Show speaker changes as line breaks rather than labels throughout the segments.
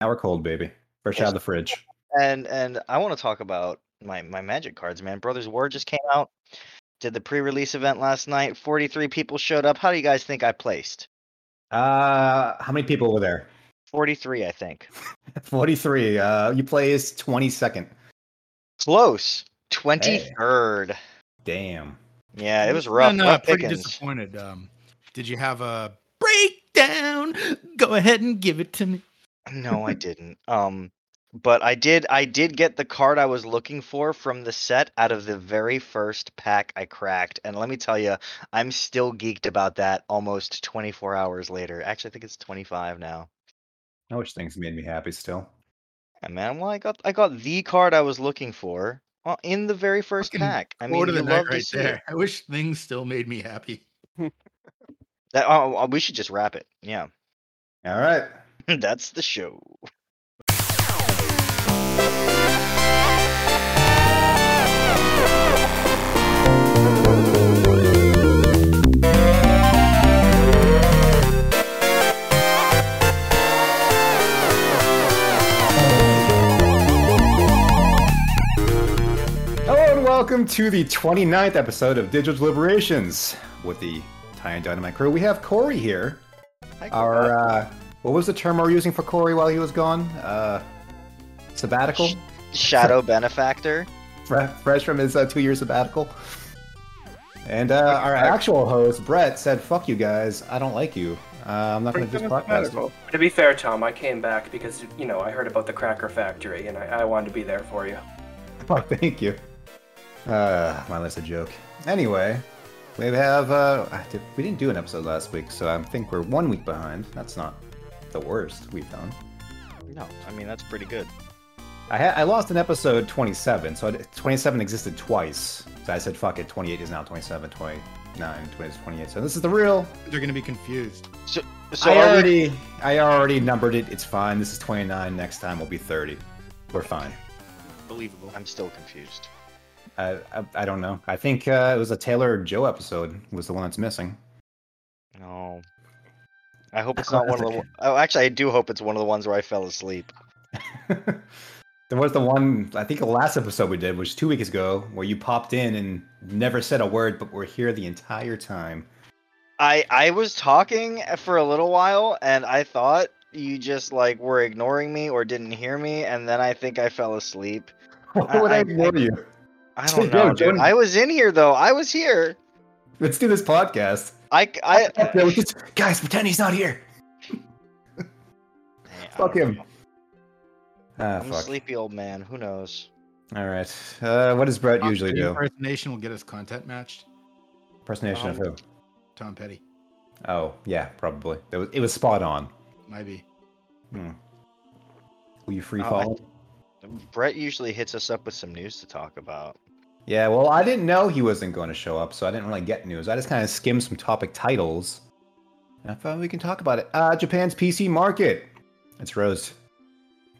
Now we're cold, baby. Fresh out of the fridge.
and and I want to talk about my my magic cards, man. Brothers War just came out. Did the pre-release event last night. Forty-three people showed up. How do you guys think I placed?
Uh, how many people were there?
Forty-three, I think.
43. Uh, you placed 22nd.
Close. Twenty-third.
Damn.
Yeah, it was rough.
No, no,
rough
pretty
pickings.
disappointed. Um, did you have a breakdown? Go ahead and give it to me.
No, I didn't. Um, but I did. I did get the card I was looking for from the set out of the very first pack I cracked, and let me tell you, I'm still geeked about that. Almost 24 hours later. Actually, I think it's 25 now.
I wish things made me happy still.
And man, well, I got I got the card I was looking for well, in the very first
Fucking
pack. I mean,
Quote
you
of the
love
night
to
right
see it.
there. I wish things still made me happy.
That oh, oh, we should just wrap it. Yeah,
All right.
that's the show.
Hello and welcome to the 29th episode of Digital Liberations with the Tie and Dynamite crew. We have Corey here.
Hi, Cobra.
Our, uh, what was the term we were using for Corey while he was gone? Uh, sabbatical?
shadow benefactor.
Fre- Fresh from his uh, two year sabbatical. And uh, our actual host, Brett, said, fuck you guys. I don't like you. Uh, I'm not going to do this podcast.
To be fair, Tom, I came back because you know I heard about the Cracker Factory and I, I wanted to be there for you.
Oh, thank you. Uh, my life's a joke. Anyway, we have uh, I did, we didn't do an episode last week, so I think we're one week behind. That's not the worst we've done.
No, I mean that's pretty good.
I ha- I lost an episode 27, so I d 27 existed twice. So I said, fuck it, 28 is now 27, 29, 20 is 28. So this is the real.
They're gonna be confused.
So
I
are we-
already I already numbered it. It's fine. This is 29. Next time will be 30. We're fine.
Believable.
I'm still confused.
I I, I don't know. I think uh, it was a Taylor or Joe episode was the one that's missing.
No. I hope it's
Oh,
not one of
that's
the. one- Oh, actually, I do hope it's one of the ones where I fell asleep.
there was the one I think the last episode we did, which was two weeks ago, where you popped in and never said a word, but were here the entire time.
I I was talking for a little while, and I thought you just like were ignoring me or didn't hear me, and then I think I fell asleep.
Why would I,
I-
ignore
I-
you?
I don't
No,
know. dude.
don't-
I was in here though. I was here.
Let's do this podcast.
I c- I.
Yeah, we just- guys, pretend he's not here.
Yeah, I
Fuck
don't
him.
know.
Ah,
I'm a
fuck.
sleepy old man. Who knows?
All right. Uh, what does Brett usually
Tom Petty
do?
Impersonation will get us content matched.
Impersonation of
Um,
who?
Tom Petty,
Oh, yeah, probably. It was, it was spot on.
maybe.
Will you free
Oh, I-
fall?
Brett usually hits us up with some news to talk about.
Yeah, well, I didn't know he wasn't going to show up, so I didn't really get news. I just kind of skimmed some topic titles. And I thought we can talk about it. Uh, Japan's PC market. It's rose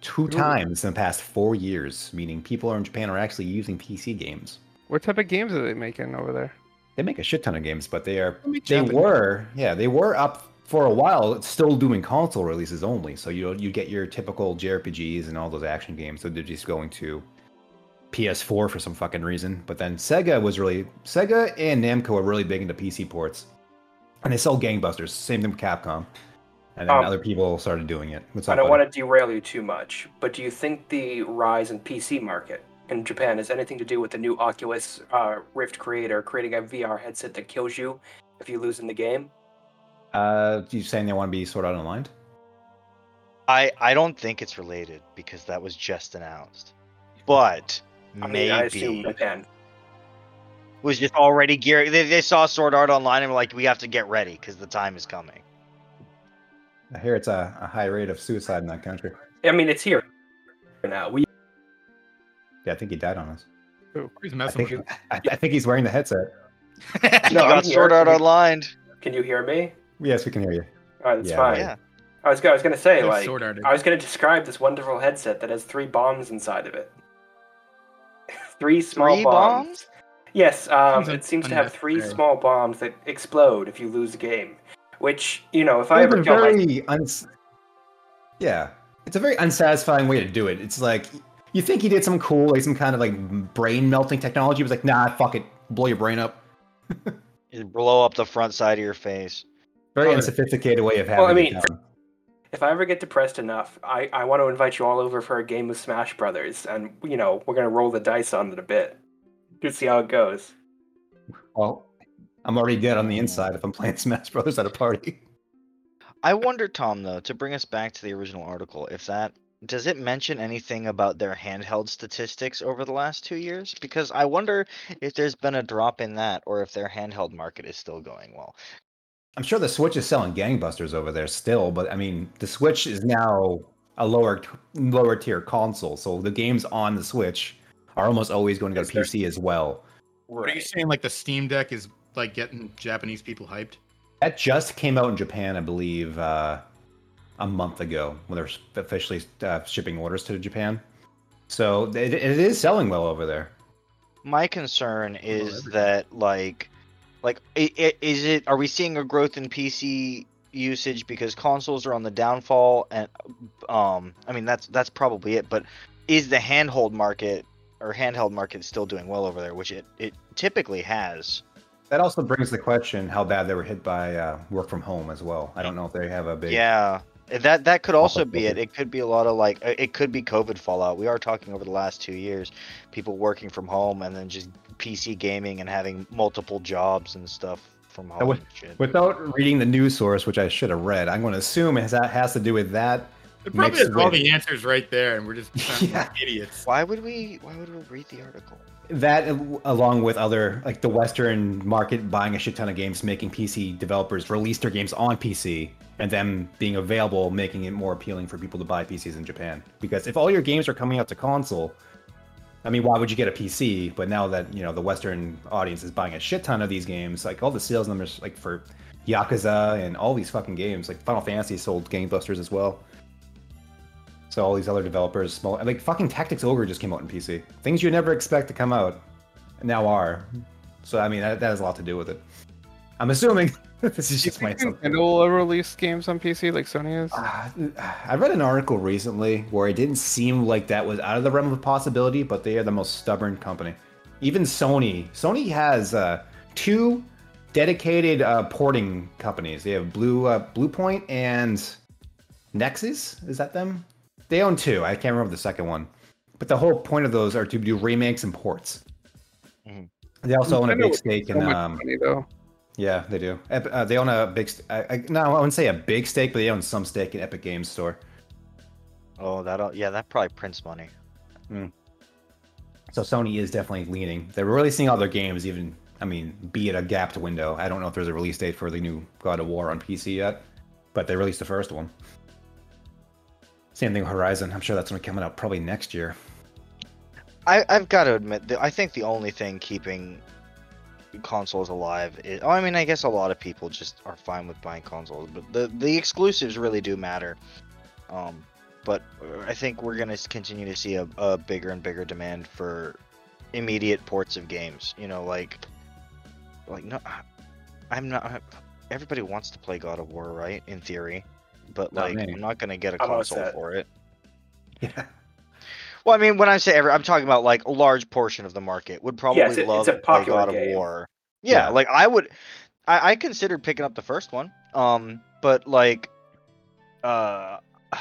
two times in the past four years, meaning people in Japan are actually using PC games.
What type of games are they making over there?
They make a shit ton of games, but they are
Let me
they
jump in.
were yeah they were up for a while, still doing console releases only. So you you get your typical JRPGs and all those action games. So they're just going to PS4 for some fucking reason. But then Sega was really Sega and Namco are really big into PC ports, and they sell gangbusters. Same thing with Capcom, and then
Um,
other people started doing it. What's up?
I don't
buddy?
want to derail you too much, but do you think the rise in PC market in Japan has anything to do with the new Oculus uh, Rift creator creating a VR headset that kills you if you lose in the game?
Uh, you saying they want to be sort of online?
I I don't think it's related because that was just announced, but
I
maybe
mean, I assume Japan.
was just already geared. They, they saw Sword Art Online and were like, "We have to get ready because the time is coming."
I hear it's a, a high rate of suicide in that country.
I mean, it's here now. We
Yeah, I think he died on us.
Who's
I
messing
think,
with you?
I, I think he's wearing the headset.
No,
you
I'm
got
here.
Sword Art Online.
can you hear me?
Yes, we can hear you.
All right, that's
Yeah,
fine.
right.
Yeah,
I was I was gonna say
That's
like
sword arted.
I was gonna describe this wonderful headset that has three bombs inside of it. three small
Three
bombs.
bombs?
Yes, um,
Seems
it seems to have three
unnecessary.
small bombs that explode if you lose a game. Which you know, if I
Those
ever
are
kill my
very uns- yeah, It's a very unsatisfying way to do it. It's like you think he did some cool, like some kind of like brain melting technology. It was like, nah, fuck it, blow your brain up.
It'd blow up the front side of your face.
Very
Oh, yeah.
unsophisticated way of having.
Well, I
it
mean,
done.
If I ever get depressed enough, I, I want to invite you all over for a game of Smash Brothers, and you know we're gonna roll the dice on it a bit, just see how it goes.
well, I'm already dead on the inside if I'm playing Smash Brothers at a party.
I wonder, Tom, though, to bring us back to the original article, if that does it mention anything about their handheld statistics over the last two years? Because I wonder if there's been a drop in that, or if their handheld market is still going well.
I'm sure the Switch is selling gangbusters over there still, but I mean, the Switch is now a lower t- lower tier console, so the games on the Switch are almost always going to go to
Yes,
PC as well.
What Are you saying like the Steam Deck is like getting Japanese people hyped?
That just came out in Japan, I believe, uh, a month ago when they're officially uh, shipping orders to Japan. So it, it is selling well over there.
My concern is
everything.
that, like, like i- i- is it? Are we seeing a growth in PC usage because consoles are on the downfall? And um, I mean that's that's probably it. But is the handhold market or handheld market still doing well over there, which it it typically has?
That also brings the question how bad they were hit by uh, work from home as well. I don't know if they have a big
Yeah, that that could also
of
be it. It could be a lot of like uh, it could be COVID fallout. We are talking over the last two years, people working from home and then just PC gaming and having multiple jobs and stuff from home.
would-
and shit.
Without reading the news source, which I should have read, I'm going to assume it has, that has to do with that.
It probably
mixed
has all
with-
the answers right there, and we're just sounding
Yeah.
like idiots.
Why would we? Why would we read the article?
That uh, along with other like the Western market buying a shit ton of games, making PC developers release their games on PC, and them being available, making it more appealing for people to buy PCs in Japan. Because if all your games are coming out to console, I mean, why would you get a PC? But now that you know the Western audience is buying a shit ton of these games, like all the sales numbers, like for Yakuza and all these fucking games, like Final Fantasy sold gangbusters as well. So all these other developers, small like fucking Tactics Ogre just came out in PC. Things you never expect to come out now are. So I mean, that, that has a lot to do with it. I'm assuming this is
Do you
just my
think
assumption.
Nintendo will ever release games on PC like Sony is?
Uh, I read an article recently where it didn't seem like that was out of the realm of possibility, but they are the most stubborn company. Even Sony, Sony has uh, two dedicated uh, porting companies. They have Blue uh, Blue Point and Nexus. Is that them? They own two. I can't remember the second one, but the whole point of those are to do remakes and ports.
Mhm.
Mm-hmm.
They also own a
Nintendo
big
would
stake
so
in
much
um,
money, though.
yeah, they do. Ep- uh, they own a big. St- I, I, no, I wouldn't say a big stake, but they own some stake in Epic Games Store.
Oh, that'll yeah, that probably prints money.
So Sony is definitely leaning. They're releasing all their games, even I mean, be it a gapped window. I don't know if there's a release date for the new God of War on PC yet, but they released the first one. Same thing with Horizon. I'm sure that's gonna be coming out probably next year.
I, I've got to admit, that I think the only thing keeping consoles alive is. Oh, I mean, I guess a lot of people just are fine with buying consoles, but the, the exclusives really do matter. Um, but I think we're going to continue to see a, a bigger and bigger demand for immediate ports of games. You know, like. Like, no. I'm not. Everybody wants to play God of War, right? In theory. But,
Not
like,
me.
I'm not going to get a
I'm
console
upset.
for it.
Yeah.
Well, I mean, when I say every, I'm talking about like a large portion of the market would probably
it's a- it's
love
a
to play
popular
God of
game.
War. Yeah,
Yeah.
like I would, I, I considered picking up the first one. Um, but like, uh,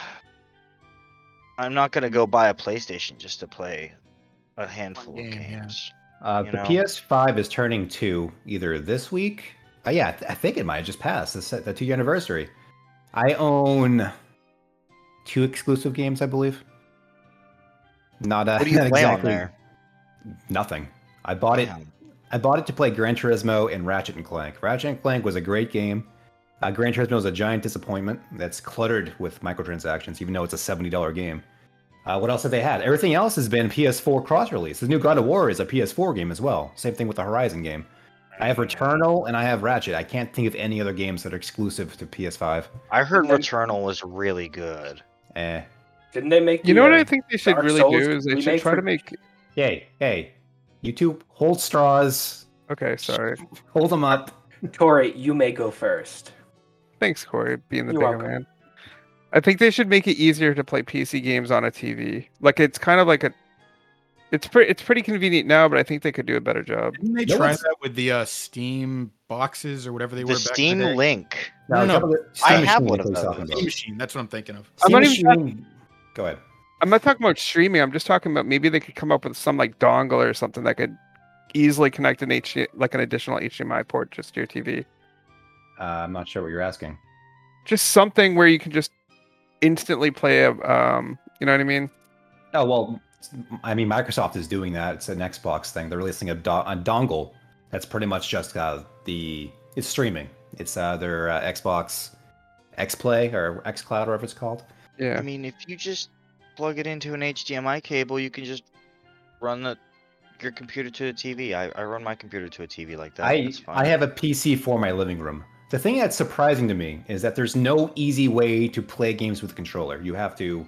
I'm not gonna go buy a PlayStation just to play a handful of
game, yeah.
games.
Uh,
You
the
know.
PS5 is turning two either this week. Uh, yeah, I, th- I think it might have just passed the, se- the two year anniversary. I own two exclusive games, I believe. Not, uh,
What do you
not
play
exactly
on there?
nothing. I bought it.
Damn.
I bought it to play Gran Turismo and Ratchet and Clank. Ratchet and Clank was a great game. Uh, Gran Turismo is a giant disappointment. That's cluttered with microtransactions, even though it's a seventy dollar game. Uh, what else have they had? Everything else has been PS4 cross release. The new God of War is a PS4 game as well. Same thing with the Horizon game. I have Returnal and I have Ratchet. I can't think of any other games that are exclusive to PS5.
I heard
And then-
Returnal was really good.
Eh.
Didn't they make?
You
the,
know what
uh,
I think they should
Dark
really
Souls
do is they should
remake
try
for-
to make.
Hey, hey, you two hold straws,
Okay, sorry.
hold them up.
Tori, you may go first.
Thanks, Corey, being the
You're
bigger
welcome.
man. I think they should make it easier to play PC games on a TV. Like it's kind of like a, it's pretty it's pretty convenient now, but I think they could do a better job.
Didn't they
No
try
one's-
that with the uh, Steam boxes or whatever they were?
The
back in
Steam
the day?
Link.
No, no,
I have one of those.
Steam machine. That's what I'm thinking of.
I'm
I'm
not
not
even
even. Go ahead.
I'm not talking about streaming. I'm just talking about maybe they could come up with some like dongle or something that could easily connect an H like an additional HDMI port just to your TV.
Uh, I'm not sure what you're asking.
Just something where you can just instantly play a um, you know what I mean?
Oh well, I mean Microsoft is doing that. It's an Xbox thing. They're releasing a, do- a dongle that's pretty much just uh, the it's streaming. It's uh, their uh, Xbox XPlay or XCloud, whatever it's called.
Yeah.
I mean, if you just plug it into an HDMI cable, you can just run the, your computer to a TV. I, I run my computer to a TV like that.
I
That's fine. Uh,
I have a PC for my living room. The thing that's surprising to me is that there's no easy way to play games with a controller. You have to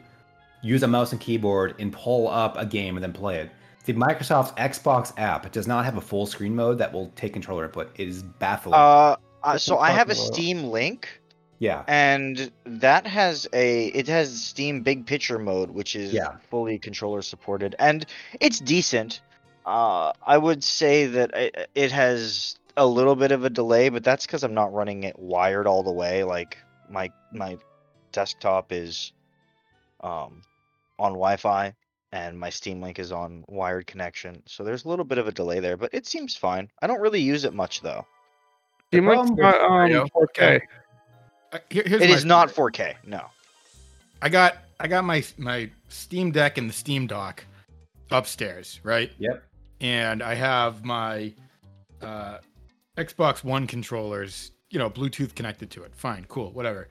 use a mouse and keyboard and pull up a game and then play it. The Microsoft Xbox app does not have a full screen mode that will take controller input. It is baffling.
Uh, uh,
That's
so
what I'm
I have a
talking about.
Steam Link,
yeah.
and that has a it has Steam Big Picture mode, which is
Yeah.
fully controller supported, and it's decent. Uh, I would say that it, it has a little bit of a delay, but that's because I'm not running it wired all the way. Like my my desktop is um on Wi-Fi, and my Steam Link is on wired connection, so there's a little bit of a delay there, but it seems fine. I don't really use it much though.
Steam Link's
problem
not um,
Mario,
4K.
Uh, here- here's
It
my-
is not 4K. No.
I got I got my my Steam Deck and the Steam Dock upstairs, right?
Yep.
And I have my uh, Xbox One controllers, you know, Bluetooth connected to it. Fine, cool, whatever.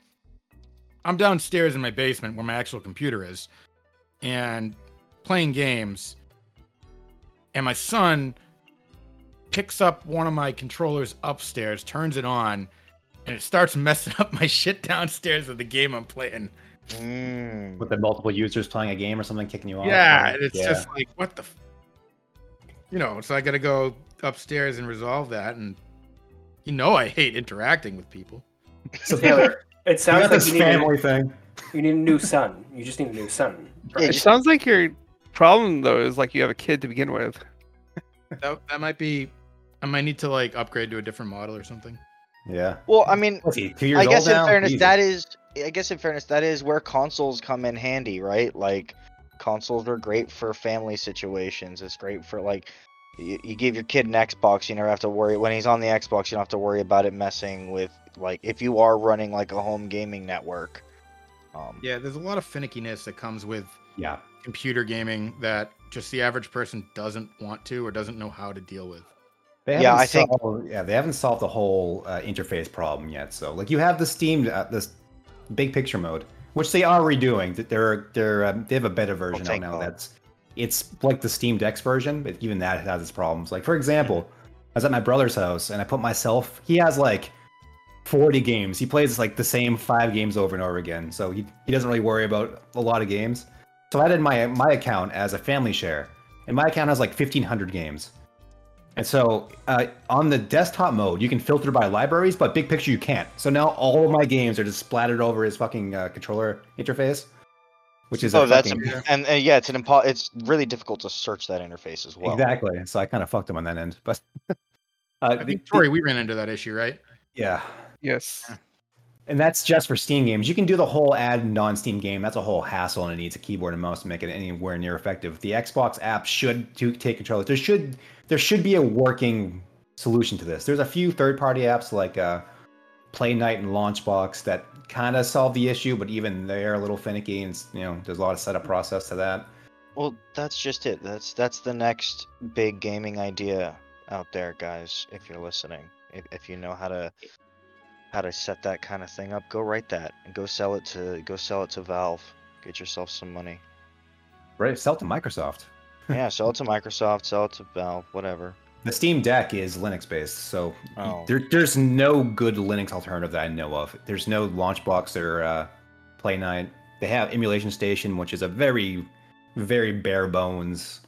I'm downstairs in my basement where my actual computer is, and playing games. And my son picks up one of my controllers upstairs, turns it on, and it starts messing up my shit downstairs of the game I'm playing.
Mm.
With the multiple users playing a game or something kicking you off.
Yeah,
right?
and it's
Yeah.
just like what the, f- you know. So I got to go upstairs and resolve that, and you know I hate interacting with people.
So Taylor,
Taylor, it
you
sounds
got
like
this
you need, a,
family thing.
you need a new son. You just need a new son.
Yeah,
It
just-
sounds like your problem though is like you have a kid to begin with.
That, that might be. I might need to like upgrade to a different model or something.
Yeah.
well, I mean,
What's he, two years
I guess
old
in
now?
fairness,
Jesus.
that is. I guess in fairness, that is where consoles come in handy, right? Like, consoles are great for family situations. It's great for like, you, you give your kid an Xbox, you never have to worry when he's on the Xbox. You don't have to worry about it messing with like if you are running like a home gaming network. Um,
Yeah, there's a lot of finickiness that comes with
Yeah.
computer gaming that just the average person doesn't want to or doesn't know how to deal with.
They
Yeah,
haven't
I think-
solved- yeah, they haven't solved the whole uh, interface problem yet. So, like, you have the Steam, uh, this big picture mode, which they are redoing. That They're they're um, they have a better version out
thank
now.
God.
That's it's like the Steam Deck's version, but even that has its problems. Like, for example, I was at my brother's house and I put myself. He has like. 40 games. He plays like the same five games over and over again. So he, he doesn't really worry about a lot of games. So I did my my account as a family share. And my account has like 1500 games. And so uh, on the desktop mode, you can filter by libraries, but big picture you can't. So now all of my games are just splattered over his fucking uh, controller interface, which is
oh,
a
that's
fucking-
a, and, and yeah, it's an impo- It's really difficult to search that interface as well.
exactly. So I kind of fucked him on that end, but uh,
I
the-
think Tori, we ran into that issue, right?
yeah.
Yes.
And that's just for Steam games. You can do the whole add non-Steam game. That's a whole hassle, and it needs a keyboard and mouse to make it anywhere near effective. The Xbox app should to take control. There should there should be a working solution to this. There's a few third-party apps like uh, Play Night and Launchbox that kind of solve the issue, but even they're a little finicky, and you know there's a lot of setup process to that.
Well, that's just it. That's that's the next big gaming idea out there, guys. If you're listening, if, if you know how to how to set that kind of thing up, go write that and go sell it to go sell it to Valve. Get yourself some money.
Right, sell to Microsoft.
yeah, sell it to Microsoft, sell it to Valve, whatever.
The Steam Deck is Linux-based, so
Oh,
There, there's no good Linux alternative that I know of. There's no Launchbox or uh, Play Night. They have Emulation Station, which is a very, very bare bones.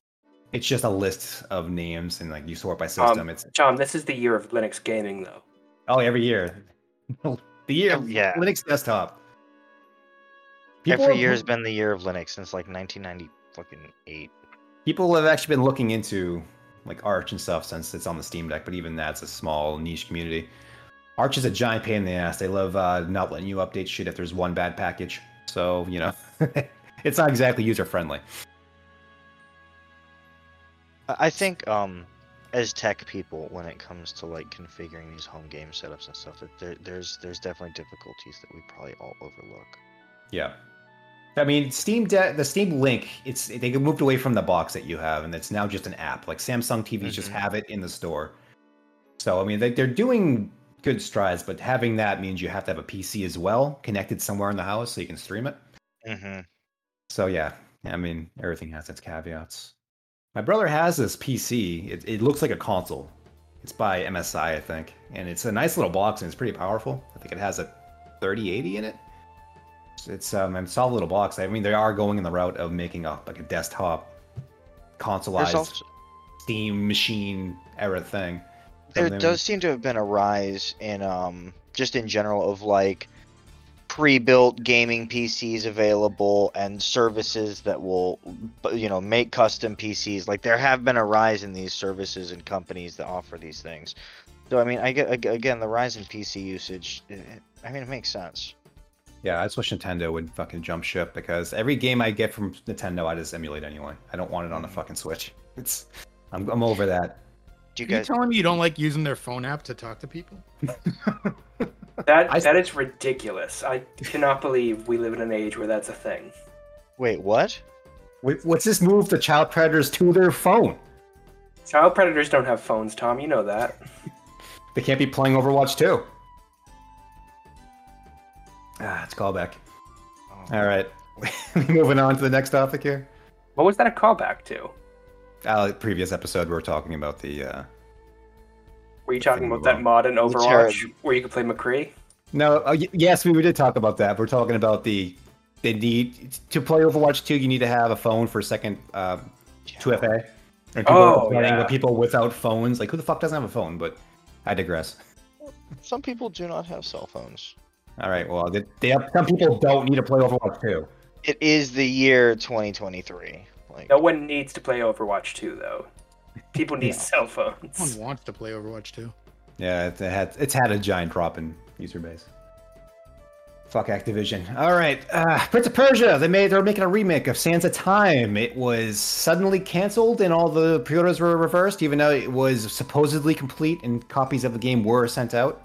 It's just a list of names and like you sort by system.
Um,
it's
John, this is the year of Linux gaming, though.
oh every year, the year of
Yeah.
Linux desktop.
Every
are-
year has been the year of Linux since like 1990 fucking eight.
people have actually been looking into like Arch and stuff since it's on the Steam Deck, but even that's a small niche community. Arch is a giant pain in the ass. They love uh, not letting you update shit if there's one bad package. So you know, it's not exactly user friendly.
I I think um, as tech people, when it comes to like configuring these home game setups and stuff, that there, there's there's definitely difficulties that we probably all overlook.
Yeah. I mean, Steam Deck, the Steam Link, it's they moved away from the box that you have, and it's now just an app. Like Samsung TVs just
Mhm.
have it in the store. So I mean, they, they're doing good strides, but having that means you have to have a PC as well connected somewhere in the house so you can stream it.
Mm-hmm.
So yeah, I mean, everything has its caveats. My brother has this PC. It, it looks like a console. It's by MSI, I think, and it's a nice little box and it's pretty powerful. I think it has a 3080 in it. It's um, a solid little box. I mean, they are going in the route of making a like a desktop,
There's
consoleized
also,
Steam machine era thing.
there
then-
does seem to have been a rise in um just in general of like pre-built gaming PCs available and services that will bu- you know make custom PCs like there have been a rise in these services and companies that offer these things so I mean I get ag- again the rise in PC usage eh, I mean it makes sense
Yeah, I just wish Nintendo would fucking jump ship because every game I get from Nintendo, I just emulate anyway. I don't want it
Mm-hmm.
on the fucking Switch. It's, I'm, I'm over that.
do you
Are you
guys
telling me you don't like using their phone app to talk to people?
That
I-
that is ridiculous. I cannot believe we live in an age where that's a thing.
wait what
Wait, what's this move the child predators to their phone?
Child predators don't have phones, Tom. You know that.
They can't be playing Overwatch 2. Ah, it's callback. All right. Moving on to the next topic here.
What was that a callback to?
Uh, previous episode, we were talking about the. Uh...
Were you talking
Thinking
about that
about-
mod in Overwatch
terrible.
where you could play McCree?
No, uh, y- yes, we did talk about that. We're talking about the. They need to play Overwatch 2. You need to have a phone for second uh,
Oh,
2FA. And people
Oh,
were complaining
yeah.
with people without phones. Like, who the fuck doesn't have a phone? But I digress.
some people do not have cell phones
All right. Well, they, they have, some people don't need to play Overwatch 2.
it is the year 2023 like
No one needs to play Overwatch 2 though. People need cell
No one
phones.
wants to play Overwatch 2.
Yeah, it had it's had a giant drop in user base. Fuck Activision. All right, uh, Prince of Persia. They made they're making a remake of Sands of Time. It was suddenly canceled, and all the pre-orders were reversed, even though it was supposedly complete, and copies of the game were sent out.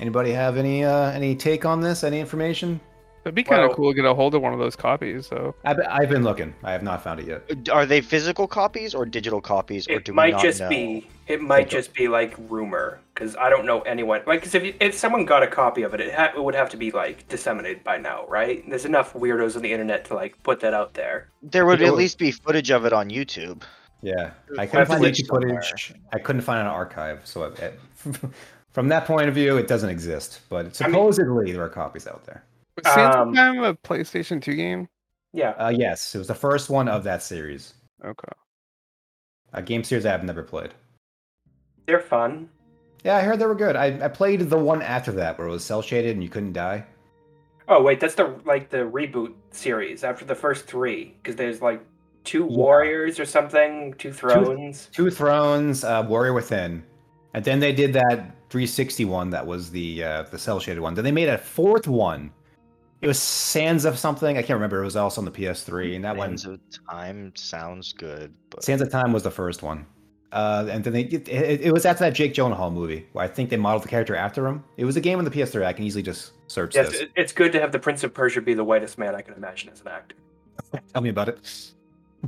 Anybody have any uh, any take on this? Any information?
It'd be kind of
Well-
cool to get a hold of one of those copies. So
I've, I've been looking. I have not found it yet.
Are they physical copies or digital copies, or
It
do we
might
not
just
know?
be it might just be like rumor because I don't know anyone. Like, 'cause if you, if someone got a copy of it, it, ha- it would have to be like disseminated by now, right? There's enough weirdos on the internet to like put that out there.
There would
It
at
was-
least be footage of it on YouTube.
Yeah, I couldn't find
footage
YouTube footage. I couldn't find an archive, so I, it- from that point of view, it doesn't exist. But
I mean-
supposedly there are copies out there.
was Sands of
Um,
Time a PlayStation 2 game?
Yeah,
Uh, yes, it was the first one of that series,
Okay.
a game series I have never played.
they're fun.
Yeah, I heard they were good. I, I played the one after that where it was cell shaded and you couldn't die.
Oh wait, that's the like the reboot series after the first three because there's like two
Yeah.
warriors or something, two thrones.
Two Thrones, uh, Warrior Within, and then they did that 360 one that was the uh, the cell shaded one. Then they made a fourth one. It was Sands of something. I can't remember. It was also on the PS3, and that one
Sands of Time sounds good, but
Sands of Time was the first one. Uh, and then they, it, it, it was after that Jake Gyllenhaal movie where I think they modeled the character after him. It was a game on the PS3. I can easily just search
Yes,
this.
it- it's good to have the Prince of Persia be the whitest man I can imagine as an actor.
Tell me about it.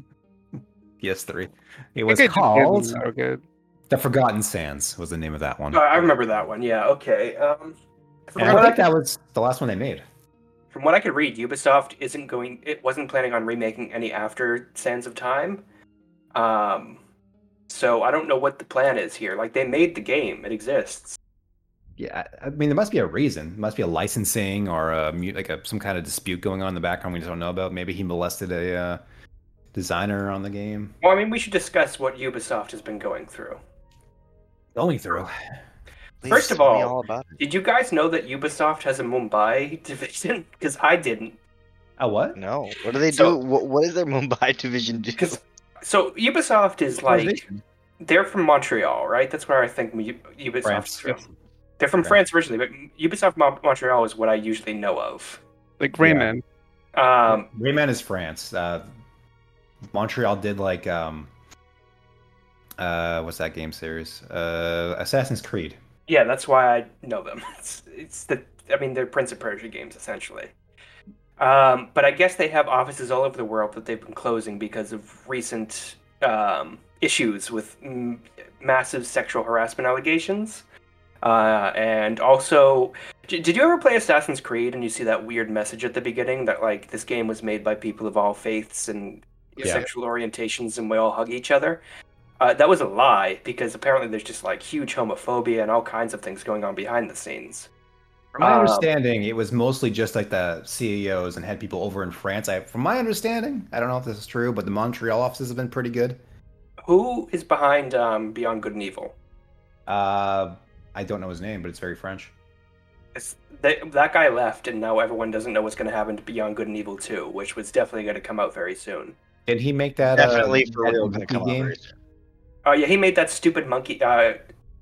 PS3. It
I
was
think I did
called
do so good.
The Forgotten Sands was the name of that one.
Uh, I remember that one. Yeah. Okay. Um, from,
And I
what I
think
could,
that was the last one they made.
from what I could read, Ubisoft isn't going. It wasn't planning on remaking any after Sands of Time. Um, so I don't know what the plan is here. Like they made the game; it exists.
Yeah, I I mean there must be a reason. There must be a licensing or a mu- like a, some kind of dispute going on in the background we just don't know about. Maybe he molested a uh, designer on the game.
Well, I mean, we should discuss what Ubisoft has been going through.
Going through.
Please
First of
tell me
all-
about it.
Did you guys know that Ubisoft has a Mumbai division? Because I didn't.
A what?
No. What do they do?
So-
what, what does their Mumbai division do?
Because so Ubisoft is like they're from Montreal, right? That's where I think Mu- Ubisoft
France.
is from. They're from
France.
France originally, but Ubisoft Mon- Montreal is what I usually know of.
Like Rayman.
Um,
Rayman is France. Uh, Montreal did like um, uh, what's that game series? Uh, Assassin's Creed.
yeah, that's why I know them. It's, it's the I mean they're Prince of Persia games essentially. Um, but I guess they have offices all over the world that they've been closing because of recent um, issues with m- massive sexual harassment allegations. Uh, and also, d- did you ever play Assassin's Creed and you see that weird message at the beginning that like this game was made by people of all faiths and
Yeah.
sexual orientations and we all hug each other? Uh, that was a lie because apparently there's just like huge homophobia and all kinds of things going on behind the scenes.
From my
Um,
understanding, it was mostly just like the CEOs and had people over in France. I, from my understanding, I don't know if this is true, but the Montreal offices have been pretty good.
Who is behind um, Beyond Good and Evil?
Uh, I don't know his name, but it's very French.
It's, they, that guy left, and now everyone doesn't know what's going to happen to Beyond Good and Evil 2, which was definitely going to come out very soon.
Did he make that uh,
Definitely for
that
real gonna
monkey
come out
game?
very soon.
Oh, yeah, he made that stupid monkey, uh,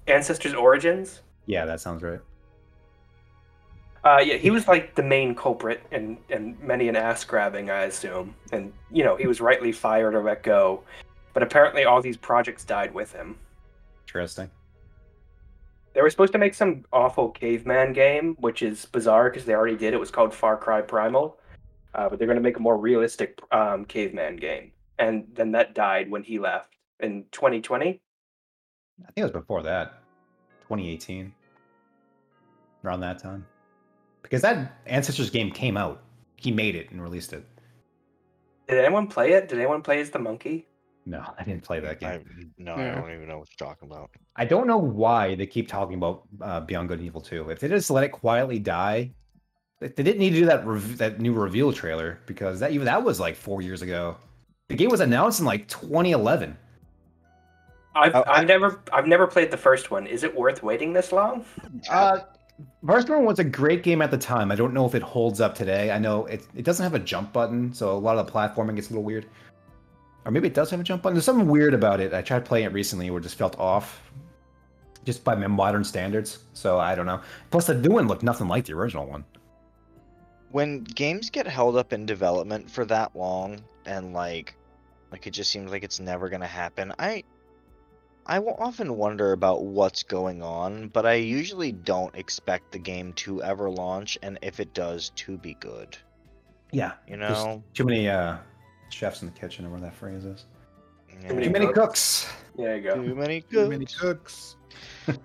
Ancestors Origins.
Yeah, that sounds right.
Uh, yeah, he was like the main culprit and, and many an ass grabbing, I assume. And, you know, he was rightly fired or let go. But apparently, all these projects died with him.
Interesting.
They were supposed to make some awful caveman game, which is bizarre because they already did. It was called Far Cry Primal, uh, but they're going to make a more realistic um, caveman game. And then that died when he left in 2020.
I think it was before that, 2018, around that time, because that Ancestors game came out. He made it and released it.
Did anyone play it? Did anyone play as the monkey?
No, I didn't play that game.
I, no, I
Yeah.
Hmm.
don't even know what you're talking about.
I don't know why they keep talking about uh, Beyond Good and Evil 2. If they just let it quietly die, they they didn't need to do that rev- that new reveal trailer because that even that was like four years ago. The game was announced in like 2011.
I've,
Oh, I-
I've never I've never played the first one. Is it worth waiting this long?
Uh, First one was a great game at the time. I don't know if it holds up today. I know it, it doesn't have a jump button, so a lot of the platforming gets a little weird. Or maybe it does have a jump button. There's something weird about it. I tried playing it recently where it just felt off just by my modern standards. So I don't know. Plus, the new one looked nothing like the original one.
when games get held up in development for that long and like like it just seems like it's never going to happen i i will often wonder about what's going on but i usually don't expect the game to ever launch and if it does to be good
Yeah.
you
Just
know
too many uh, chefs in the kitchen, or whatever that phrase is.
Yeah.
Too many
Too many cooks.
There you
too many
Too many
cooks,
cooks.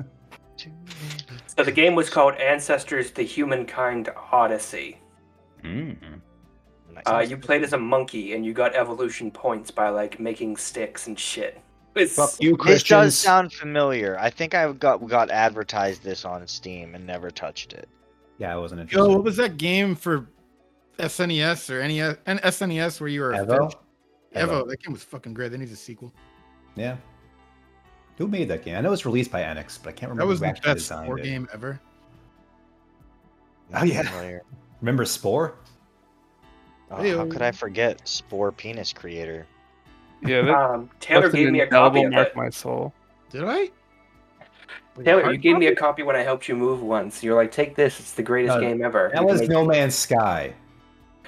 too many
So the game was called Ancestors: The Humankind Odyssey.
Mm-hmm.
cooks.
Uh, you played as a monkey, and you got evolution points by like making sticks and shit. It's-
Fuck you,
this
Christians.
does sound familiar i think i got got advertised this on steam and never touched it
yeah, I wasn't
Yo,
interested.
what was that game for SNES or NES and SNES E where you were a
Evo?
fish? Evo.
Evo.
That game was fucking great. That needs a sequel.
Yeah. Who made that game? I know it's released by Enix, but I can't remember
That was
who
the
actually
best
designed
war
it.
game ever.
Not
Oh, yeah.
familiar.
Remember Spore?
Oh, how could I
Ew.
forget Spore Penis Creator?
Yeah, that,
Um, Taylor
that's an
gave me a
indelible
copy of
mark
it.
my soul.
Did I?
Taylor,
Hard
you gave me a copy when I helped you move once. You're like, take this. It's the greatest
No,
game ever.
That
You can
was
make-
No Man's Sky.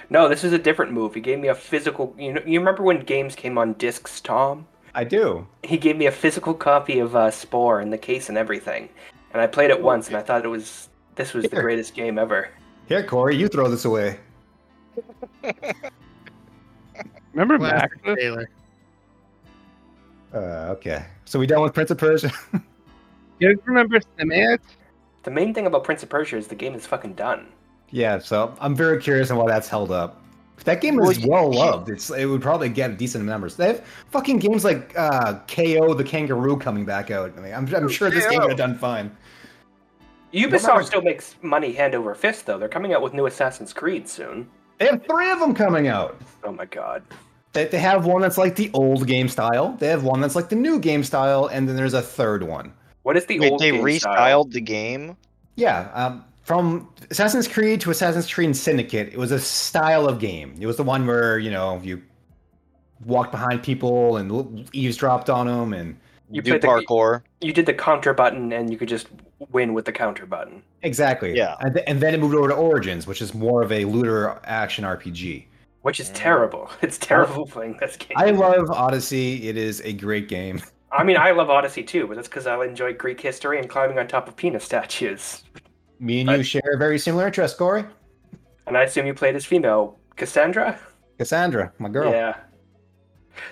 no, this is a different move. He gave me a physical. You know, you remember when games came on discs, Tom?
I do.
He gave me a physical copy of uh, Spore and the case and everything, and I
Oh,
played it once, and I thought it was this was the
Here.
greatest game ever.
Here, Corey, you throw this away.
Remember Max?
Plastic Taylor.
Uh, okay. So we done with Prince of Persia?
You guys remember Simant?
The main thing about Prince of Persia is the game is fucking done.
yeah. So I'm very curious on why that's held up. That game
Well,
is
you-
well
you-
loved. It's it would probably get decent numbers. They have fucking games like uh, KO the Kangaroo coming back out. I mean, I'm, I'm sure this game
KO.
would have done fine.
Ubisoft
my-
still makes money hand over fist, though. They're coming out with new Assassin's Creed soon.
They have three of them coming out.
Oh my god.
They, they have one that's like the old game style. They have one that's like the new game style, and then there's a third one.
What is the
Wait,
old
they
game
restyled
style?
the game?
Yeah, um, from Assassin's Creed to Assassin's Creed Syndicate, it was a style of game. It was the one where you know you walked behind people and l- eavesdropped on them, and
You
do
played the-
parkour.
You did the counter button, and you could just win with the counter button.
exactly.
Yeah.
and, th- and then it moved over to Origins, which is more of a looter action RPG.
Which is
Mm.
terrible. It's terrible playing this game.
I love Odyssey. It is a great game.
I mean, I love Odyssey too, but that's because I enjoy Greek history and climbing on top of penis statues.
Me and you share a very similar interest, Corey.
And I assume you played as female Cassandra.
Cassandra, my girl.
Yeah.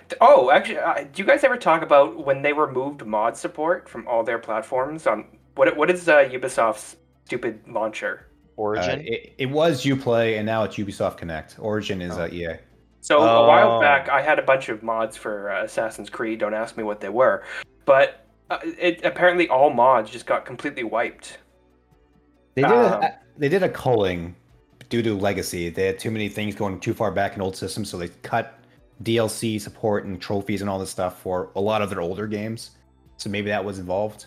Th- Oh, actually, uh, do you guys ever talk about when they removed mod support from all their platforms? On what what is uh, Ubisoft's stupid launcher?
Uh,
Origin.
it, it was Uplay, and now it's Ubisoft Connect. Origin is
Oh.
uh, EA.
So a while
Oh.
back, I had a bunch of mods for uh, Assassin's Creed. Don't ask me what they were, but uh, it apparently all mods just got completely wiped.
They did.
Um,
A, they did a culling due to legacy. They had too many things going too far back in old systems, so they cut DLC support and trophies and all this stuff for a lot of their older games. So maybe that was involved.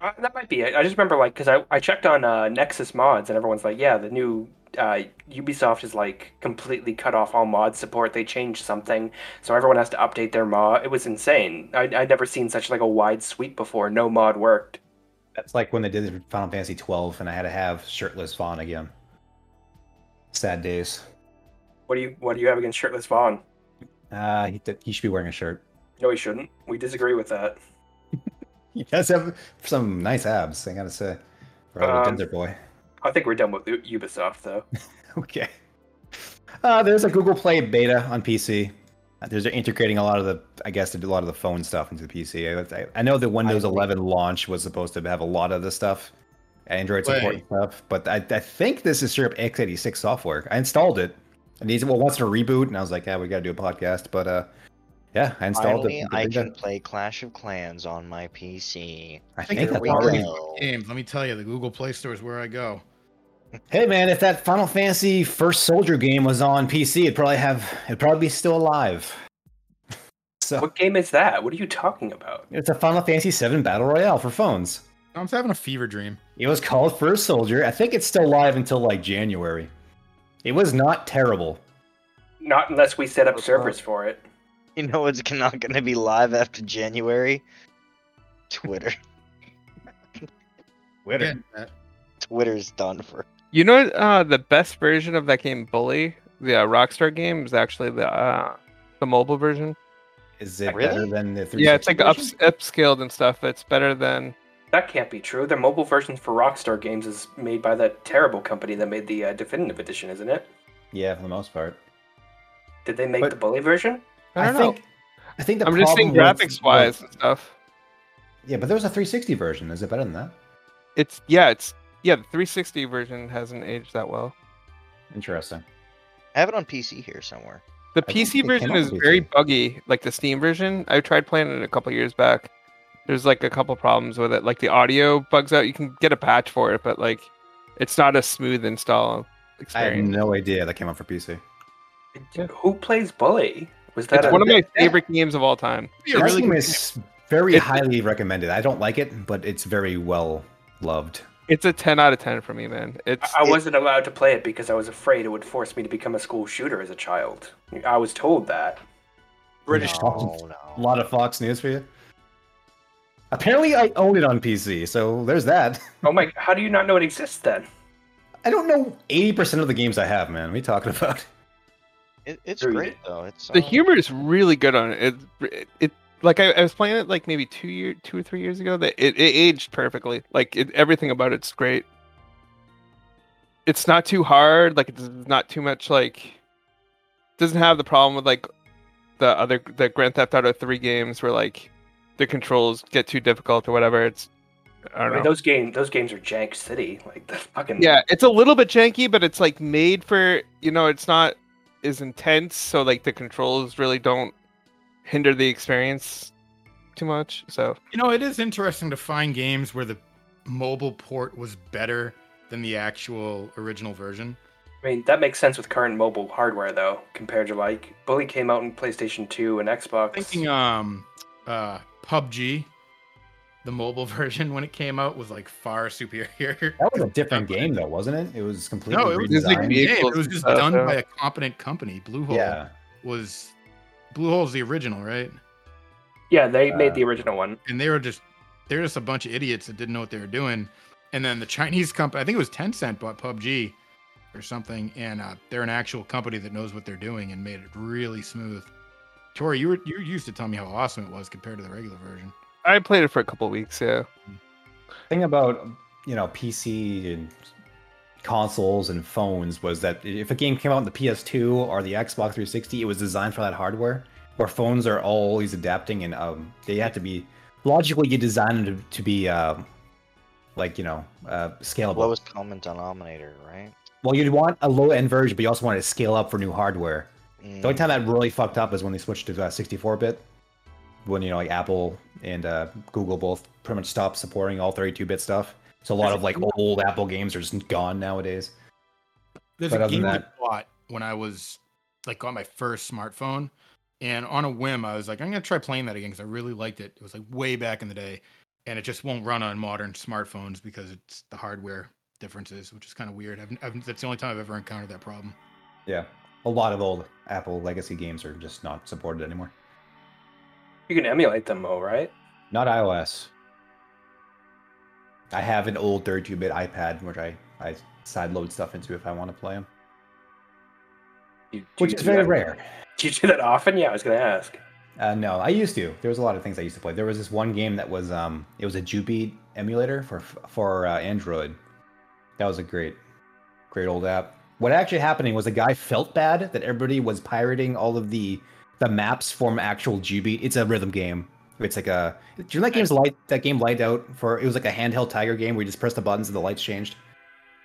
Uh, that might be it. I just remember like because I, I checked on uh, Nexus mods and everyone's like, yeah, the new uh, Ubisoft is like completely cut off all mod support. They changed something, so everyone has to update their mod. It was insane. I I'd never seen such like a wide sweep before. No mod worked.
That's like when they did Final Fantasy 12, and I had to have shirtless Vaughn again. Sad days.
What do you what do you have against shirtless Vaughn?
Uh, he, he should be wearing a shirt.
No, he shouldn't. We disagree with that.
He does have some nice abs, I gotta say. For a little
Um,
desert boy.
I think we're done with U- Ubisoft though.
Okay. Uh, there's a Google Play beta on PC. Uh, There's they're integrating a lot of the, I guess, they do a lot of the phone stuff into the PC. I, I- I know the Windows 11 launch was supposed to have a lot of the stuff, Android support
Play.
and stuff, but I, I think this is syrup x86 software. I installed it. It needs well, it wants to reboot, and I was like, yeah, we got to do a podcast, but uh, yeah, I installed
Finally,
it.
I can play Clash of Clans on my PC.
I think
Here
that's
we
already
go.
Games. Let me tell you, the Google Play Store is where I go.
Hey man, if that Final Fantasy first soldier game was on PC, it'd probably have it'd probably be still alive. so
What game is that? What are you talking about?
it's a Final Fantasy VII battle royale for phones.
I'm having a fever dream.
It was called First Soldier. I think it's still live until like January. It was not terrible.
Not unless we set up
What's
servers for it.
You know it's not going to be live after January. Twitter. Twitter.
Again, that-
Twitter's done for.
You know, uh, the best version of that game, Bully, the uh, Rockstar game, is actually the uh, the mobile version.
Is it
Really?
better than the 360?
Yeah, it's like up
version?
upscaled and stuff. It's better than
That can't be true. The mobile version for Rockstar Games is made by that terrible company that made the uh, definitive edition, isn't it?
Yeah, for the most part.
Did they make
But-
the bully version?
I don't know.
think I think the
I'm just saying
problem was-
graphics wise and stuff.
Yeah, but there was a 360 version. Is it better than that?
It's yeah, it's yeah. The 360 version hasn't aged that well.
Interesting.
I have it on PC here somewhere.
The
I don't
PC
think it came
version
out
is
on
very
PC.
buggy, like the Steam version. I tried playing it a couple years back. There's like a couple problems with it, like the audio bugs out. You can get a patch for it, but like it's not a smooth install
I had
experience.
no idea that came out for PC.
Who plays bully? Was that
It's
a,
one of my favorite games of all time.
It'd be a
That
really
game
good game.
is very
It's-
highly recommended. I don't like it, but it's very well loved.
It's a 10 out of 10 for me, man. It's
I I wasn't allowed to play it because I was afraid it would force me to become a school shooter as a child. I was told that.
British.
Oh.
No,
No,
A
no.
lot of Fox News for you. Apparently, I own it on PC, so there's that.
Oh my! How do you not know it exists then?
I don't know 80% of the games I have, man. What are you talking about?
It, it's
Dude.
great though. It's
the
uh,
humor is really good on it. It, it, it like I, I was playing it like maybe two year, two or three years ago. That it, it aged perfectly. Like it, everything about it's great. It's not too hard. Like it's not too much. Like doesn't have the problem with like the other the Grand Theft Auto three games where like the controls get too difficult or whatever. It's I
I
don't
mean,
know.
those game those games are jank city. Like that's fucking
Yeah, it's a little bit janky, but it's like made for you know. It's not as intense, so like the controls really don't hinder the experience too much. So
You know, it is interesting to find games where the mobile port was better than the actual original version.
I mean, that makes sense with current mobile hardware though, compared to like Bully came out in PlayStation Two and Xbox.
Thinking, um, uh, PUBG, the mobile version when it came out was like far superior.
That was a different game, though, wasn't it? It was completely
No, it was-
It's like
redesigned.
me-
Yeah, it was just done by a competent company. Bluehole
yeah,
was Bluehole's the original, right?
Yeah, they made
Uh,
the original one.
and they were just they're just a bunch of idiots that didn't know what they were doing. And then the Chinese company, I think it was Tencent, bought PUBG or something, and uh, they're an actual company that knows what they're doing and made it really smooth. Tori, you were you used to tell me how awesome it was compared to the regular version.
I played it for a couple weeks. Yeah,
thing about you know PC and consoles and phones was that if a game came out on the PS2 or the Xbox 360, it was designed for that hardware. Where phones are always adapting and um, they have to be logically you design them to, to be uh, like you know uh, scalable.
Lowest common denominator, right?
well, you'd want a low end version, but you also want to scale up for new hardware. The only
Mm,
time that really fucked up is when they switched to uh, 64-bit, when you know like Apple and uh, Google both pretty much stopped supporting all 32-bit stuff. So a lot of like old Apple games are just gone nowadays.
There's
But
a
other
game
than
I bought when I was like got my first smartphone, and on a whim, I was like, I'm gonna try playing that again because I really liked it. It was like way back in the day, and it just won't run on modern smartphones because it's the hardware differences, which is kind of weird. I've, I've, that's the only time I've ever encountered that problem.
Yeah, a lot of old Apple legacy games are just not supported anymore.
You can emulate them, though, right?
Not iOS. I have an old 32-bit iPad which I I sideload stuff into if I want to play them,
You, do
which
you
is
do
very
that-
rare.
Do you do that often? Yeah, I was gonna ask.
Uh, no, I used to. There was a lot of things I used to play. There was this one game that was um, it was a Jubeat emulator for for uh, Android. That was a great, great old app. What actually happening was the guy felt bad that everybody was pirating all of the the maps from actual Jubeat. It's a rhythm game. It's like a do you know that game's light that game light out for it was like a handheld tiger game where you just press the buttons and the lights changed.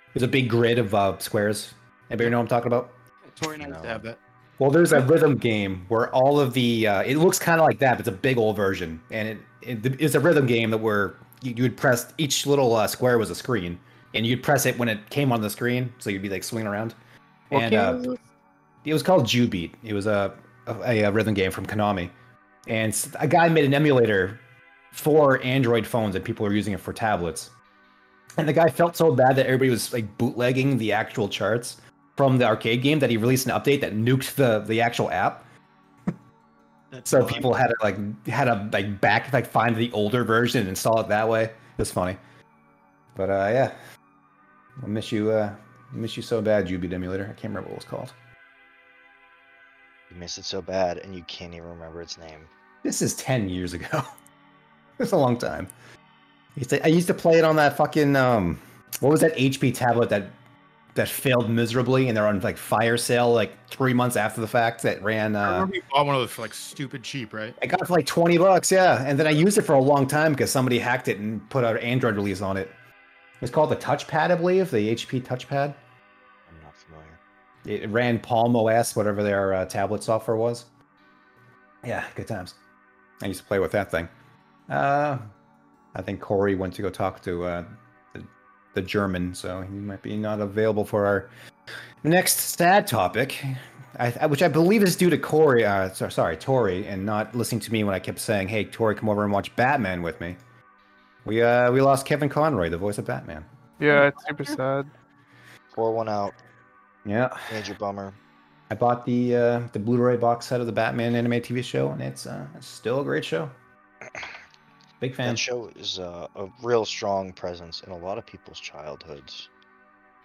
It was a big grid of uh, squares. Anybody know what I'm talking about?
Tori and I used to
No.
have that.
Well, there's a rhythm game where all of the uh, it looks kind of like that, but it's a big old version, and it, it it's a rhythm game that where you, you would press each little uh, square was a screen, and you'd press it when it came on the screen, so you'd be like swinging around.
What
and
game
uh,
is this?
it was called Jubeat. It was a, a a rhythm game from Konami, and s- a guy made an emulator for Android phones, and people were using it for tablets. And the guy felt so bad that everybody was like bootlegging the actual charts from the arcade game that he released an update that nuked the the actual app.
That's
So people had to like had to like back like find the older version and install it that way. It's funny, but uh, yeah, I miss you. Uh, miss you so bad, Jubeat emulator. I can't remember what it was called.
you miss it so bad, and you can't even remember its name.
This is 10 years ago. It's a long time. I used, to, I used to play it on that fucking um what was that HP tablet that that failed miserably and they're on like fire sale like 3 months after the fact that ran
I
uh
remember you bought one of those for like stupid cheap, right?
I got it for like 20 bucks, yeah. And then I used it for a long time because somebody hacked it and put an Android release on it. It was called the touchpad, I believe, the HP touchpad.
I'm not familiar.
It ran Palm OS, whatever their uh, tablet software was. Yeah, good times. I used to play with that thing. Uh, I think Corey went to go talk to uh, the, the German, so he might be not available for our next sad topic, I, I- which I believe is due to Corey. Uh, so- sorry, Tori, and not listening to me when I kept saying, "Hey, Tori, come over and watch Batman with me." We uh, we lost Kevin Conroy, the voice of Batman.
Yeah, it's super sad.
Pour one out.
Yeah,
Major bummer.
I bought the uh, the Blu-ray box set of the Batman anime TV show, and it's uh, it's still a great show. Big fan.
That show is uh, a real strong presence in a lot of people's childhoods.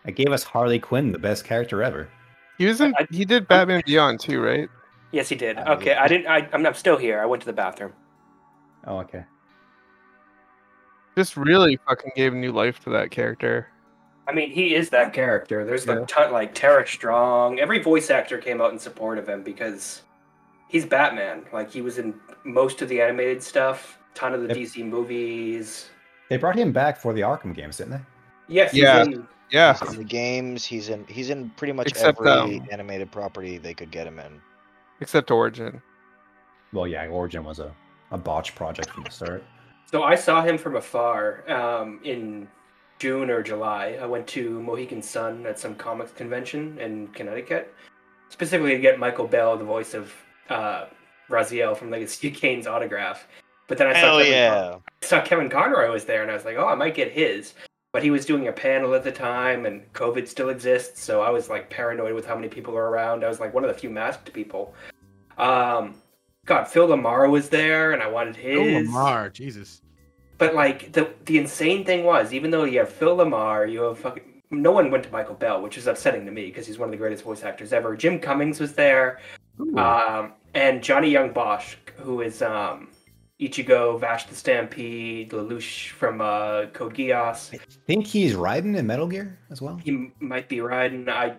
It gave us Harley Quinn, the best character ever.
He was in,
I-
he did Batman Beyond too, right?
Yes, he did.
Um,
Uh,
Okay, I didn't. I, I'm, I'm still here. I went to the bathroom.
Oh, okay.
Just really fucking gave new life to that character.
I mean, he is that character. There's
Yeah.
like ton, like Tara Strong. Every voice actor came out in support of him because he's Batman. Like he was in most of the animated stuff, ton of the
Yep.
DC movies.
They brought him back for the Arkham games, didn't they?
Yes, he's
Yeah.
in-
Yeah,
He's in the games. He's in. He's in pretty much
Except,
every
um,
animated property they could get him in.
except Origin.
Well, yeah, Origin was a, a botch project from the start.
So I saw him from afar um, in June or July. I went to Mohegan Sun at some comics convention in Connecticut, specifically to get Michael Bell, the voice of uh, Raziel from Legacy of Kane's autograph. But then I saw
Hell
Kevin Con-
yeah.
I saw Kevin Conroy was there, and I was like, oh, I might get his. But he was doing a panel at the time, and COVID still exists, so I was like paranoid with how many people are around. I was like one of the few masked people. Um, God, Phil Lamar was there, and I wanted his.
Oh, Lamar, Jesus.
But like the the insane thing was, even though you have Phil Lamar, you have fucking no one went to Michael Bell, which is upsetting to me because he's one of the greatest voice actors ever. Jim Cummings was there, um, and Johnny Young Bosch, who is um, Ichigo, Vash the Stampede, Lelouch from uh, Code Geass.
think he's riding in Metal Gear as well.
He m- might be riding. I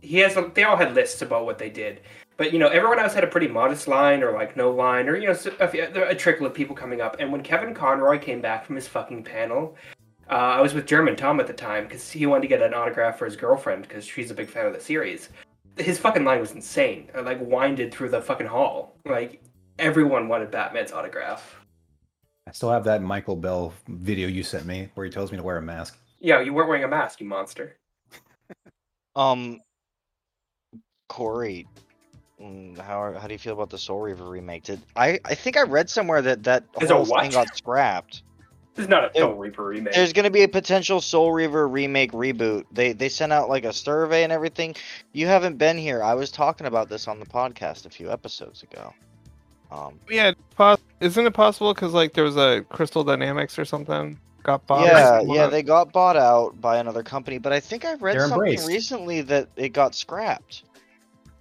he has. a- They all had lists about what they did, but you know everyone else had a pretty modest line or like no line or you know s- a, few- a trickle of people coming up. And when Kevin Conroy came back from his fucking panel, uh, I was with German Tom at the time because he wanted to get an autograph for his girlfriend because she's a big fan of the series. His fucking line was insane. I, like winded through the fucking hall. Like everyone wanted Batman's autograph.
I still have that Michael Bell video you sent me where he tells me to wear a mask.
Yeah, you weren't wearing a mask, you monster.
Um, Corey, mm, how are, how do you feel about the Soul Reaver remake? Did I I think I read somewhere that that
There's a
whole
what?
thing got scrapped.
This is not a
There-
Soul Reaper remake.
There's going to be a potential Soul Reaver remake reboot. They they sent out like a survey and everything. You haven't been here. I was talking about this on the podcast a few episodes ago. Um,
Yeah, it's pos- isn't it possible? Because like there was a Crystal Dynamics or something got bought.
yeah,
or
yeah,
something?
they got bought out by another company, but I think I read
They're
something
embraced.
recently that it got scrapped.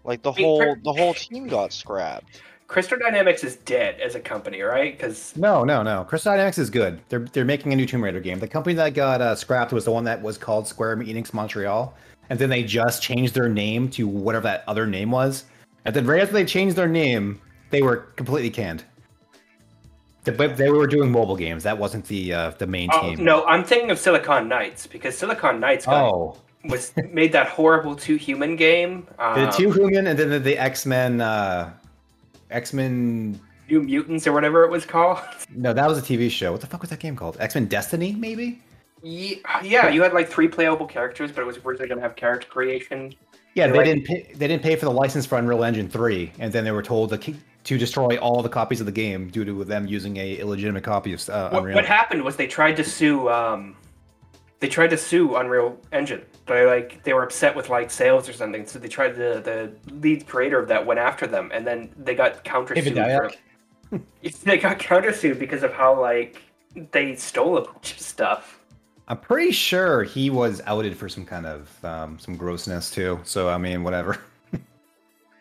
Like the
Wait,
whole
Kirk-
the whole team got scrapped.
Crystal Dynamics is dead as a company, right? Because
No, no, no. Crystal Dynamics is good. They're they're making a new Tomb Raider game. The company that got uh, scrapped was the one that was called Square Enix Montreal, and then they just changed their name to whatever that other name was. And then right after they changed their name, they were completely canned. The- But they were doing mobile games. That wasn't the uh, the main
oh,
team.
no, I'm thinking of Silicon Knights because Silicon Knights got,
Oh,
was made that horrible two human game. Um,
the two human, and then the, the X Men. Uh, X Men.
New Mutants or whatever it was called.
No, that was a TV show. What the fuck was that game called? X Men Destiny, maybe.
Ye- yeah, you had like three playable characters, but it was originally going to have character creation.
Yeah,
They
they
like-
didn't pay, they didn't pay for the license for Unreal Engine three, and then they were told to, ki- to destroy all the copies of the game due to them using a illegitimate copy of uh,
What,
Unreal.
what happened was they tried to sue. Um, they tried to sue Unreal Engine. They like they were upset with like sales or something, so they tried to. The lead creator of that went after them, and then they got counter
David
sued. For,
Dyack?
they got countersued because of how like they stole a bunch of stuff.
I'm pretty sure he was outed for some kind of um, some grossness too. So I mean, whatever.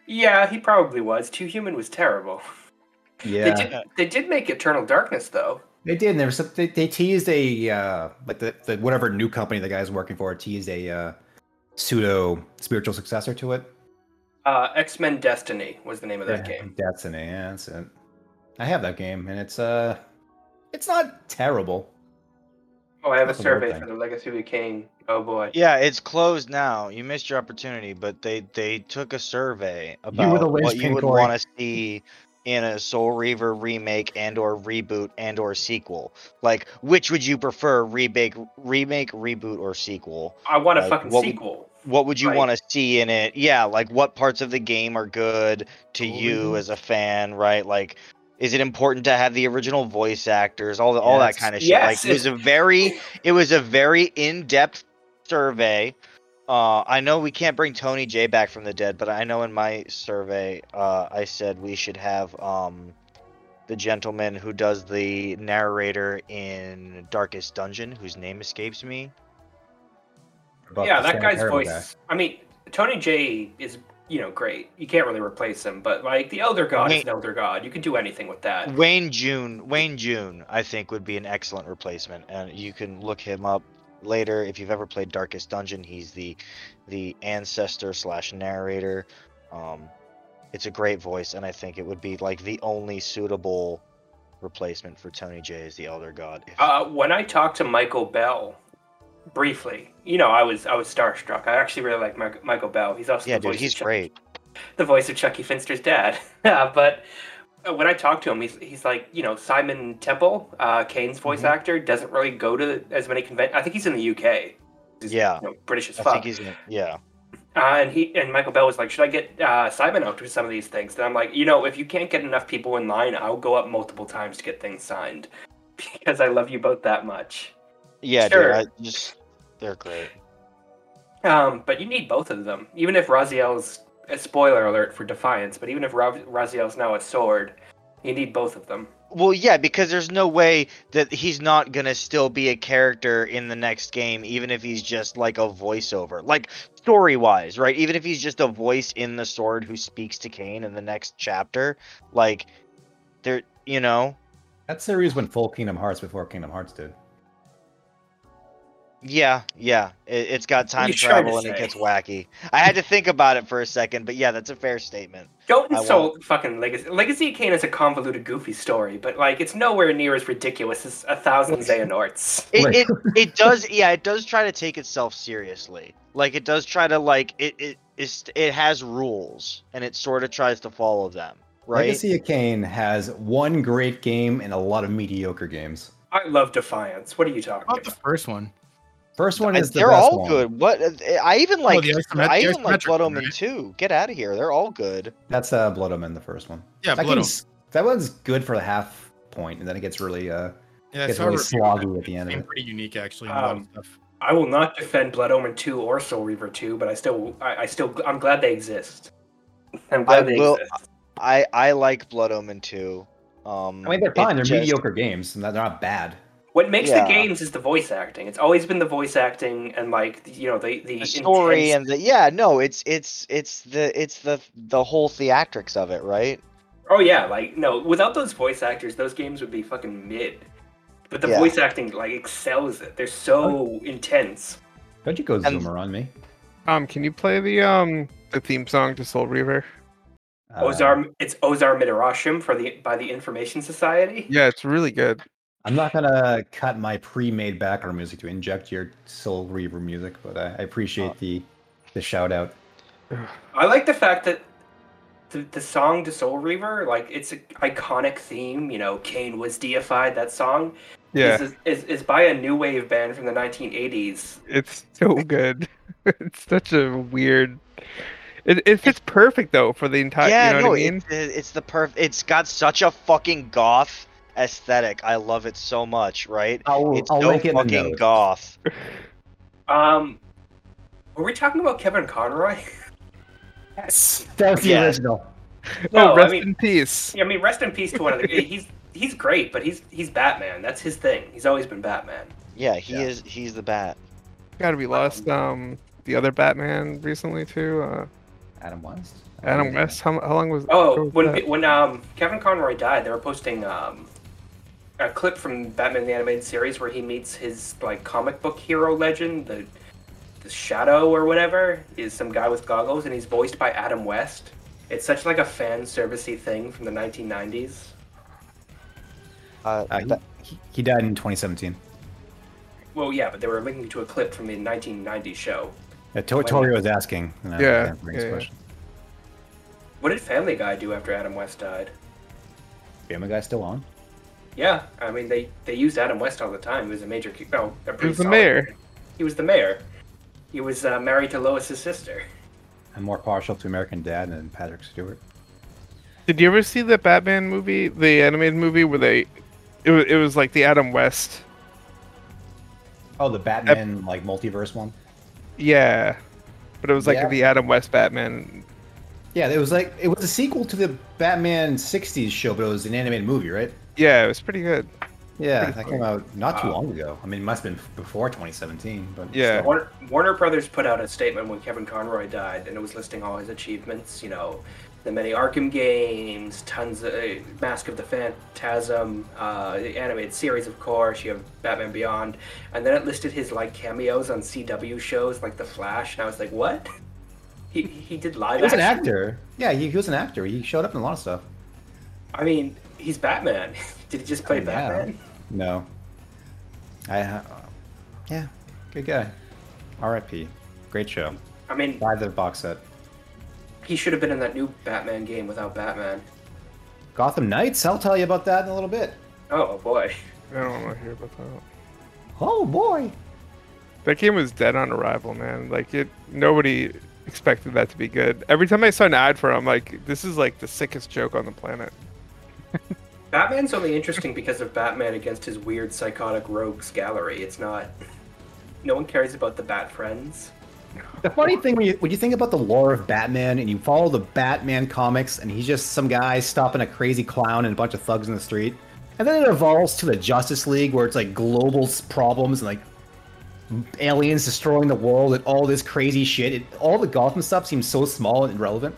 Yeah, he probably was. Two Human was terrible.
yeah,
They did. They did make Eternal Darkness though.
They did. And there was some, they, they teased a uh, like the, the whatever new company the guy's working for teased a uh, pseudo spiritual successor to it.
Uh, X Men Destiny was the name of that
Yeah,
game.
Destiny. Yeah, that's it. I have that game, and it's uh, it's not terrible.
Oh, I have a
That's a weird
survey
thing.
for the Legacy of the King. Oh boy.
Yeah, it's closed now. You missed your opportunity, but they they took a survey about
were the
what you
linchpin,
would
Corey.
want to see in a Soul Reaver remake and or reboot and or sequel. Like which would you prefer remake remake reboot or sequel?
I want a
Like,
fucking
what would-
sequel.
What would you
Right.
want to see in it? Yeah, like what parts of the game are good to you as a fan, right? Like is it important to have the original voice actors, all the, all that
Yes.
kind of shit?
Yes,
like it was a very it was a very in-depth survey. Uh, I know we can't bring Tony J back from the dead, but I know in my survey, uh, I said we should have um, the gentleman who does the narrator in Darkest Dungeon, whose name escapes me.
About
yeah,
the
that
Sam
guy's
Carroll
voice.
guy.
I mean, Tony J is you know great. You can't really replace him, but like the Elder God
Wait.
is an Elder God. You can do anything with that.
Wayne June, Wayne June, I think would be an excellent replacement, and you can look him up later if you've ever played Darkest Dungeon. He's the the ancestor slash narrator. Um, it's a great voice, and I think it would be like the only suitable replacement for Tony J as the Elder God. If-
Uh, when I talked to Michael Bell briefly, you know, I was I was starstruck. I actually really like Michael, Michael Bell. He's also
yeah,
the voice
dude,
of
he's
Chuck-
great.
the voice of Chucky Finster's dad. Yeah, but uh, when I talked to him, he's, he's like, you know, Simon Temple, uh, Kane's
Mm-hmm.
voice actor, doesn't really go to as many conventions. I think he's in the UK. He's,
Yeah.
you know, British as
I
fuck.
think he's gonna- yeah.
Uh, and he and Michael Bell was like, "Should I get uh, Simon out to some of these things?" And I'm like, "You know, if you can't get enough people in line, I'll go up multiple times to get things signed because I love you both that much."
Yeah,
Sure.
dude. I just they're great.
Um, but you need both of them, even if Raziel's a spoiler alert for Defiance. But even if Ra- Raziel's now a sword, you need both of them.
Well, yeah, because there's no way that he's not gonna still be a character in the next game, even if he's just like a voiceover, like story-wise, right? Even if he's just a voice in the sword who speaks to Kane in the next chapter, like, there, you know,
That series went full Kingdom Hearts before Kingdom Hearts did.
yeah, yeah, it, it's got
are
time
you trying to
travel and it
say?
gets wacky. I had to think about it for a second, but yeah, that's a fair statement.
Don't
I
insult fucking Legacy. Legacy of Kain is a convoluted, goofy story, but like it's nowhere near as ridiculous as a thousand Xehanorts.
Right.
It, it it does, yeah, it does try to take itself seriously. Like, it does try to like it it is it has rules and it sort of tries to follow them, right?
Legacy of Kane has one great game and a lot of mediocre games.
I love Defiance. What are you talking
Not
about?
the first one.
First one
I-
is the
they're
best
all
one.
good. What uh, I even like,
Oh, the isomet-
I
the
even like
isometric
Blood
one,
Omen
right?
too. Get out of here. They're all good.
That's uh, Blood Omen, the first one.
Yeah,
that,
Blood Omen.
game's- that one's good for the half point, and then it gets really uh,
Yeah,
gets
I saw
really
a review.
sloggy at the end of
Seemed
it.
pretty unique actually. in a lot of
Um,
stuff.
I will not defend Blood Omen 2 or Soul Reaver 2, but I still, I, I still, I'm glad they exist. I'm glad
I
they
will-
exist.
I I like Blood Omen too. Um,
I mean, they're
it
fine. They're
just-
mediocre games, and they're not bad.
What makes
yeah.
the games is the voice acting. It's always been the voice acting and like the- you know the the,
The story
intense-
and the yeah, no, it's it's it's the it's the the whole theatrics of it, right?
oh yeah, like no, without those voice actors, those games would be fucking mid. But the
Yeah. Oh.
voice acting like excels it. They're so intense.
Don't you go
And-
zoomer on me?
Um, can you play the um the theme song to Soul Reaver?
Uh,
Ozar, it's Ozar Midarashim for the by the Information Society.
Yeah, it's really good.
I'm not gonna cut my pre-made background music to inject your Soul Reaver music, but I, I
Uh.
appreciate the the shout out.
I like the fact that the, the song to Soul Reaver, like it's an iconic theme. You know, Kane was deified. That song
Yeah,
is, is is by a new wave band from the 1980s.
it's so good. it's such a weird. It, it fits perfect though for the entire.
yeah,
you know
no,
what I mean?
it's, it's the perf. It's got such a fucking goth aesthetic. I love it so much, right?
I'll,
It's
I'll
so
link it in the
fucking
notes.
goth.
Um, were we talking about Kevin Conroy? yes.
That was the
Yeah.
original.
No,
oh,
I
rest
mean,
in peace.
I mean, rest in peace to one of the. He's he's great, but he's he's Batman. That's his thing. He's always been Batman.
Yeah, he
Yeah.
is. He's the bat.
Gotta be lost. Um, the other Batman recently too. Uh,
Adam West.
Adam West. How, how long was? ago
Oh,
was
when
that?
when um Kevin Conroy died, they were posting um a clip from Batman the Animated Series where he meets his like comic book hero legend, the the Shadow or whatever, is some guy with goggles, and he's voiced by Adam West. It's such like a fan servicey thing from the 1990s.
Uh,
Uh,
that-
he, he, he died in 2017.
Well, yeah, but they were linking to a clip from the 1990s show.
Yeah, Uh, Tor- Tori was asking. and I
Yeah,
can't bring his
yeah, yeah.
question.
What did Family Guy do after Adam West died?
Family Guy's still on.
Yeah, I mean they they used Adam West all the time. He was a major. ca- Well, a pretty
was the
solid-
mayor.
He was the mayor. He was uh, married to Lois's sister.
I'm more partial to American Dad and Patrick Stewart.
Did you ever see the Batman movie, the animated movie where they, it was, it was like the Adam West.
Oh, the Batman like multiverse one.
Yeah, but it was like
Yeah.
the Adam West Batman.
Yeah, it was like it was a sequel to the Batman '60s show, but it was an animated movie, right?
Yeah, it was pretty good.
Yeah,
Pretty
that
cool.
came out not too
Wow.
long ago. I mean, it must have been before 2017, but
Yeah.
still.
Warner, Warner Brothers put out a statement when Kevin Conroy died, and it was listing all his achievements. You know, the many Arkham games, tons of uh, Mask of the Phantasm, uh, the animated series, of course. You have Batman Beyond, and then it listed his like cameos on CW shows like The Flash, and I was like, what? He he did live.
he was an
action?
actor. Yeah, he, he was an actor. He showed up in a lot of stuff.
I mean, he's Batman. Did he just play
Yeah.
Batman?
No, I, uh, yeah, good guy. R.I.P. Great show.
I mean,
Buy the box set.
he should have been in that new Batman game without Batman.
Gotham Knights. I'll tell you about that in a little bit.
Oh boy.
I don't want to hear about that.
Oh boy.
That game was dead on arrival, man. Like it, nobody. expected that to be good. Every time I saw an ad for it, I'm like, this is like the sickest joke on the planet.
Batman's only interesting because of Batman against his weird psychotic rogues gallery. It's not. No one cares about the Bat Friends.
The funny thing when you, when you think about the lore of Batman and you follow the Batman comics and he's just some guy stopping a crazy clown and a bunch of thugs in the street, and then it evolves to the Justice League where it's like global s- problems and like aliens destroying the world and all this crazy shit. It, all the Gotham stuff seems so small and irrelevant.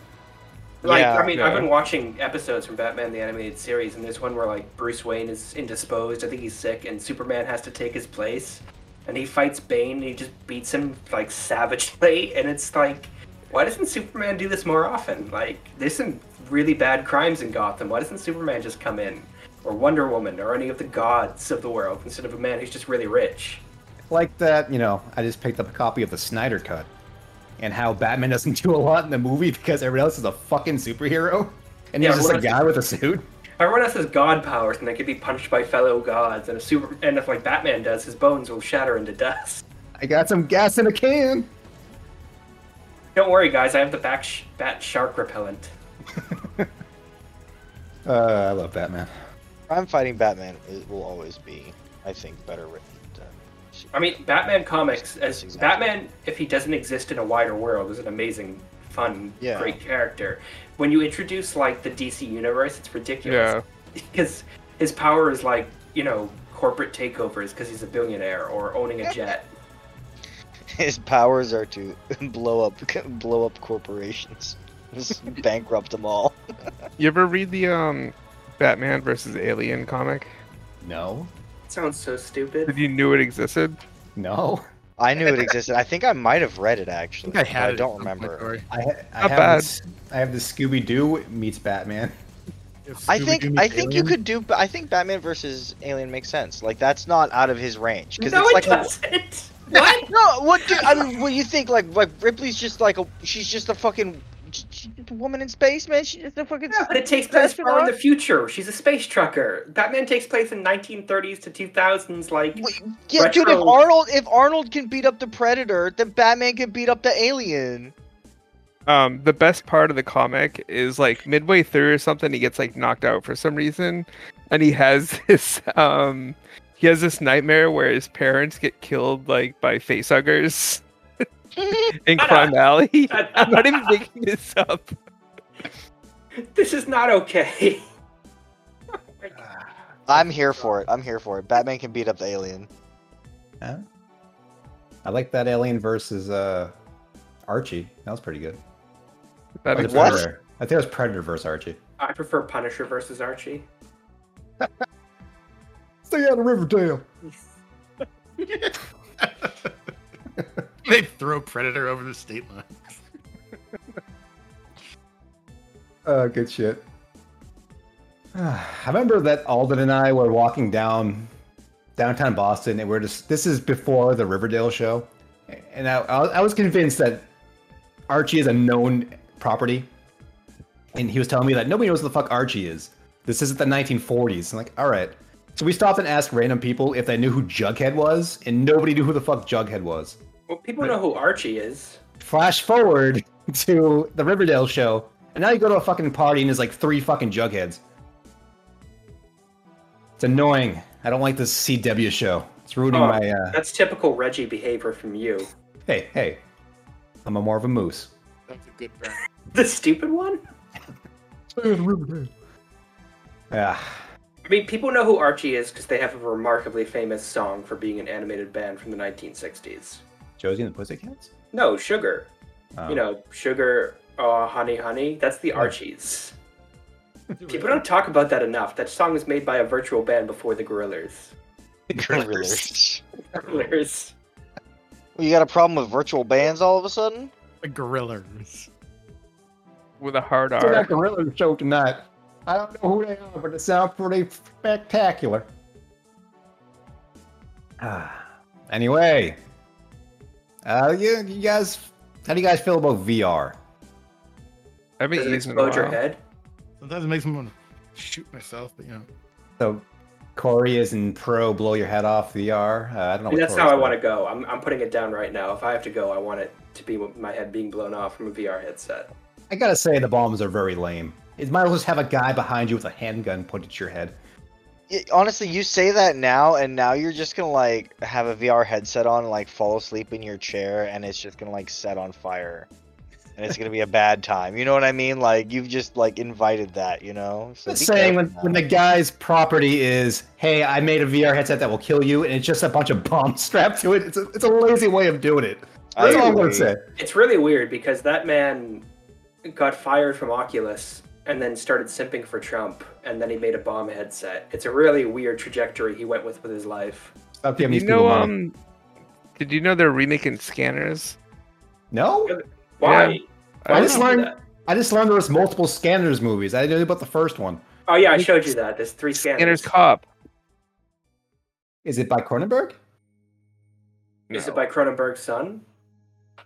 Like,
Yeah,
I mean, I've
yeah.
been watching episodes from Batman the Animated Series, and there's one where, like, Bruce Wayne is indisposed. I think he's sick, and Superman has to take his place. And he fights Bane, and he just beats him, like, savagely. And it's like, why doesn't Superman do this more often? Like, there's some really bad crimes in Gotham. Why doesn't Superman just come in? Or Wonder Woman, or any of the gods of the world, instead of a man who's just really rich?
Like that, you know, I just picked up a copy of the Snyder Cut and how Batman doesn't do a lot in the movie because everyone else is a fucking superhero and
Yeah,
he's just a
what-
guy with a suit.
Everyone else has god powers, and they can be punched by fellow gods. And if Super, and if like Batman does, his bones will shatter into dust.
I got some gas in a can.
Don't worry, guys. I have the back sh- bat shark repellent.
Uh, I love Batman.
Crime fighting Batman is, will always be, I think, better written. Than
I mean, Batman comics as
Exactly.
Batman, if he doesn't exist in a wider world, is an amazing, fun,
Yeah.
great character. When you introduce like the DC universe, it's ridiculous because his power is like you know corporate takeovers because he's a billionaire or owning a jet.
his powers are to blow up blow up corporations, just bankrupt them all.
You ever read the um, Batman versus Alien comic?
No,
Sounds so stupid.
Did you knew it existed?
no.
I knew it existed. I think I might have read it
I
actually.
think I
but
had it
I
at
don't
some point,
remember.
Corey.
I, ha- I
Not
have
bad.
this. I have the Scooby Doo meets Batman.
If
I think
Scooby-Doo
I
meets
think you
Alien-
could do. I think Batman versus Alien makes sense. Like that's not out of his range because
No,
it's
it
like a,
doesn't. What?
No, what do I mean? What do you think? Like, like Ripley's just like a, she's just a fucking, she- she's just a woman in space, man. She's just a fucking.
Yeah, but it takes place
Space
far in
rock?
the future. She's a space trucker. Batman takes place in 1930s to 2000s. Like,
Wait, yeah, dude. If
Retro-
Arnold, if Arnold can beat up the Predator, then Batman can beat up the alien.
Um, the best part of the comic is like midway through or something, he gets like knocked out for some reason, and he has this um, he has this nightmare where his parents get killed like by facehuggers in
Shut
Crime Alley.
Shut
I'm not even making this up.
this is not okay.
I'm here for it. I'm here for it. Batman can beat up the alien.
I like that Alien versus uh, Archie. That was pretty good.
That
Or the
is-
what?
Predator. I think it was Predator versus Archie.
I prefer Punisher versus Archie.
Stay out of Riverdale.
they throw Predator over the state line.
Uh, good shit. I remember that Alden and I were walking down downtown Boston, and we're just this is before the Riverdale show, and I, I I was convinced that Archie is a known property, and he was telling me that nobody knows who the fuck Archie is. This isn't the 1940s. I'm like, all right. So we stopped and asked random people if they knew who Jughead was, and nobody knew who the fuck Jughead was.
Well, people know who Archie is.
Flash forward to the Riverdale show, and now you go to a fucking party and there's like three fucking jugheads. It's annoying. I don't like this CW show. It's ruining
Oh.
my. Uh...
That's typical Reggie behavior from you.
Hey, hey, I'm a more of a moose.
That's a good brand.
The stupid one?
Yeah,
I mean, people know who Archie is because they have a remarkably famous song for being an animated band from the 1960s.
Josie and the Pussycats.
No, Sugar.
Oh.
You know, Sugar, uh, Honey, Honey. That's the Archies. People don't talk about that enough. That song was made by a virtual band before the Gorillas.
Um,
Gorillas.
you got a problem with virtual bands all of a sudden?
The Gorillas.
with a hard
We're
R.
not gonna really show tonight. I don't know who they are, but it sounds pretty spectacular. Ah. Anyway, uh, you, you guys, how do you guys feel about VR?
I haven't
Does it
used it in a
explode your
while.
head?
Sometimes it makes me want to shoot myself, but you know.
So Corey is in pro blow your head off VR. Uh, I don't know.
I mean, that's how I want to go. I'm, I'm putting it down right now. If I have to go, I want it to be with my head being blown off from a VR headset.
I gotta say, the bombs are very lame. It might as well just have a guy behind you with a handgun pointed at your head.
Y- honestly, you say that now, and now you're just gonna like have a VR headset on, and, like fall asleep in your chair, and it's just gonna like set on fire, and it's gonna be a bad time. You know what I mean? Like you've just like invited that. You know? So
Just
be
saying when,
careful
when
now.
the guy's property is, hey, I made a VR headset that will kill you, and it's just a bunch of bombs strapped to it. It's a, it's a lazy way of doing it.
I
That's all I'm gonna
agree.
say.
It's really weird because that man got fired from Oculus and then started simping for Trump, and then he made a bomb headset. It's a really weird trajectory he went with with his life.
Stop giving
you
these
know,
people money.
um, did you know they're remaking scanners?
no,
Why?
Yeah.
I,
I
just
don't
learned.
know that.
I just learned there was multiple scanners movies. I didn't know about the first one.
Oh yeah, I showed you that. There's three scanners.
Scanners Cop.
Is it by Cronenberg?
Is it by Cronenberg's son?
I-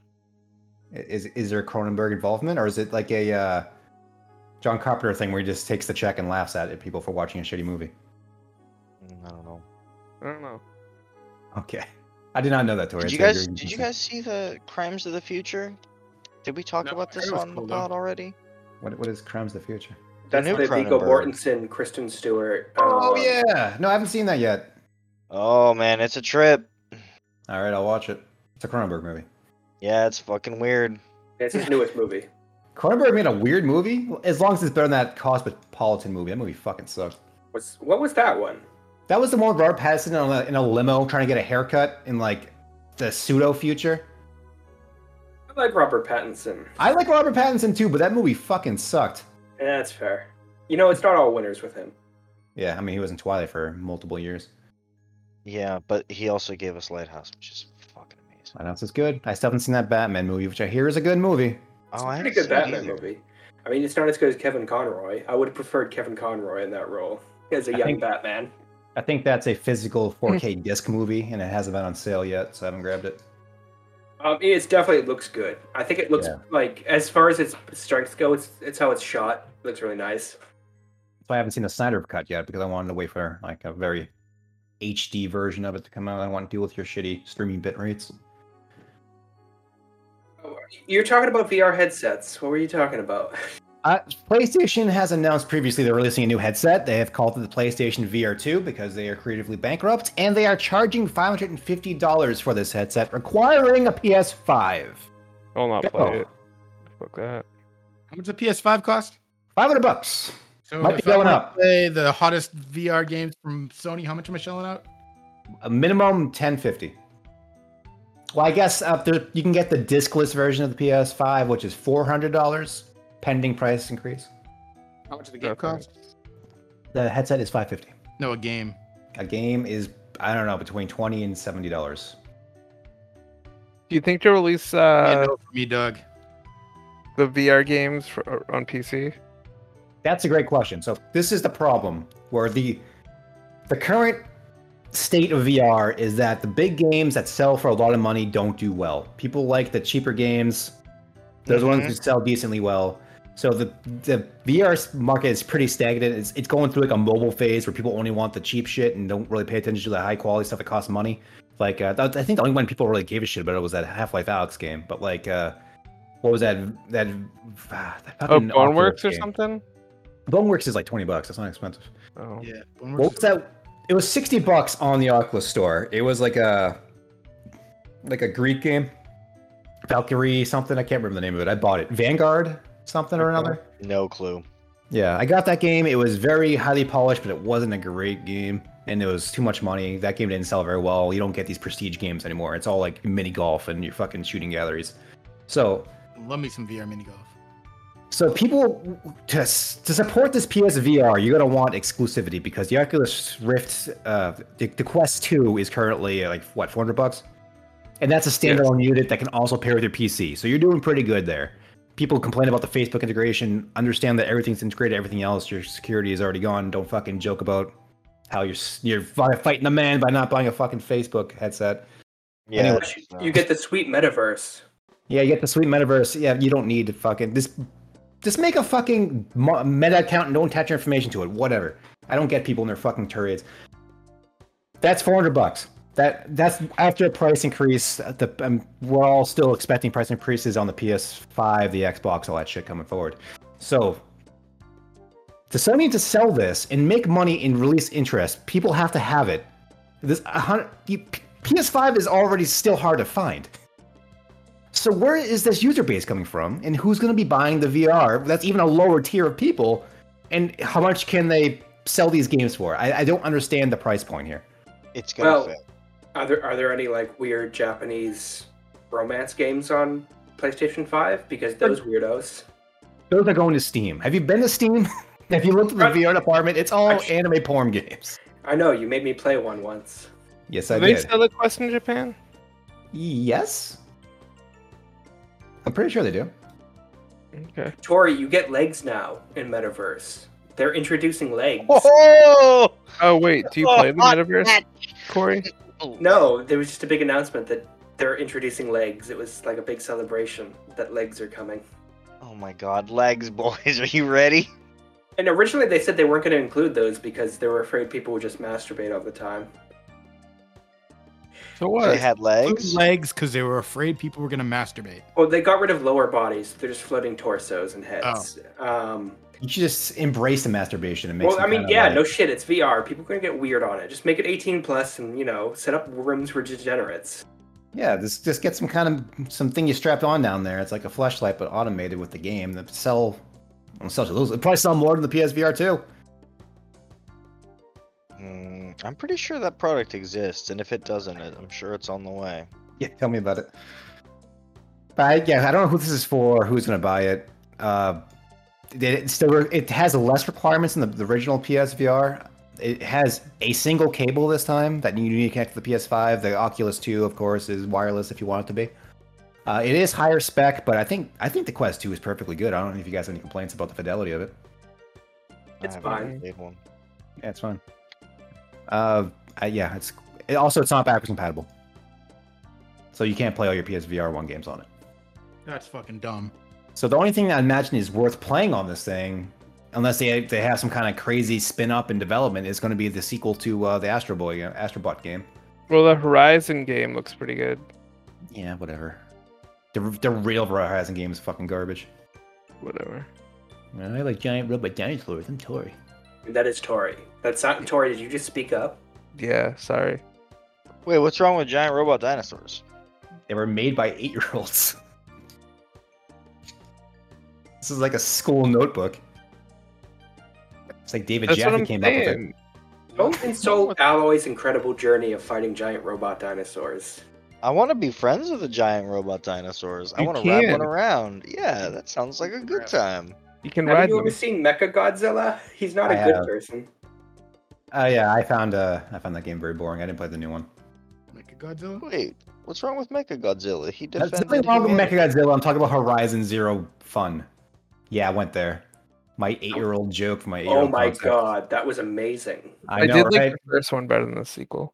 Is is there Cronenberg involvement, or is it like a uh, John Carpenter thing where he just takes the check and laughs at it, people for watching a shitty movie?
Mm, I don't know.
I don't know.
Okay, I did not know that. Tori.
Did you
It's-
guys?
you're-
Did you guys see the Crimes of the Future? Did we talk
No,
about
I heard
this
it was
on the
cool, though.
pod already?
What, what is Crimes of the Future?
The
That's
new
the Viggo
Cronenberg.
Mortensen, Kristen Stewart.
Oh
um,
yeah, no, I haven't seen that yet.
Oh man, it's a trip.
All right, I'll watch it. It's a Cronenberg movie.
Yeah, it's fucking weird.
It's his newest movie.
Cronenberg made a weird movie. As long as it's better than that Cosmopolitan movie, that movie fucking sucked.
What's what was that one?
That was the one with Robert Pattinson in a, in a limo trying to get a haircut in like the pseudo future.
I like Robert Pattinson.
I like Robert Pattinson too, but that movie fucking sucked.
Yeah, Eh, that's fair. You know, it's not all winners with him.
Yeah, I mean he was in Twilight for multiple years.
Yeah, but he also gave us Lighthouse, which is fucking amazing.
I know it's good. I still haven't seen that Batman movie, which I hear is a good movie.
Oh,
It's
I
a
haven't
pretty good
seen it
Batman
either.
movie. I mean, it's not as good as Kevin Conroy. I would have preferred Kevin Conroy in that role as a
I
young
think-
Batman.
I think that's a physical 4K disc movie, and it hasn't been on sale yet, so I haven't grabbed it.
Um, it's definitely it looks good. I think it looks
Yeah.
like as far as its strengths go, it's it's how it's shot. It looks really nice.
That's why I haven't seen the Snyder cut yet because I wanted to wait for like a very HD version of it to come out. I don't want to deal with your shitty streaming bit rates.
You're talking about VR headsets. What were you talking about?
Uh, PlayStation has announced previously they're releasing a new headset. They have called it the PlayStation VR 2 because they are creatively bankrupt, and they are charging $550 for this headset, requiring a PS5.
I'll not
Oh.
play it. Fuck that.
How much does the PS5 cost?
500 bucks.
So
Might be
if I
going
wanna
up.
Play the hottest VR games from Sony. How much am I shelling out?
A minimum 1050. Well, I guess up there you can get the discless version of the PS5, which is $400 pending price increase.
How much does the
game
game
cost?
cost?
The headset is 550.
No, a game.
A game is I don't know between 20 and 70 dollars.
Do you think to release
yeah,
uh,
no, for me, Doug.
the VR games for, uh, on PC?
That's a great question. So this is the problem where the the current state of VR is that the big games that sell for a lot of money don't do well. People like the cheaper games. Those ones
Mm-hmm.
who sell decently well. So the the VR s- market is pretty stagnant. It's, it's going through like a mobile phase where people only want the cheap shit and don't really pay attention to the high quality stuff that costs money. Like uh, I think the only one people really gave a shit about it was that Half Life Alex game. But like, uh, what was that that, ah, that
Oh,
fucking Oculus
Boneworks or
game.
something?
Boneworks is like 20 bucks. That's not expensive.
Oh.
Yeah.
What was that? It was 60 bucks on the Oculus store. It was like a like a Greek game. Valkyrie something. I can't remember the name of it. I bought it. Vanguard something or another.
No clue.
Yeah, I got that game. It was very highly polished, but it wasn't a great game. And it was too much money. That game didn't sell very well. You don't get these prestige games anymore. It's all like mini golf and your fucking shooting galleries. So
Love me some VR mini golf.
so people to to support this PSVR, you're gonna want exclusivity because the Oculus Rift, uh, the, the Quest Two is currently uh, like what 400 bucks, and that's a standalone unit that can also pair with your PC. So you're doing pretty good there. People complain about the Facebook integration. Understand that everything's integrated, everything else. Your security is already gone. Don't fucking joke about how you're s- you're fi- fighting the man by not buying a fucking Facebook headset.
Yeah,
Anyway,
that's-
You-
no.
You get the sweet metaverse.
Yeah, you get the sweet metaverse. Yeah, you don't need to fucking this. Just make a fucking mo- meta account and don't attach your information to it. Whatever. I don't get people in their fucking turrets. That's four hundred bucks. That that's after a price increase. uh, The um, we're all still expecting price increases on the PS5, the Xbox, all that shit coming forward. So to Sony to sell this and make money and release interest, people have to have it. This a hundred, you- P- PS5 is already still hard to find. So where is this user base coming from, and who's going to be buying the VR? That's even a lower tier of people, and how much can they sell these games for? I, I don't understand the price point here.
It's gonna
Well,
fail.
Are there are there any like weird Japanese romance games on PlayStation Five? Because those weirdos.
Those are going to Steam. Have you been to Steam? Have you looked at the
Right.
VR department? It's all
Actu-
anime porn games.
I know you made me play one once.
Yes,
Do
I
they
did.
sell the Quest in Japan?
Yes, I'm pretty sure they do.
Okay.
Tori, you get legs now in Metaverse. They're introducing legs.
Oh,
Oh wait, do you
Oh,
play the
hot
metaverse,
that-
Corey?
No, there was just a big announcement that they're introducing legs. It was like a big celebration that legs are coming.
Oh my God, legs, boys, are you ready?
And originally they said they weren't going to include those because they were afraid people would just masturbate all the time.
So
They
what?
had legs.
Legs, because they were afraid people were gonna masturbate.
Well, they got rid of lower bodies. They're just floating torsos and heads. Um,
You should just embrace the masturbation and make.
well,
some
I mean,
kinda,
yeah,
like-
no shit. It's VR. People are going to get weird on it. Just make it 18 plus and, you know, set up rooms for degenerates.
Yeah, this just get some kind of some thing you strap on down there. It's like a flashlight, but automated with the game. That sell, well, sell to those. It probably sell more than the PSVR too.
Hmm, I'm pretty sure that product exists, and if it doesn't, it- I'm sure it's on the way.
Yeah, tell me about it. But I, yeah, I don't know who this is for. Who's gonna buy it? Uh, it, it still it has less requirements than the, the original PSVR. It has a single cable this time that you need to connect to the PS5. The Oculus 2, of course, is wireless if you want it to be. Uh, it is higher spec, but I think I think the Quest 2 is perfectly good. I don't know if you guys have any complaints about the fidelity of it.
It's
I haven't
fine.
played one.
Yeah, it's fine. Uh, I, yeah, it's it, also it's not backwards compatible, so you can't play all your PSVR one games on it.
That's fucking dumb.
So the only thing I imagine is worth playing on this thing, unless they they have some kind of crazy spin up in development, is going to be the sequel to uh, the Astro Boy uh, Astrobot game.
Well, the Horizon game looks pretty good.
Yeah, whatever. The the real Horizon game is fucking garbage.
Whatever.
I like giant robot dinosaurs. I'm Tory.
That is Tori. That's not Tori. Did you just speak up?
Yeah, sorry.
Wait, what's wrong with giant robot dinosaurs?
They were made by eight year olds. This is like a school notebook. It's like David
That's what
Jaffe
I'm
came up with it.
saying.
Don't insult Alloy's incredible journey of fighting giant robot dinosaurs.
I want to be friends with the giant robot dinosaurs. I
You
want to ride
can.
one around. Yeah, that sounds like a good time.
You can
Have
ride
you
them.
ever seen Mecha Godzilla? He's not a
I
good
have.
person.
Oh yeah, I found uh, I found that game very boring. I didn't play the new one.
Like a Godzilla.
Wait, what's wrong with Mechagodzilla? He
That's
defended.
nothing wrong with
humanity.
Mechagodzilla. I'm talking about Horizon Zero Fun. Yeah, I went there. My eight-year-old joke. from My eight-year-old.
Oh my
concept.
god, that was amazing.
I,
I,
know,
did
right?
like the first one better than the sequel.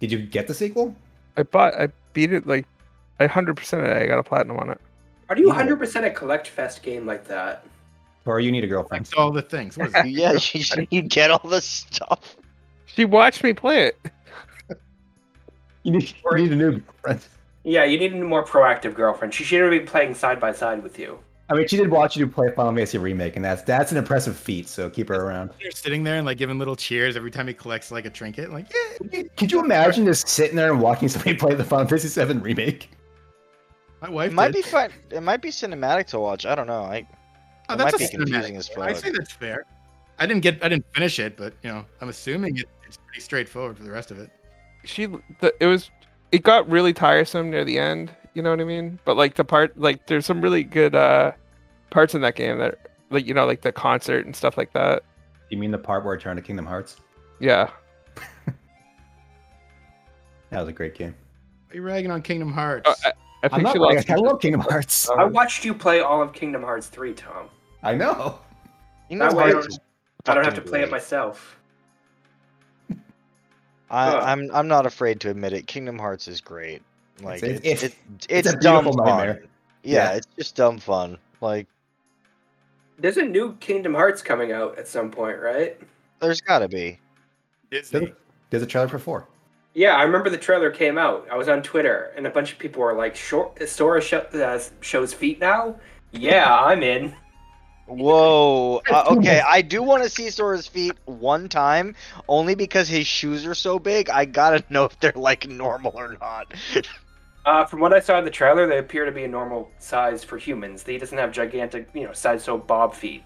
Did you get the sequel?
I bought, I beat it like, I hundred percent it. I got a platinum on it.
How do you
Yeah.
100% a collect fest game like that?
Or you need a girlfriend?
That's all the things. What is it?
Yeah, you, you get all the stuff.
She watched me play it.
You need,
you need
a new girlfriend.
Yeah, you need a more proactive girlfriend. She should be playing side by side with you.
I mean, she did watch you play Final Fantasy Remake, and that's that's an impressive feat. So keep her around.
You're sitting there and like giving little cheers every time he collects like a trinket. Like, yeah,
Could you imagine just sitting there and watching somebody play the Final Fantasy Seven Remake?
my wife
It might
did.
be fun. It might be cinematic to watch. I don't know. I
Oh,
it
that's
might be
a cinematic.
confusing as fuck.
I say that's fair. I didn't get, I didn't finish it, but you know, I'm assuming it, it's pretty straightforward for the rest of it.
She, the, it was, it got really tiresome near the end. You know what I mean? But like the part, like there's some really good uh parts in that game that, like you know, like the concert and stuff like that.
You mean the part where it turned to Kingdom Hearts?
Yeah.
That was a great game.
Why Are you ragging on Kingdom Hearts?
Uh, I, I
I'm
think
not
she
like
lost. Um,
I love Kingdom Hearts.
I watched you play all of Kingdom Hearts 3, Tom.
I know.
You
That
know
way I
what?
don't, I don't have to
Fucking
play it
great.
myself.
I,
Ugh.
I'm I'm not afraid to admit it. Kingdom Hearts is great. Like
It's-
it's
it's-
it's,
it's
it's
a
dumb
beautiful
fun.
nightmare.
Yeah,
Yeah.
it's just dumb fun. Like
There's a new Kingdom Hearts coming out at some point, right?
there's gotta be.
Disney.
There's a trailer for four.
Yeah, I remember the trailer came out. I was on Twitter, and a bunch of people were like, "Shor- "Sora sho- uh, shows feet now." Yeah, I'm in.
Whoa. Uh, okay, I do want to see Sora's feet one time, only because his shoes are so big. I gotta know if they're like normal or not.
Uh, from what I saw in the trailer, they appear to be a normal size for humans. He doesn't have gigantic, you know, so bob feet.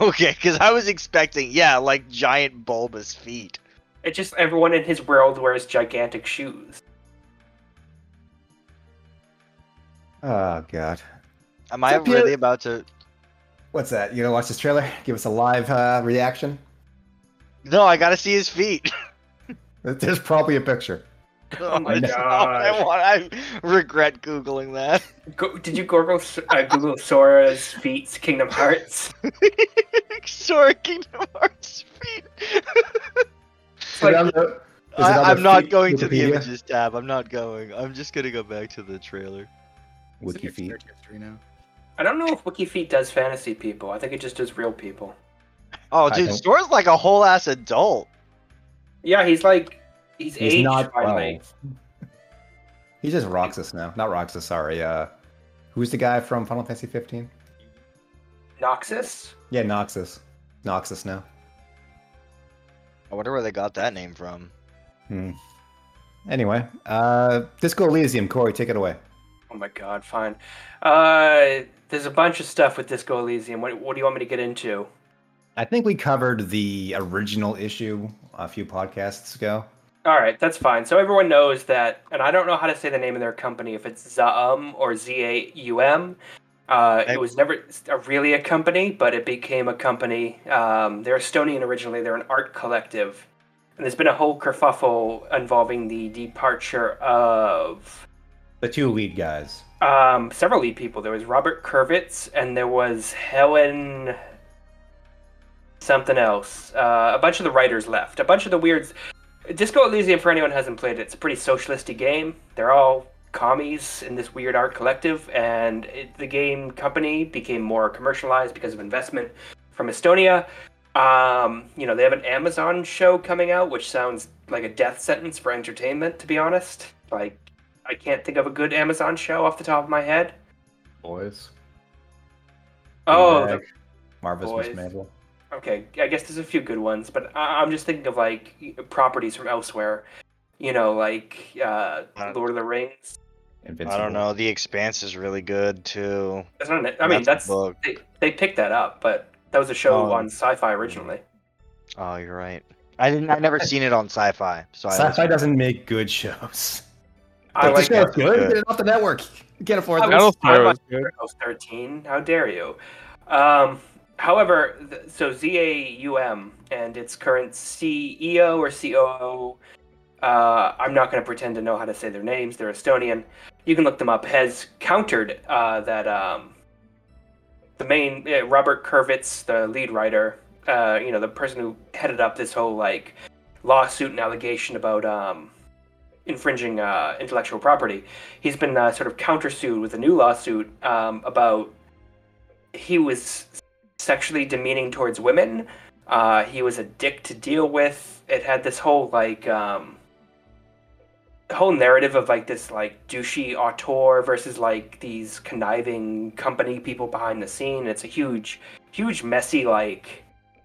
okay, because I was expecting, yeah, like giant bulbous feet.
It's just everyone in his world wears gigantic shoes.
Oh god.
Am I
It's a beau-
really about to?
What's that? You gonna watch this trailer? Give us a live uh, reaction.
No, I gotta see his feet.
There's probably a picture.
Oh my
That's not what I,
gosh.
want. I regret googling that.
Go- Did you Google S- uh, Google Sora's feet Kingdom Hearts?
Sora Kingdom Hearts feet.
Is
like-
it on the- is it on
I,
the
I'm not
feet
going to the
Wikipedia?
images tab. I'm not going. I'm just gonna go back to the trailer.
Wiki
It's a
feet.
search history now.
I don't know if Wiki Feet does fantasy people. I think it just does real people.
Oh,
I
dude,
don't-
Sora's like a whole ass adult.
Yeah, he's like he's,
He's
aged
not
finally.
twelve. He's just Roxas now. Not Roxas, sorry. Uh, who's the guy from Final Fantasy 15?
Noxus.
Yeah, Noxus. Noxus now.
I wonder where they got that name from.
Hmm. Anyway, uh, Disco Elysium, Corey, take it away.
Oh my god, fine. Uh, there's a bunch of stuff with Disco Elysium. What, what do you want me to get into?
I think we covered the original issue a few podcasts ago.
All right, that's fine. So everyone knows that, and I don't know how to say the name of their company if it's Zaum or Z A U M. Uh,
I-
it was never a, really a company, but it became a company. Um, they're Estonian originally. They're an art collective, and there's been a whole kerfuffle involving the departure of
The two lead guys.
um, several lead people. There was Robert Kurvitz, and there was Helen something else. Uh, a bunch of the writers left. A bunch of the weirds. Disco Elysium, for anyone who hasn't played it, it's a pretty socialistic game. They're all commies in this weird art collective, and it, the game company became more commercialized because of investment from Estonia. Um, you know, they have an Amazon show coming out, which sounds like a death sentence for entertainment, to be honest. Like, I can't think of a good Amazon show off the top of my head.
Boys.
Oh,
Bag,
the-
Marvis Miss
Boys.
Mabel.
okay. I guess there's a few good ones, but I- I'm just thinking of like properties from elsewhere. You know, like uh,
Uh,
Lord of the Rings.
Invincible.
I don't know. The Expanse is really good too.
That's not. An, I mean,
a
that's,
book.
they, they picked that up, but that was a show
Oh.
on Sci-Fi originally.
Oh, you're right. I didn't. I never seen it on Sci-Fi. So I was-
Sci-fi doesn't make good shows.
I
If
like
the show's
that.
good. Get it off the network. You Can't afford
I
that.
was-
Battlestar
I
was good.
Girls 13. How dare you? Um, however, th- so ZAUM and its current CEO or COO, uh, I'm not going to pretend to know how to say their names. They're Estonian. You can look them up. Has countered uh, that um, the main uh, Robert Kurvitz, the lead writer, uh, you know, the person who headed up this whole like lawsuit and allegation about um, infringing uh, intellectual property he's been uh, sort of countersued with a new lawsuit um, about he was sexually demeaning towards women. Uh, he was a dick to deal with. It had this whole like um, whole narrative of like this like douchey auteur versus like these conniving company people behind the scene. It's a huge, huge messy like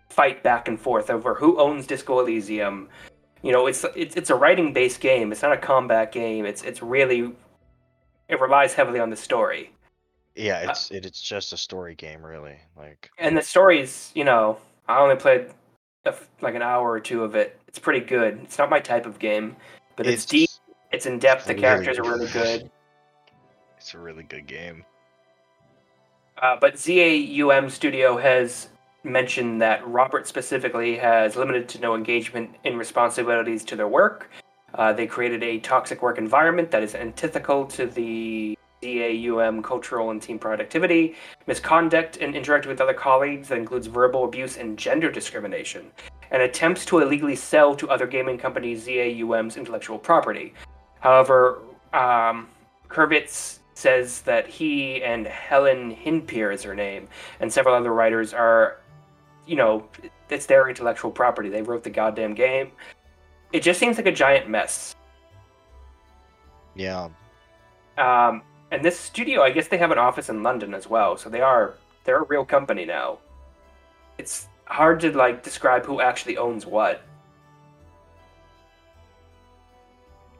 fight back and forth over who owns Disco Elysium. You know, it's it's it's a writing based game. It's not a combat game. It's it's really it relies heavily on the story.
Yeah, it's it, it's just a story game, really. Like
and the story's you know i only played a f like an hour or two of it it's pretty good it's not my type of game but it's, deep it's in depth the
really
characters
good.
are really good
It's a really good game.
uh, but zaum studio has mentioned that robert specifically has limited to no engagement in responsibilities to their work uh, they created a toxic work environment that is antithetical to the DAUM cultural and team productivity, misconduct and interact with other colleagues that includes verbal abuse and gender discrimination, and attempts to illegally sell to other gaming companies ZAUM's intellectual property. However, um, Kurvitz says that he and Helen Hinpier is her name, and several other writers are, you know, it's their intellectual property. They wrote the goddamn game It just seems like a giant mess.
Yeah.
Um, and this studio, I guess they have an office in London as well, so they are they're a real company now. It's hard to like describe who actually owns what.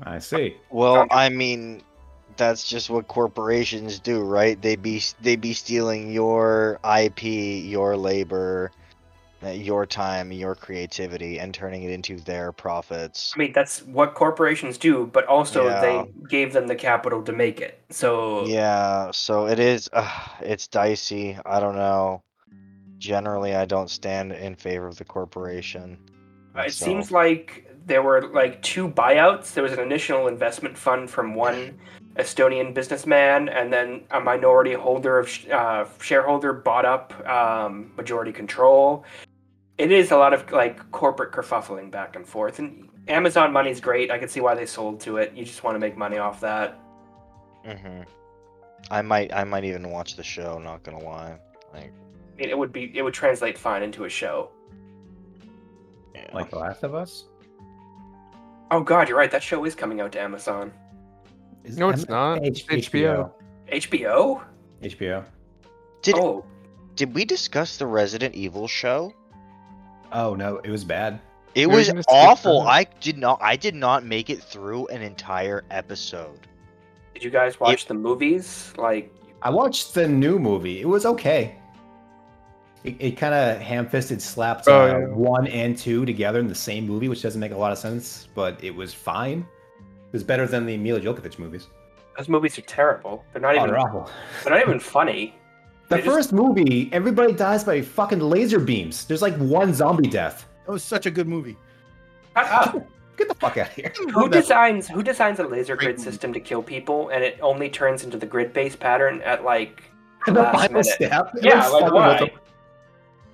I see.
Well,
Okay.
I mean, that's just what corporations do, right? They be they be stealing your IP, your labor, uh, your time, your creativity, and turning it into their profits.
I mean, that's what corporations do, but also
Yeah.
they gave them the capital to make it. So
Yeah, so it is. Uh, it's dicey. I don't know. Generally, I don't stand in favor of the corporation.
Uh, It
So-
seems like there were like two buyouts. There was an initial investment fund from one Estonian businessman, and then a minority holder of sh- uh, shareholder bought up um, majority control. It is a lot of like corporate kerfuffling back and forth, and Amazon money's great. I can see why they sold to it. You just want to make money off that.
hmm I might, I might even watch the show. Not gonna lie. Like,
I mean, it would be it would translate fine into a show.
yeah.
Like The Last of Us?
Oh God, you're right. That show is coming out to Amazon,
Is
No, it's
Am-
not.
H-
HBO.
HBO.
HBO.
Did-
oh,
did we discuss the Resident Evil show?
Oh no, it was bad.
It
Maybe we
was
can just skip
awful.
through it.
I did not. I did not make it through an entire episode.
did you guys watch the movies? Like
I watched the new movie. It was okay. It, it kind of ham-fisted slapped
Oh,
uh,
yeah.
one and two together in the same movie, which doesn't make a lot of sense, but it was fine. It was better than the Mila Jokovic movies.
Those movies are terrible. They're not
Oh,
even
they're awful.
they're not even funny.
The
They just-
first movie, everybody dies by fucking laser beams. There's like one zombie death.
That was such a good movie.
Ah,
Shut up.
Ah, Get the fuck out of here.
Who
That's-
designs who designs a laser
Great
grid
movie.
system to kill people and it only turns into the grid based pattern at like
The final
last minute?
step. It
Yeah,
was
like
fucking
why?
awful.
It-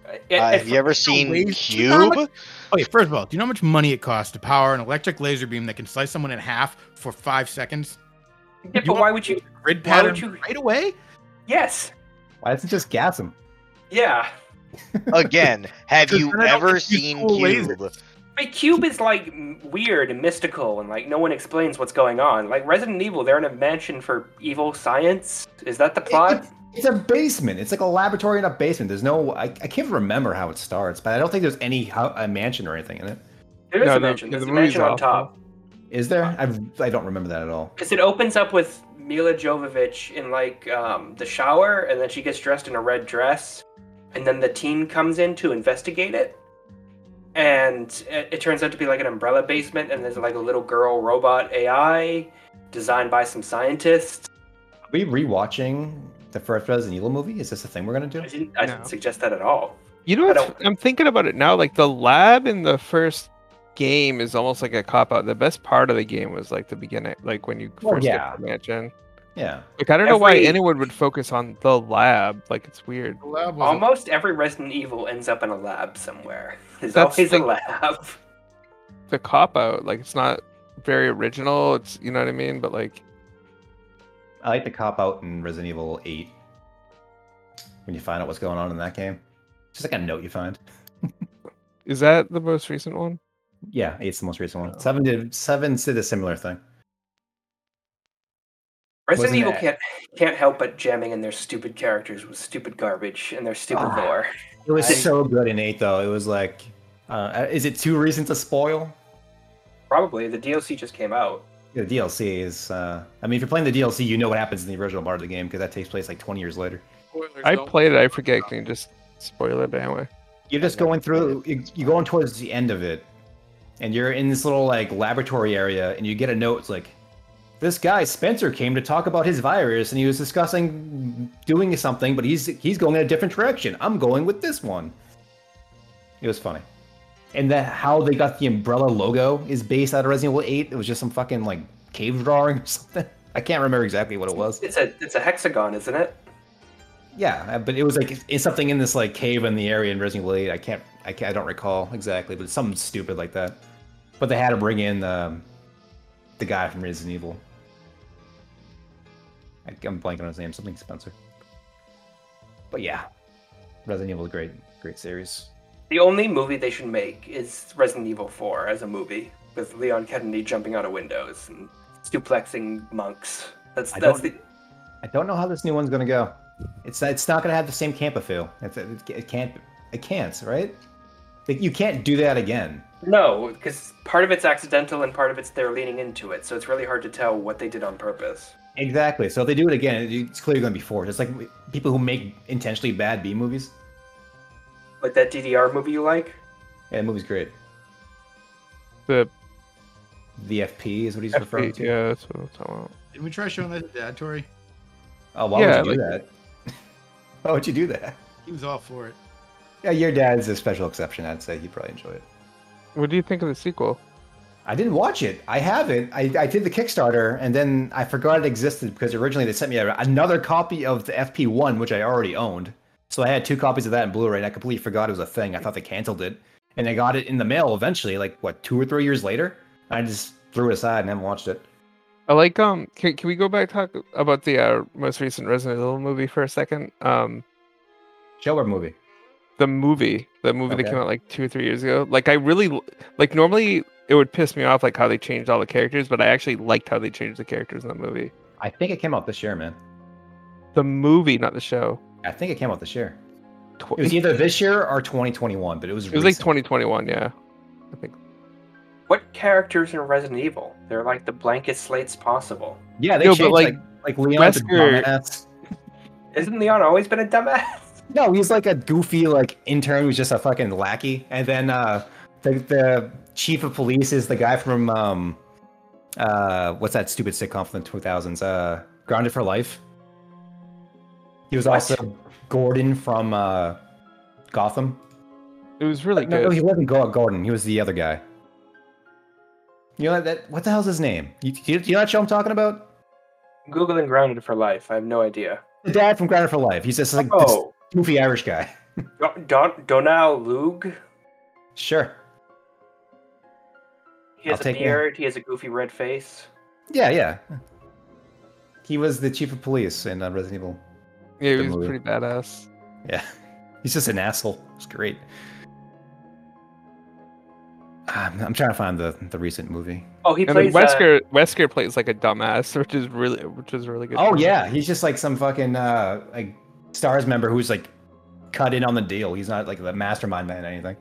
Uh,
it-
have you ever
ways
seen
to
Cube?
Okay, oh, first of all, do you know how much money it costs to power an electric laser beam that can slice someone in half for five seconds?
yeah, but why would you?
Grid
Why
pattern
would you?
right away?
Yes.
Why doesn't it just gas him?
Yeah.
Again, have
'Cause
you
then I don't
ever
think you
seen
cool
Cube?
But Cube is like m- weird and mystical, and like no one explains what's going on. Like Resident Evil, they're in a mansion for evil science. Is that the plot?
It's a basement. It's like a laboratory in a basement. There's no. I, I can't remember how it starts, but I don't think there's any ho- a mansion or anything in it.
There is
No,
a
the-
mansion.
the
There's a
movie's
mansion on
awful.
top.
Is there? I've, I don't remember that at all.
Because it opens up with Mila Jovovich in like um, the shower, and then she gets dressed in a red dress, and then the teen comes in to investigate it, and it, it turns out to be like an umbrella basement, and there's like a little girl robot AI designed by some scientists.
Are we rewatching the first Resident Evil movie? Is this the thing we're gonna do?
I didn't, I didn't
No.
suggest that at all.
You know,
I
what's-
don't-
I'm thinking about it now. Like the lab in the first game is almost like a cop out. The best part of the game was like the beginning, like when you
Well,
first
yeah.
get to the mansion.
Yeah.
Like I don't know
Oh,
why
Every-
anyone would focus on the lab. Like it's weird.
The lab was
Almost every Resident Evil ends up in a lab somewhere. There's
That's
always
the-
a lab.
The cop out. Like it's not very original. It's you know what I mean. But like
I like the cop out in Resident Evil Eight when you find out what's going on in that game. It's just like a note you find.
Is that the most recent one?
Yeah, eight's the most recent one. Seven did seven did a similar thing.
Resident
Wasn't
Evil
it-
can't can't help but jamming in their stupid characters with stupid garbage and their stupid
Ah.
lore.
It was
I-
so good in eight though. It was like, uh, is it too recent to spoil?
Probably the DLC just came out.
The DLC is. Uh, I mean, if you're playing the DLC, you know what happens in the original part of the game because that takes place like 20 years later.
I played it. I forget. Can you just spoil it? But anyway,
You're just
never
going through.
played
you- You're going towards the end of it, and you're in this little like laboratory area, and you get a note. It's like, this guy Spencer came to talk about his virus, and he was discussing doing something, but he's he's going in a different direction. I'm going with this one. It was funny, and that how they got the umbrella logo is based out of Resident Evil 8. It was just some fucking like cave drawing or something. I can't remember exactly what it was.
It's a it's a hexagon, isn't it?
Yeah, uh, but it was like it's something in this like cave in the area in Resident Evil 8. I can't, I can't, I don't recall exactly, but it's something stupid like that. But they had to bring in um, the guy from Resident Evil. I, I'm blanking on his name, something Spencer. But yeah, Resident Evil is great, great series.
The only movie they should make is Resident Evil 4 as a movie. with Leon Kennedy jumping out of windows and duplexing monks. That's
I
that's the
don't- I don't know how this new one's gonna go. It's it's not gonna have the same campa feel. It's, it, it can't. It can't. Right? Like, you can't do that again.
no, because part of it's accidental and part of it's they're leaning into it, so it's really hard to tell what they did on purpose.
Exactly. So if they do it again, it- it's clearly gonna be forced. It's like people who make intentionally bad B movies.
Like that DDR movie you like?
Yeah, that movie's great.
The
The FP is what he's referring
FP,
to.
yeah, that's what I'm talking about.
Didn't we try showing that to Dad, Tori?
Oh, why
Yeah,
would you do that? why would you do that?
He was all for it.
Yeah, your dad's a special exception. I'd say he'd probably enjoy it.
What do you think of the sequel?
I didn't watch it. I haven't. I, I did the Kickstarter and then I forgot it existed because originally they sent me a, another copy of the FP1, which I already owned. So I had two copies of that in Blu ray and I completely forgot it was a thing. I thought they canceled it. And I got it in the mail eventually, like, what, two or three years later? I just threw it aside and haven't watched it.
I like um can, can we go back talk about the uh, most recent Resident Evil movie for a second? Um
Show or movie?
the movie, the movie that
Okay.
came out like 2 or 3 years ago. Like I really l- like normally it would piss me off like how they changed all the characters, but I actually liked how they changed the characters in the movie.
I think it came out this year, man.
The movie, not the show.
I think it came out this year.
Tw-
It was either this year or 2021, but it was
it was like
recent.
2021, yeah. I think
What characters in Resident Evil? They're like the blankest slates possible.
Yeah, they
No, but,
changed
like,
like like, Leon's a
Wesker-
dumbass.
Isn't Leon always been a dumbass?
No, he's like a goofy like intern who's just a fucking lackey, and then uh, the the chief of police is the guy from um, uh, what's that stupid sitcom from the two thousands? Uh, Grounded for Life. He was
What?
also Gordon from uh, Gotham.
it was really
no, no,
good.
he wasn't Go- Gordon. He was the other guy. You know that? What the hell's his name? You, you, you know that show I'm talking about?
Google and grounded for life. I have no idea.
The dad from Grounded for Life. He's just like this
Oh,
goofy Irish guy.
Don, Don, Donal Lug.
Sure.
He has
I'll
a
take that.
beard. He has a goofy red face.
Yeah, yeah. He was the chief of police in uh, Resident Evil.
yeah,
the
he was
movie.
pretty badass.
Yeah, he's just an asshole. It's great. I'm, I'm trying to find the the recent movie.
Oh, he
And then
plays. uh,
Wesker Wesker plays like a dumbass, which is really which is really good.
Oh
too.
yeah, he's just like some fucking uh, like stars member who's like cut in on the deal. He's not like the mastermind behind anything.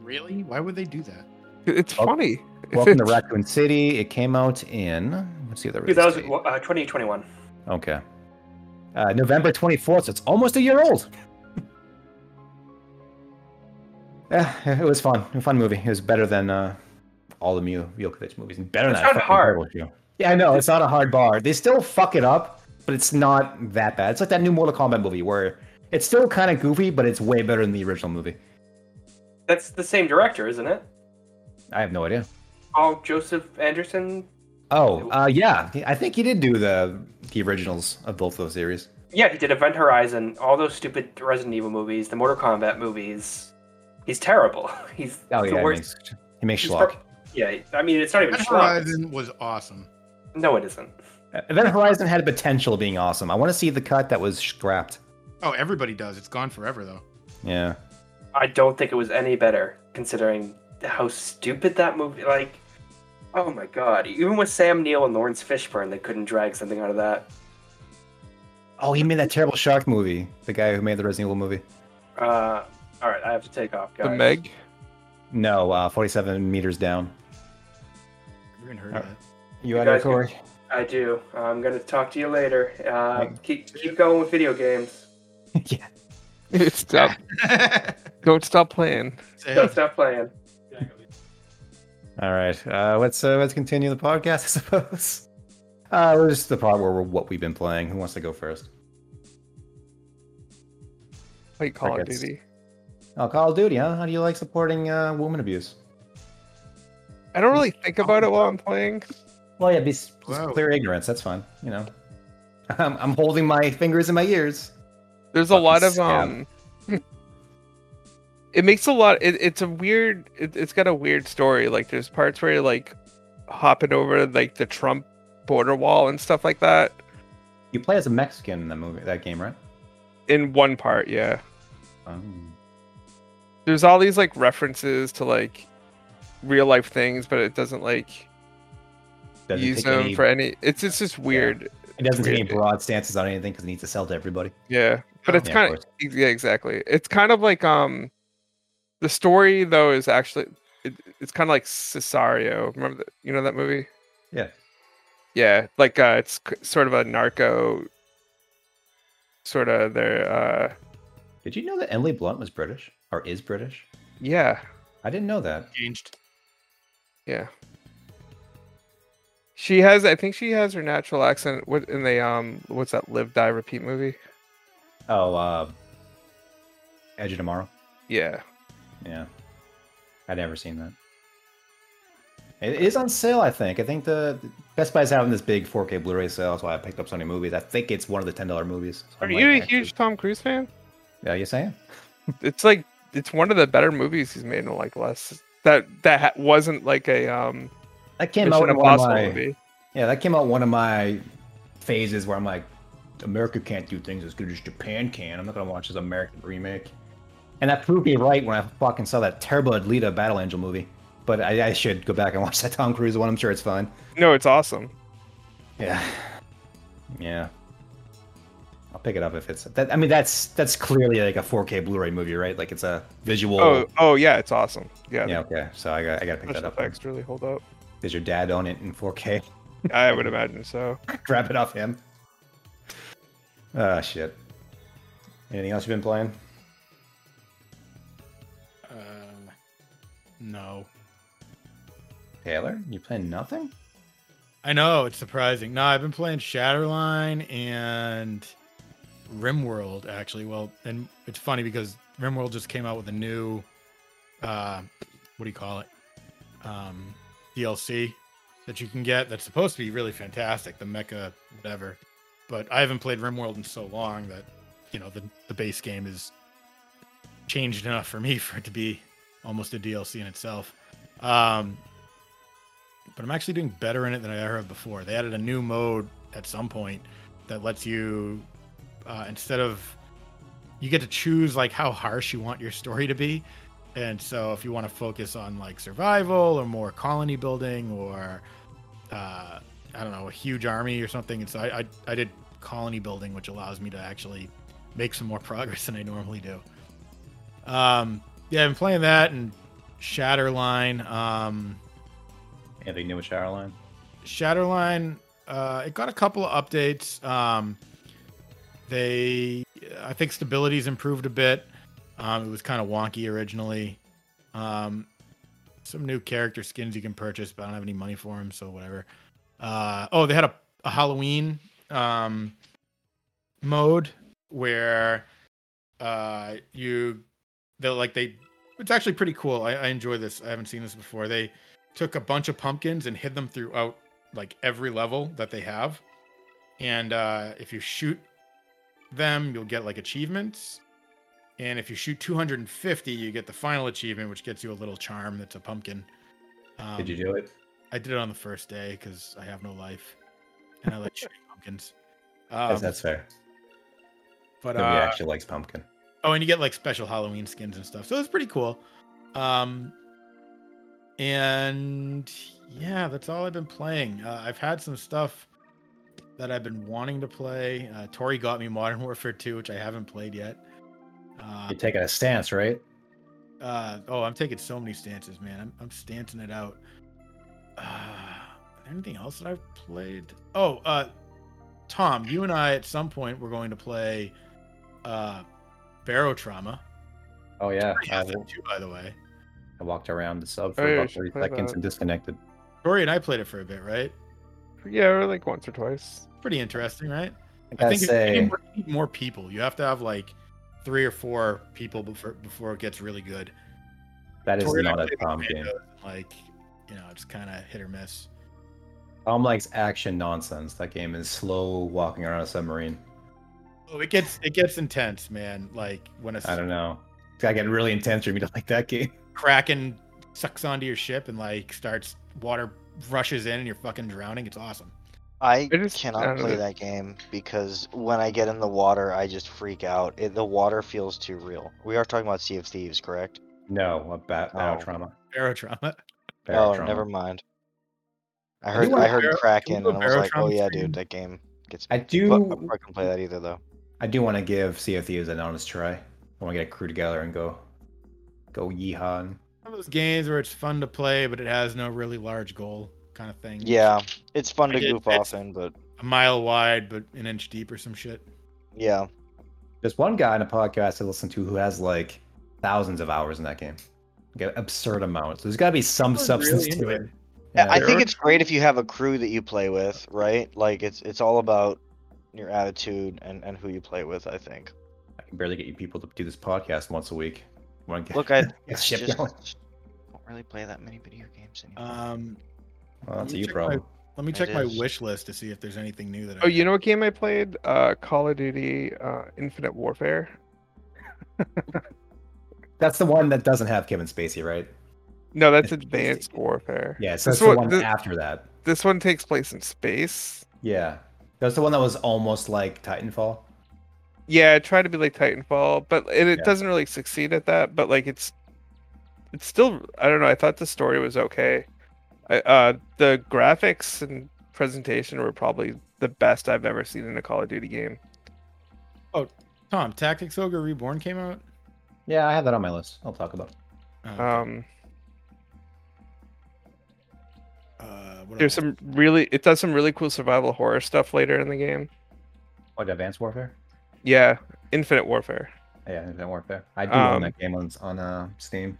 Really? Why would they do that?
It's
Wel-
funny.
Welcome to Raccoon City. It came out in what's the other? release
2000
date?
uh, 2021.
Okay. Uh, November 24th, so it's almost a year old. yeah, Eh, it was fun. A fun movie. It was better than uh, all the Mio Jokovic movies and better than
It's
that.
not
fucking
hard.
terrible show. Yeah, I know. It's not a hard bar. They still fuck it up, but it's not that bad. It's like that new Mortal Kombat movie where it's still kind of goofy, but it's way better than the original movie.
That's the same director, isn't it?
I have no idea.
Paul Joseph Anderson.
Oh, uh, yeah. I think he did do the the originals of both those series.
Yeah, he did Event Horizon, all those stupid Resident Evil movies, the Mortal Kombat movies. He's terrible. He's
Oh,
the
yeah. He
worst.
makes, he makes
He's
schlock.
prob- yeah, I mean it's not even
Event
schlock.
Horizon was awesome.
No, it isn't.
Event Horizon had a potential of being awesome. I want to see the cut that was scrapped.
Oh, everybody does. It's gone forever though.
Yeah.
I don't think it was any better considering how stupid that movie. Like, oh my god! Even with Sam Neill and Lawrence Fishburne, they couldn't drag something out of that.
Oh, he made that terrible shark movie. The guy who made the Resident Evil movie.
Uh, all right, I have to take off, guys.
The Meg.
No, uh, 47 meters down.
You haven't heard
Uh,
of that.
You
You
out of
guys
Corey?
I do. I'm gonna talk to you later. Uh,
Thanks.
keep keep going with video games.
Stop. Don't stop playing.
Say,
Don't stop playing.
All right. Uh, let's uh, let's continue the podcast, I suppose. Uh, we're just the part where we're what we've been playing. Who wants to go first?
Like Call of
Crickets.
Duty.
Oh, Call of Duty, huh? How do you like supporting uh, woman abuse?
I don't really think about it while I'm playing.
Well, yeah, be s- just
Wow.
clear ignorance. That's fine. You know, I'm, I'm holding my fingers in my ears.
There's a lot of um.
Fucking
it makes a lot. It, it's a weird. It, it's got a weird story. Like there's parts where you're like hopping over like the Trump border wall and stuff like that.
You play as a Mexican in that movie, that game, right?
In one part, yeah.
Um,
There's all these like references to like real life things, but it doesn't like
Doesn't
use
take
them
any,
for any. It's it's just weird.
it doesn't take any
weird-
broad stances on anything because it needs to sell to everybody.
Yeah, but
Oh.
it's
Yeah, of
kind of
course.
yeah, exactly. It's kind of like um, the story though is actually it, it's kind of like Cesario. Remember that you know that movie?
Yeah.
Yeah, like uh, it's c- sort of a narco. Sort of their uh,
Did you know that Emily Blunt was British or is British?
yeah,
I didn't know that.
Changed.
yeah. She has, I think she has her natural accent. What in the um, what's that live die repeat movie?
Oh, uh, Edge of Tomorrow.
Yeah,
Yeah, I'd never seen that. It is on sale, I think. I think the the Best Buy's having this big 4K Blu-ray sale, so I picked up so many movies. I think it's one of the ten dollar movies. so I
are
might
you a
actually-
huge Tom Cruise fan?
Yeah, you saying?
it's like it's one of the better movies he's made in like less that that ha- wasn't like a um
That came
Mission
out in one of
Impossible
my
movie.
yeah, that came out one of my phases where I'm like, America can't do things as good as Japan can. I'm not gonna watch this American remake. And that proved me right when I fucking saw that terrible Alita Battle Angel movie. But I, I should go back and watch that Tom Cruise one. I'm sure it's fine.
No, it's awesome.
Yeah. Yeah. I'll pick it up if it's that I mean that's that's clearly like a 4K Blu-ray movie, right? Like it's a visual
Oh, oh yeah, it's awesome.
Yeah,
Yeah, yeah
okay. So I got I gotta pick that
special
up.
effects really hold up.
Does your dad own it in 4K?
I would imagine so.
Grab it off him. Ah shit. Anything else you've been playing?
Uh, no.
Taylor? You playing nothing?
I know it's surprising. No, I've been playing Shatterline and RimWorld actually. Well, and it's funny because RimWorld just came out with a new, uh, what do you call it, um, DLC that you can get that's supposed to be really fantastic. The mecha whatever, but I haven't played RimWorld in so long that you know the the base game is changed enough for me for it to be almost a DLC in itself. Um, but I'm actually doing better in it than I ever have before. They added a new mode at some point that lets you, uh, instead of, you get to choose like how harsh you want your story to be, and so if you want to focus on like survival or more colony building or, uh, I don't know, a huge army or something. And so I, I I did colony building, which allows me to actually make some more progress than I normally do. Um, yeah, I've been playing that and Shatterline. Um,
Anything new with Showerline?
Shatterline, uh, it got a couple of updates. Um, they, I think stability's improved a bit. Um, it was kind of wonky originally. Um, some new character skins you can purchase, but I don't have any money for them, so whatever. Uh, oh, they had a, a Halloween um, mode where uh, you, they're like they, it's actually pretty cool. I, I enjoy this. I haven't seen this before. They took a bunch of pumpkins and hid them throughout like every level that they have. And uh, if you shoot them, you'll get like achievements. And if you shoot 250, you get the final achievement, which gets you a little charm that's a pumpkin. Um,
Did you do it?
I did it on the first day because I have no life, and I like shooting pumpkins. Um,
Yes, that's fair.
but
Nobody
uh,
actually likes pumpkin.
oh, and you get like special Halloween skins and stuff, so it's pretty cool. Um, and yeah, that's all I've been playing. Uh, I've had some stuff that I've been wanting to play. Uh, Tori got me Modern Warfare 2, which I haven't played yet. Uh,
You're taking a stance, right?
uh, oh, I'm taking so many stances, man. I'm, I'm stancing it out. Uh, anything else that I've played? Oh, uh, Tom, you and I at some point we're going to play uh, Barrow Trauma.
Oh yeah.
I
I,
have that too, by the way.
I walked around the sub for
Oh, yeah, you
about
should
30
play
seconds
that.
and disconnected.
Corey and I played it for a bit, right?
Yeah, or like once or twice.
Pretty interesting, right?
I
I
gotta
think if you
say,
need more- you need more people. You have to have like three or four people before before it gets really good.
that is
Tori and I
not a
played with
Tom game.
randos, Like, you know, it's kind of hit or miss.
Tom likes action nonsense. That game is slow walking around a submarine.
Oh, it gets it gets intense, man. Like when a
I don't know. It's gotta get really intense for me to like that game.
kraken sucks onto your ship and like starts water rushes in and you're fucking drowning. It's awesome.
I
I just- I
cannot
don't know.
play that game because when I get in the water, I just freak out. It, the water feels too real. We are talking about Sea of Thieves, correct?
No, about battle
Oh.
trauma.
Barotrauma.
Oh,
Barotron.
never mind. I
Can
heard
you
I
do
heard
Bar-
Kraken,
can you
and
do
I was like,
Barotron
oh yeah,
stream?
dude, that game gets
I
me.
do.
But uh, I'm not gonna play that either though.
I do want to give Sea of Thieves an honest try. I want to get a crew together and go, go yeehaw. and-
One of those games where it's fun to play, but it has no really large goal kind of thing.
Yeah, it's fun
I
to
did-
goof
it's-
off in, but
A mile wide, but an inch deep or some shit.
yeah,
There's one guy on a podcast I listen to who has like thousands of hours in that game, like an absurd amount. So there's got to be some
Someone's
substance
really
to
into
it.
it.
Yeah, I
Yeah.
think it's great if you have a crew that you play with, right? Like it's it's all about your attitude and and who you play with. I think.
I can barely get you people to do this podcast once a week. One guy-
Look, I
Yeah,
it's
ship
just
going.
don't really play that many video games anymore.
Um,
well, that's a
you
you
check
problem.
let me
It
check my
is.
wish list to see if there's anything new that. I
Oh, you know what game I played? Uh, Call of Duty uh, Infinite Warfare.
That's the one that doesn't have Kevin Spacey, right?
No, that's
It's-
Advanced Warfare.
Yeah, so
This
that's the
one-
one
this-
after that.
This one takes place in space.
Yeah, that's the one that was almost like Titanfall.
Yeah, I tried to be like Titanfall, but it, it
Yeah.
doesn't really succeed at that. But like, it's it's still I don't know. I thought the story was okay. I, uh, the graphics and presentation were probably the best I've ever seen in a Call of Duty game.
Tom Tactics Ogre Reborn came out.
Yeah, I have that on my list. I'll talk about. it.
Uh,
Um,
uh, what
there's
else?
some really it does some really cool survival horror stuff later in the game.
Like Oh, Advanced Warfare.
Yeah, Infinite Warfare.
Yeah, Infinite Warfare. I do
Um,
own that game on on uh, Steam.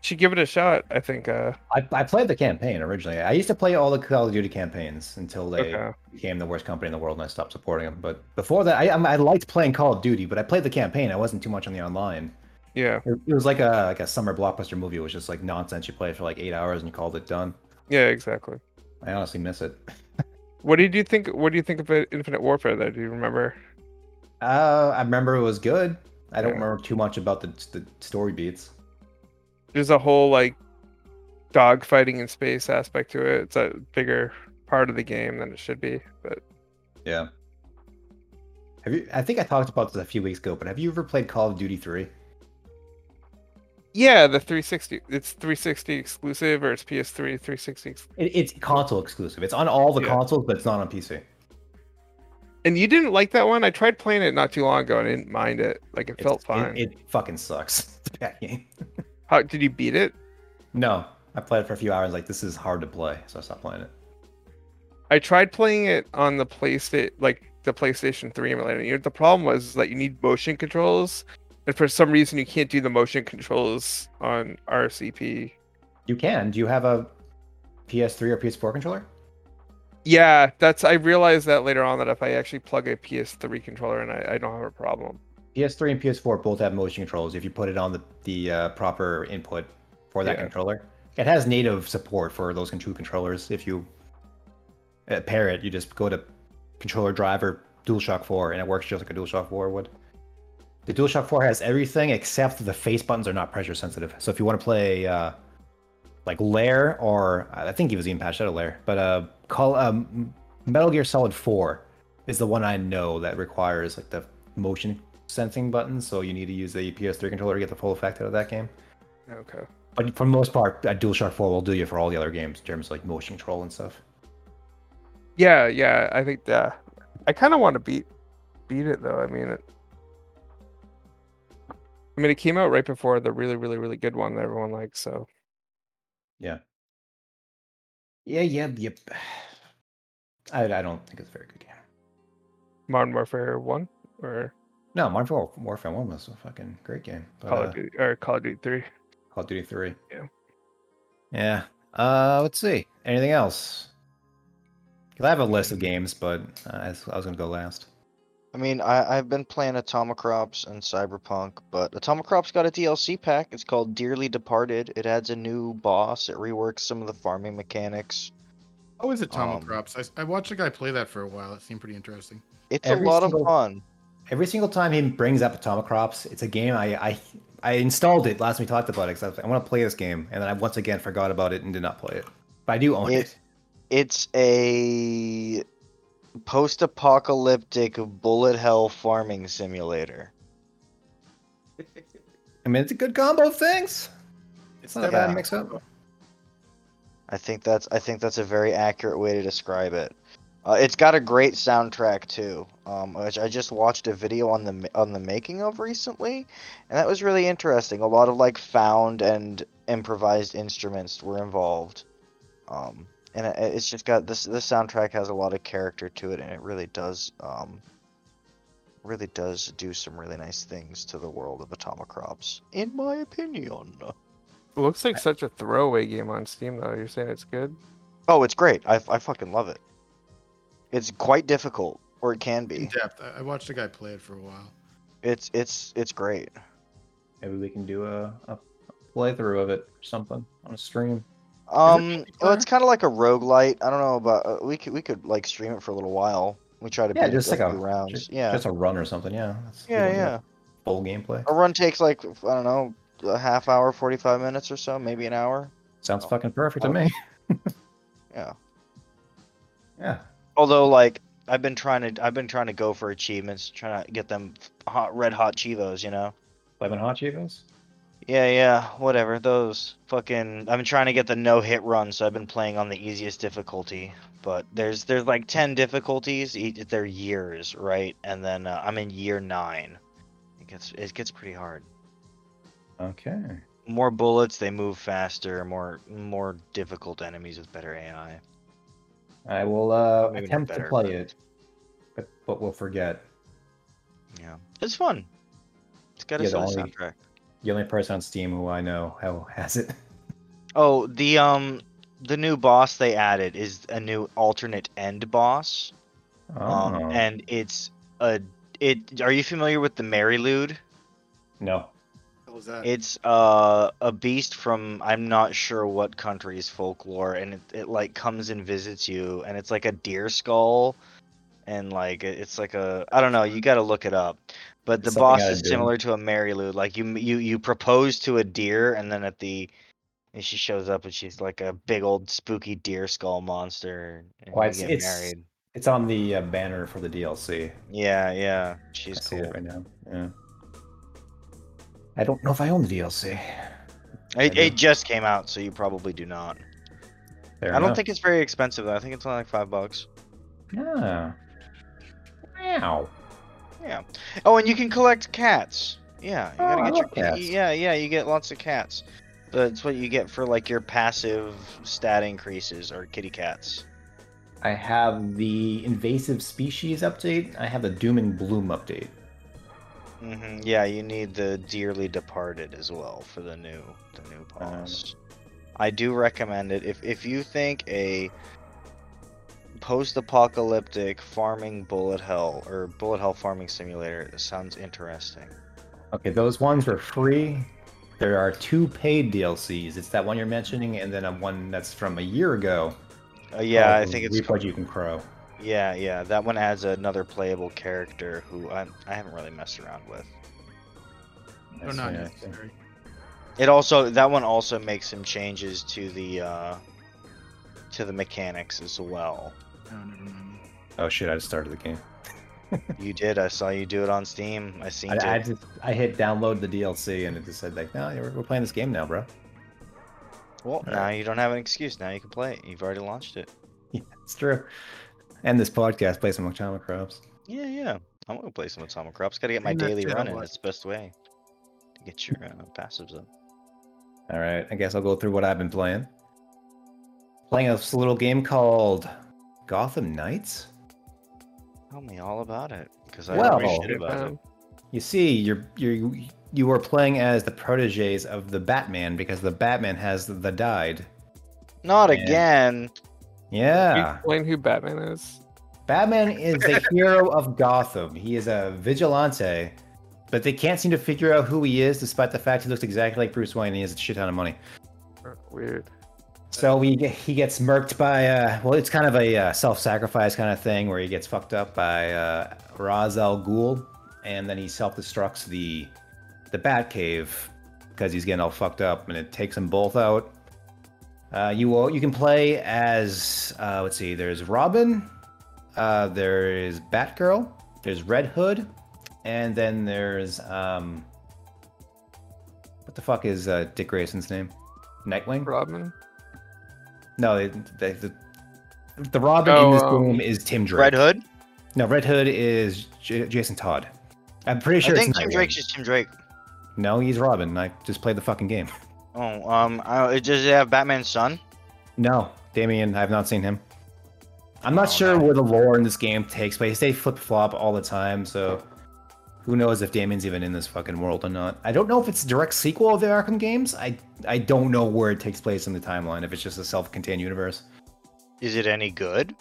should give it a shot. I think. Uh,
I, I played the campaign originally. I used to play all the Call of Duty campaigns until they
okay.
became the worst company in the world, and I stopped supporting them. But before that, I I'm- I liked playing Call of Duty, but I played the campaign. I wasn't too much on the online.
Yeah.
It, it was like a like a summer blockbuster movie. It was just like nonsense. You played for like eight hours and you called it done.
Yeah. Exactly.
I honestly miss it.
What do you think? What do you think of it- Infinite Warfare? Though, do you remember?
Uh, I remember it was good. I don't
Yeah.
remember too much about the the story beats.
There's a whole like dogfighting in space aspect to it. It's a bigger part of the game than it should be. But
Yeah. Have you? I think I talked about this a few weeks ago, but have you ever played Call of Duty Three?
yeah, the 360. It's 360 exclusive, or it's PS3 360. Ex-
It, it's console exclusive. It's on all the
Yeah.
consoles, but it's not on PC.
and you didn't like that one. I tried playing it not too long ago, and I didn't mind it. Like it
It's-
felt fine.
It, it fucking sucks. It's a bad game.
How did you beat it?
No, I played it for a few hours. Like this is hard to play, so I stopped playing it.
I tried playing it on the PlayStation, like the PlayStation 3 emulator. You know, the problem was that you need motion controls, and for some reason you can't do the motion controls on RCP.
You can. Do you have a PS3 or PS4 controller?
Yeah, that's I realized that later on that if I actually plug a PS3 controller in, I, I don't have a problem.
PS3 and PS4 both have motion controls. If you put it on the the uh, proper input for that
Yeah.
controller, it has native support for those con- two controllers. If you uh, pair it, you just go to controller driver DualShock 4, and it works just like a DualShock 4 would. The DualShock 4 has everything except the face buttons are not pressure sensitive. So if you want to play uh, like Lair, or I think he was even patched out of Lair, but uh, call um, Metal Gear Solid 4 is the one I know that requires like the motion sensing button, so you need to use the PS3 controller to get the full effect out of that game.
Okay.
But for the most part, uh, DualShock 4 will do you for all the other games in terms of like motion control and stuff.
Yeah, yeah, I think uh, I kind of want to beat beat it though. I mean, it, I mean it came out right before the really, really, really good one that everyone likes. So
Yeah, yeah, yep. I, I don't think it's a very good game.
Modern Warfare One or
No, Modern War- Warfare 1 was a fucking great game. But,
Call
uh,
of Duty or Call of Duty Three.
Call of Duty 3.
Yeah.
Yeah. Uh, let's see. Anything else? 'Cause I have a list of games, but uh, I was going to go last.
I mean, I, I've been playing Atomicrops and Cyberpunk, but Atomicrops got a DLC pack. It's called Dearly Departed. It adds a new boss. It reworks some of the farming mechanics.
Oh, is it Tom
um,
Crops? I, I watched a guy play that for a while. It seemed pretty interesting.
It's
Every
a lot
single-
of fun.
Every single time he brings up Atomicrops, it's a game I I, I installed it last we talked about it because I, was like, I want to play this game, and then I once again forgot about it and did not play it. But I do own it.
It- It's a post-apocalyptic bullet hell farming simulator.
I mean, it's a good combo of things. It's not a
Yeah.
bad mix up.
I think that's I think that's a very accurate way to describe it. Uh, it's got a great soundtrack too, um, which I just watched a video on the ma- on the making of recently, and that was really interesting. A lot of like found and improvised instruments were involved, um, and it, it's just got this. This soundtrack has a lot of character to it, and it really does um, really does do some really nice things to the world of Atomicrops, in my opinion.
It looks like such a throwaway game on Steam, though. You're saying it's good?
Oh, it's great. I, I fucking love it. It's quite difficult, or it can
in
be.
depth. I I watched a guy play it for a while.
It's it's it's great.
Maybe we can do a, a playthrough of it or something on a stream.
Um, well,
cheaper?
it's kind of like a roguelite. I don't know, but uh, we could we could like stream it for a little while. We try to
Yeah,
beat
just
like
like a-
two rounds.
Just,
yeah,
just a run or something. Yeah. That's
yeah, yeah.
Full gameplay.
A run takes like I don't know, a half hour, forty five minutes or so, maybe an hour. Oh.
Sounds fucking perfect to me.
Yeah.
Yeah.
Although, like, I've been trying to I've been trying to go for achievements, trying to get them hot red hot chivos, you know.
Lemon Hot Chivas?
Yeah, yeah, whatever. Those fucking. I've been trying to get the no hit run, so I've been playing on the easiest difficulty. But there's there's like ten difficulties. Each, they're years, right? And then uh, I'm in year nine. It gets it gets pretty hard.
Okay.
More bullets, they move faster. More more difficult enemies with better AI.
I will uh,
Maybe not
attempt
better,
to play
but-
it, but but we'll forget.
Yeah, it's fun. It's got a
Yeah, the
solid
only-
soundtrack.
The only person on Steam who I know who has it.
Oh, the um, the new boss they added is a new alternate end boss.
Oh.
Um, and it's a it. Are you familiar with the Marylude?
no.
What was that?
It's uh, a beast from I'm not sure what country's folklore, and it, it like comes and visits you, and it's like a deer skull, and like it- it's like a I don't know. You got to look it up. But the
Something
boss
I
is
do.
similar to a Marylude. Like you you you propose to a deer, and then at the and she shows up, and she's like a big old spooky deer skull monster. And
Why,
you
it's-
get
it's-
married.
It's on the uh, banner for the DLC.
Yeah, yeah. She's
I see
cool.
it right now. Yeah. I don't know if I own the DLC.
It,
I
it
do.
just came out, so you probably do not.
Fair
I don't
enough.
think it's very expensive though. I think it's only like five bucks.
Yeah. Wow.
Yeah. Oh, and you can collect cats. Yeah, you
Oh, I
gotta get your
love cats.
Yeah, yeah, you get lots of cats. That's what you get for like your passive stat increases or kitty cats.
I have the invasive species update. I have the Doom and Bloom update.
hmm Yeah, you need the dearly departed as well for the new the new
Um,
boss. I do recommend it if if you think a post-apocalyptic farming bullet hell or bullet hell farming simulator sounds interesting.
Okay, those ones were free. There are two paid DLCs. It's that one you're mentioning, and then a one that's from a year ago.
Uh, yeah, I
called
think it's
Reap What Oh, You Can Crow.
Yeah, yeah, that one adds another playable character who I, I haven't really messed around with.
Oh, no,
That's
not
the-
necessary.
It also that one also makes some changes to the uh, to the mechanics as well.
No, never mind.
Oh shit! I just started the game.
You did, I saw you do it on Steam. I seen
I, I
it.
just I hit download the DLC, and it just said like, no, we're, we're playing this game now, bro.
Well, now you don't have an excuse. Now you can play it. You've already launched it.
Yeah, it's true. And this podcast plays some Chama Crops.
Yeah, yeah. I'm gonna play some Atomic Crops. Gotta get my
And that's
daily
it,
run
I'm
in.
like-
It's the best way to get your uh, passives up.
All right, I guess I'll go through what I've been playing. Playing this little game called Gotham Knights.
Tell me all about it, because I
Well,
don't know shit about it.
Um,
You see, you're you you are playing as the proteges of the Batman because the Batman has the died.
Not
Yeah.
again.
Can you
Yeah,
explain who Batman is?
Batman is the hero of Gotham. He is a vigilante, but they can't seem to figure out who he is, despite the fact he looks exactly like Bruce Wayne and he has a shit ton of money.
Weird.
So we get, he gets murked by uh, well, it's kind of a uh, self-sacrifice kind of thing where he gets fucked up by uh, Ra's al Ghul, and then he self-destructs the the Batcave because he's getting all fucked up, and it takes them both out. Uh, you will you can play as uh, let's see, there's Robin, uh, there is Batgirl, there's Red Hood, and then there's um, what the fuck is uh, Dick Grayson's name? Nightwing?
Robin.
No, they, they, the the Robin in this
Oh, um,
game is Tim Drake.
Red Hood.
No, Red Hood is J- Jason Todd. I'm pretty sure
I
it's
think Tim
Nightwing.
Drake's just Tim Drake.
No, he's Robin. I just played the fucking game.
Oh, um, I, does it have Batman's son?
No, Damien, I've not seen him. I'm not
Oh,
sure
no.
where the lore in this game takes place. They flip flop all the time, so who knows if Damien's even in this fucking world or not. I don't know if it's a direct sequel of the Arkham games. I I don't know where it takes place in the timeline, if it's just a self contained universe.
Is it any good?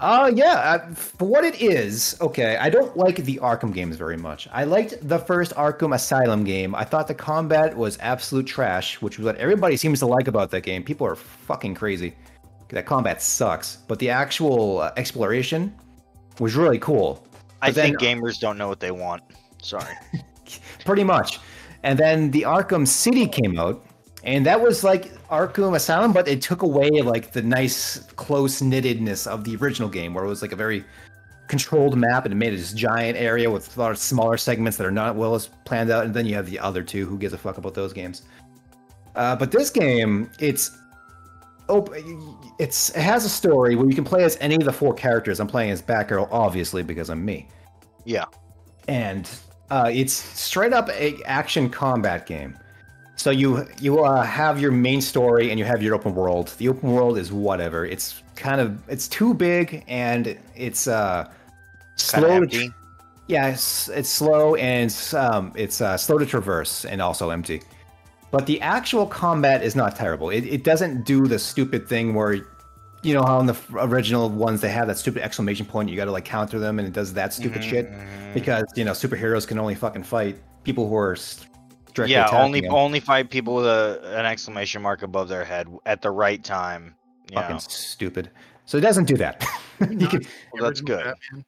Uh, yeah, uh, for what it is, okay, I don't like the Arkham games very much. I liked the first Arkham Asylum game. I thought the combat was absolute trash, which is what everybody seems to like about that game. People are fucking crazy. That combat sucks. But the actual uh, exploration was really cool,
I
But then-
think gamers don't know what they want. Sorry.
pretty much. And then the Arkham City came out, and that was like Arkham Asylum, but it took away like the nice close knittedness of the original game, where it was like a very controlled map and it made it this giant area with a lot of smaller segments that are not well as planned out. And then you have the other two. Who gives a fuck about those games? Uh, but this game, it's op- it's it has a story where you can play as any of the four characters. I'm playing as Batgirl, obviously, because I'm me.
Yeah.
And uh, it's straight up a action combat game. So you you uh, have your main story and you have your open world. The open world is whatever. It's kind of it's too big and it's uh
Kind
slow.
of
To,
empty.
yeah, it's, it's slow and it's, um, it's uh, slow to traverse and also empty. But the actual combat is not terrible. It, it doesn't do the stupid thing where, you know, how in the f- original ones they have that stupid exclamation point. You got to like counter them, and it does that stupid
Mm-hmm.
shit because you know superheroes can only fucking fight people who are s- directly
Yeah,
attacking
only
them.
only fight people with a, an exclamation mark above their head at the right time. Yeah,
fucking stupid. So it doesn't do that. you can,
well, that's
Original
good.
Batman.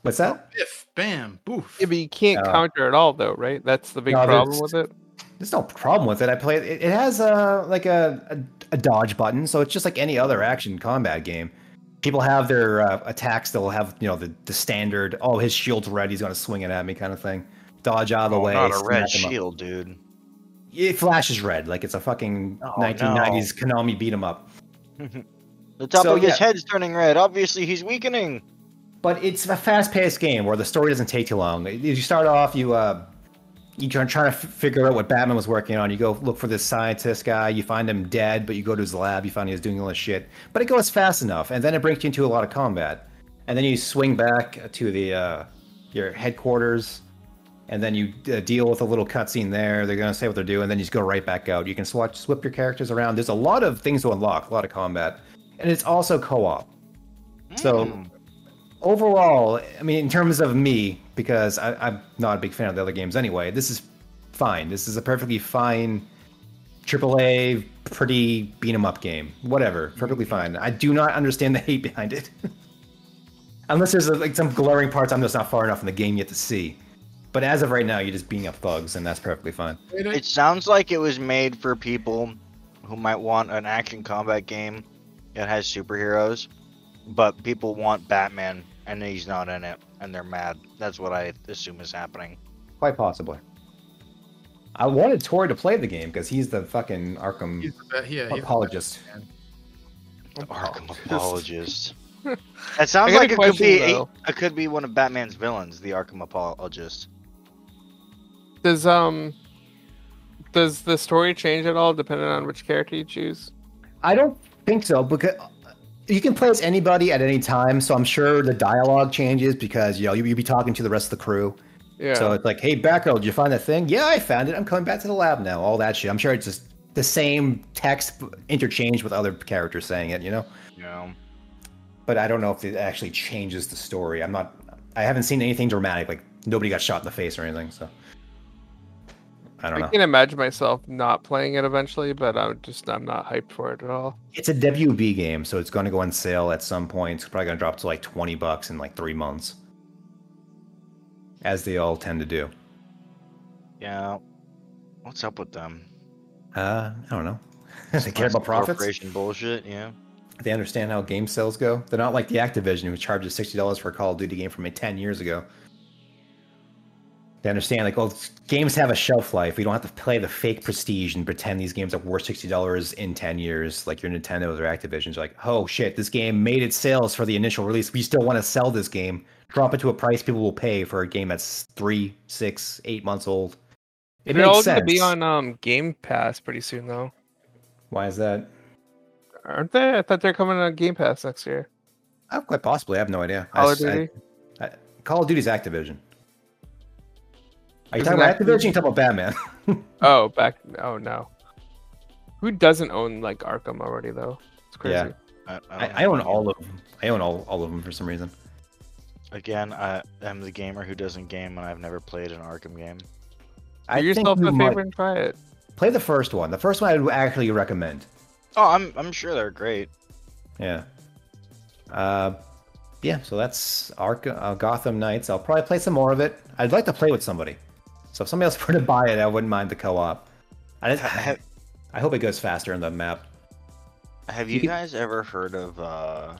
what's that?
Biff, bam, boof.
Yeah, but you can't
No.
counter at all, though, right? That's the big
No,
problem
that's-
with it.
There's no problem with it. I play it. It has a like a, a a dodge button, so it's just like any other action combat game. People have their uh, attacks. They'll have you know the the standard. Oh, his shield's red. He's gonna swing it at me, kind of thing. Dodge out of the
Oh,
way.
not a
smack
red
him up.
shield, dude.
It flashes red, like it's a fucking
Oh,
1990s Konami beat 'em up.
The top
So,
of his
yeah.
head's turning red. Obviously, he's weakening.
but it's a fast-paced game where the story doesn't take too long. You start off, you uh, you try trying to f- figure out what Batman was working on. You go look for this scientist guy. You find him dead, but you go to his lab. You find he was doing all this shit. But it goes fast enough, and then it brings you into a lot of combat. And then you swing back to the uh, your headquarters, and then you uh, deal with a little cutscene there. They're gonna say what they're doing, and then you just go right back out. You can swatch, swip your characters around. There's a lot of things to unlock, a lot of combat, and it's also co-op. So overall, I mean, in terms of me, because I, I'm not a big fan of the other games anyway, this is fine. This is a perfectly fine AAA, pretty beat 'em up game. Whatever, perfectly
Mm-hmm.
fine. I do not understand the hate behind it, unless there's like some glaring parts I'm just not far enough in the game yet to see. But as of right now, you're just beating up thugs, and that's perfectly fine.
Wait, I-
It sounds like it was made for people who might want an action combat game that has superheroes, but people want Batman and he's not in it and they're mad. That's what I assume is happening.
Quite possibly. I wanted Tori to play the game because he's the fucking Arkham
he's the best. Yeah, he's the
apologist.
The
Oh,
Arkham Apologist. That sounds
got a
like it could
question,
be
though.
it could be one of Batman's villains, the Arkham Apologist.
Does um, does the story change at all depending on which character you choose?
I don't think so because uh, you can play as anybody at any time. So I'm sure the dialogue changes because you know you, you be talking to the rest of the crew.
Yeah.
So it's like, hey, Batgirl, did you find that thing? Yeah, I found it. I'm coming back to the lab now. All that shit. I'm sure it's just the same text interchanged with other characters saying it. You know,
You know?
but I don't know if it actually changes the story. I'm not. I haven't seen anything dramatic. Like nobody got shot in the face or anything. So I don't
I
know.
can imagine myself not playing it eventually, but I'm just I'm not hyped for it at all.
It's a WB game, so it's going to go on sale at some point. It's probably going to drop to like 20 bucks in like three months, as they all tend to do.
Yeah. What's up with them?
Uh, I don't know. they care about profits.
Corporation bullshit, yeah.
They understand how game sales go. They're not like the Activision, who charges $60 for a Call of Duty game from like, 10 years ago. They understand like, oh, games have a shelf life. We don't have to play the fake prestige and pretend these games are worth sixty dollars in ten years, like your Nintendo's or Activision's. Like, oh shit, this game made its sales for the initial release. We still want to sell this game. Drop it to a price people will pay for a game that's three, six, eight months old. It
They're
makes
all
sense.
going to be on um, Game Pass pretty soon, though,
Why is that?
aren't they? I thought they're coming on Game Pass next year.
Oh, quite possibly. I have no idea. I
Call of
s- I-
Duty.
I- Call of Duty's Activision. Are you
Isn't
talking about
Activ-
Activision? or you talking about Batman? Hmm.
Oh, back. Oh no. Who doesn't own like Arkham already though? It's crazy.
Yeah.
I, don't
I,
know.
I own all of them. I own all, all of them for some reason.
Again, I am the gamer who doesn't game, and I've never played an Arkham game.
I
Do
think
yourself
you
a
might-
favor and try it.
Play the first one. The first one I would actually recommend.
Oh, I'm I'm sure they're great.
Yeah. Uh, yeah. So that's Ark uh, Gotham Knights. I'll probably play some more of it. I'd like to play with somebody. So if somebody else were to buy it, I wouldn't mind the co-op. I, just, I hope it goes faster in the map.
Have
You
you
can-
guys ever heard of uh,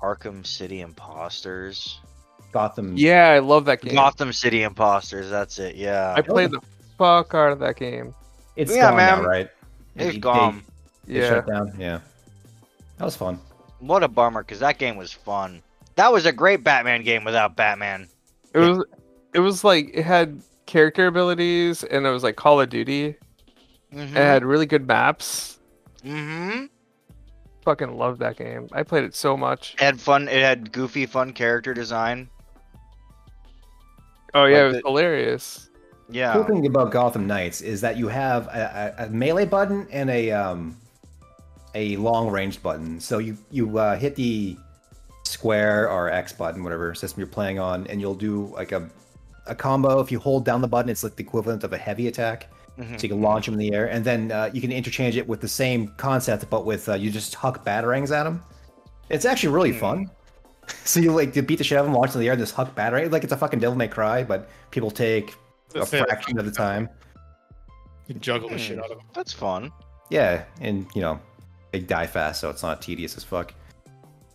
Arkham City Imposters?
Gotham.
Yeah, I love that game.
Gotham City Imposters. That's it. Yeah.
I played the fuck out of that game.
It's
Yeah,
gone
man.
now, right?
It's
They-
gone.
They, they
Yeah.
shut down. Yeah. That was fun.
What a bummer, because that game was fun. That was a great Batman game without Batman.
It was it was like it had character abilities and it was like Call of Duty.
Mm-hmm.
It had really good maps.
mm-hmm.
Fucking love that game. I played it so much.
It had fun. It had goofy, fun character design.
Oh yeah,
Like
it
the-
was hilarious.
Yeah.
cool thing about Gotham Knights is that you have a, a, a melee button and a um, a long range button. So you you uh, hit the square or X button, whatever system you're playing on, and you'll do like a a combo. If you hold down the button, it's like the equivalent of a heavy attack.
Mhm.
So you can launch them in the air, and then uh, you can interchange it with the same concept, but with uh, you just huck batarangs at them. It's actually
Hmm.
really fun. So you like to beat the shit out of them, launch in the air, and just huck batarang. Like it's a fucking Devil May Cry, but people take a
That's it.
fraction of the time.
You juggle the
Hmm.
shit out of them.
That's fun.
Yeah, and you know, they die fast, so it's not tedious as fuck.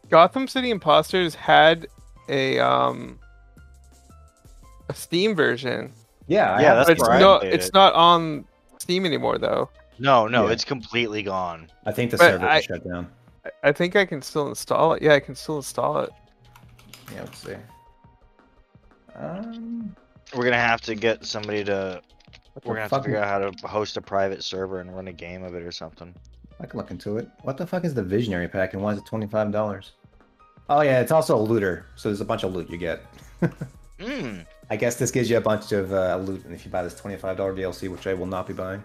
Gotham City Imposters had a um a Steam version
Yeah, I
Yeah,
have
that's
it.
But it's
where I
not
played
it's
it.
not on Steam anymore though.
No, no,
Yeah.
it's completely gone.
I think the
but
server
I-
was shut down.
I- I think I can still install it. Yeah, I can still install it.
Yeah, let's see.
Um,
We're gonna have to get somebody to.
What
We're gonna
the
have to
fuck?
figure out how to host a private server and run a game of it or something.
I can look into it. What the fuck is the visionary pack, and why is it twenty five dollars? Oh yeah, it's also a looter, so there's a bunch of loot you get.
Mm.
I guess this gives you a bunch of uh, loot, and if you buy this twenty-five dollar DLC, which I will not be buying,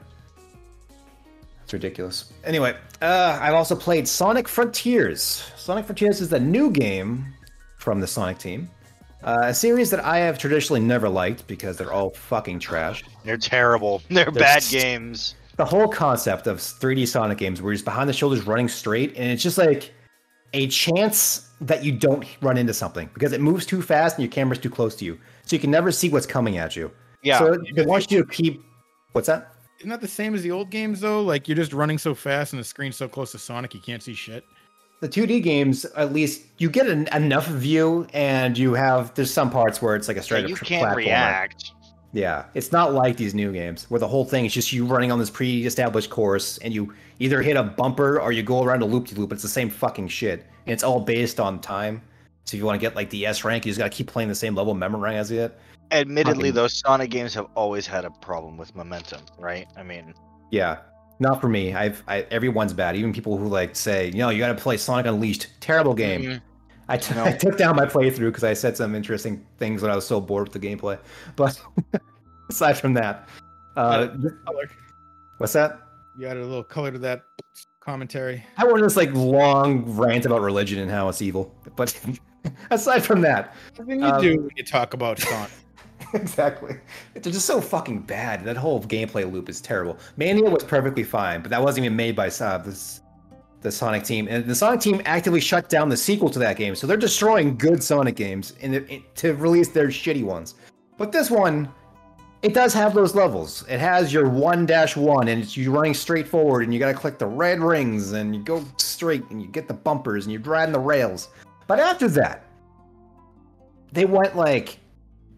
it's ridiculous. Anyway, uh, I've also played Sonic Frontiers. Sonic Frontiers is the new game from the Sonic team, uh, a series that I have traditionally never liked because they're all fucking trash.
They're terrible. They're, bad
s-
games.
The whole concept of 3D Sonic games, where you're just behind the shoulders running straight, and it's just like a chance that you don't run into something because it moves too fast and your camera's too close to you, so you can never see what's coming at you.
Yeah.
So they want you to keep. What's that?
Isn't that the same as the old games though? Like you're just running so fast and the screen's so close to Sonic you can't see shit.
The 2D games, at least you get an, enough view, and you have there's some parts where it's like a
Yeah,
straight up
you
tr-
can't
platformer.
react.
Yeah, it's not like these new games where the whole thing is just you running on this pre-established course, and you either hit a bumper or you go around a loop-de-loop. It's the same fucking shit, and it's all based on time. So if you want to get like the S rank, you just gotta keep playing the same level, memorizing it.
Admittedly,
fucking-
those Sonic games have always had a problem with momentum, right? I mean,
Yeah, not for me. I've I, everyone's bad. Even people who like say, you know, you gotta play Sonic Unleashed. Terrible game.
Mhm.
I, t-
No.
I took down my playthrough because I said some interesting things when I was so bored with the gameplay. But aside from that, uh,
color.
what's that?
You added a little color to that commentary.
I wanted this like long rant about religion and how it's evil. But aside from that,
Everything you
Um,
do when you talk about Sonic.
exactly, they're just so fucking bad. That whole gameplay loop is terrible. Mania was perfectly fine, but that wasn't even made by uh, this, the Sonic team, and the Sonic team actively shut down the sequel to that game. So they're destroying good Sonic games in, in, to release their shitty ones. But this one, it does have those levels. It has your one dash one, and it's you running straight forward, and you gotta click the red rings, and you go straight, and you get the bumpers, and you're riding the rails. But after that, they went like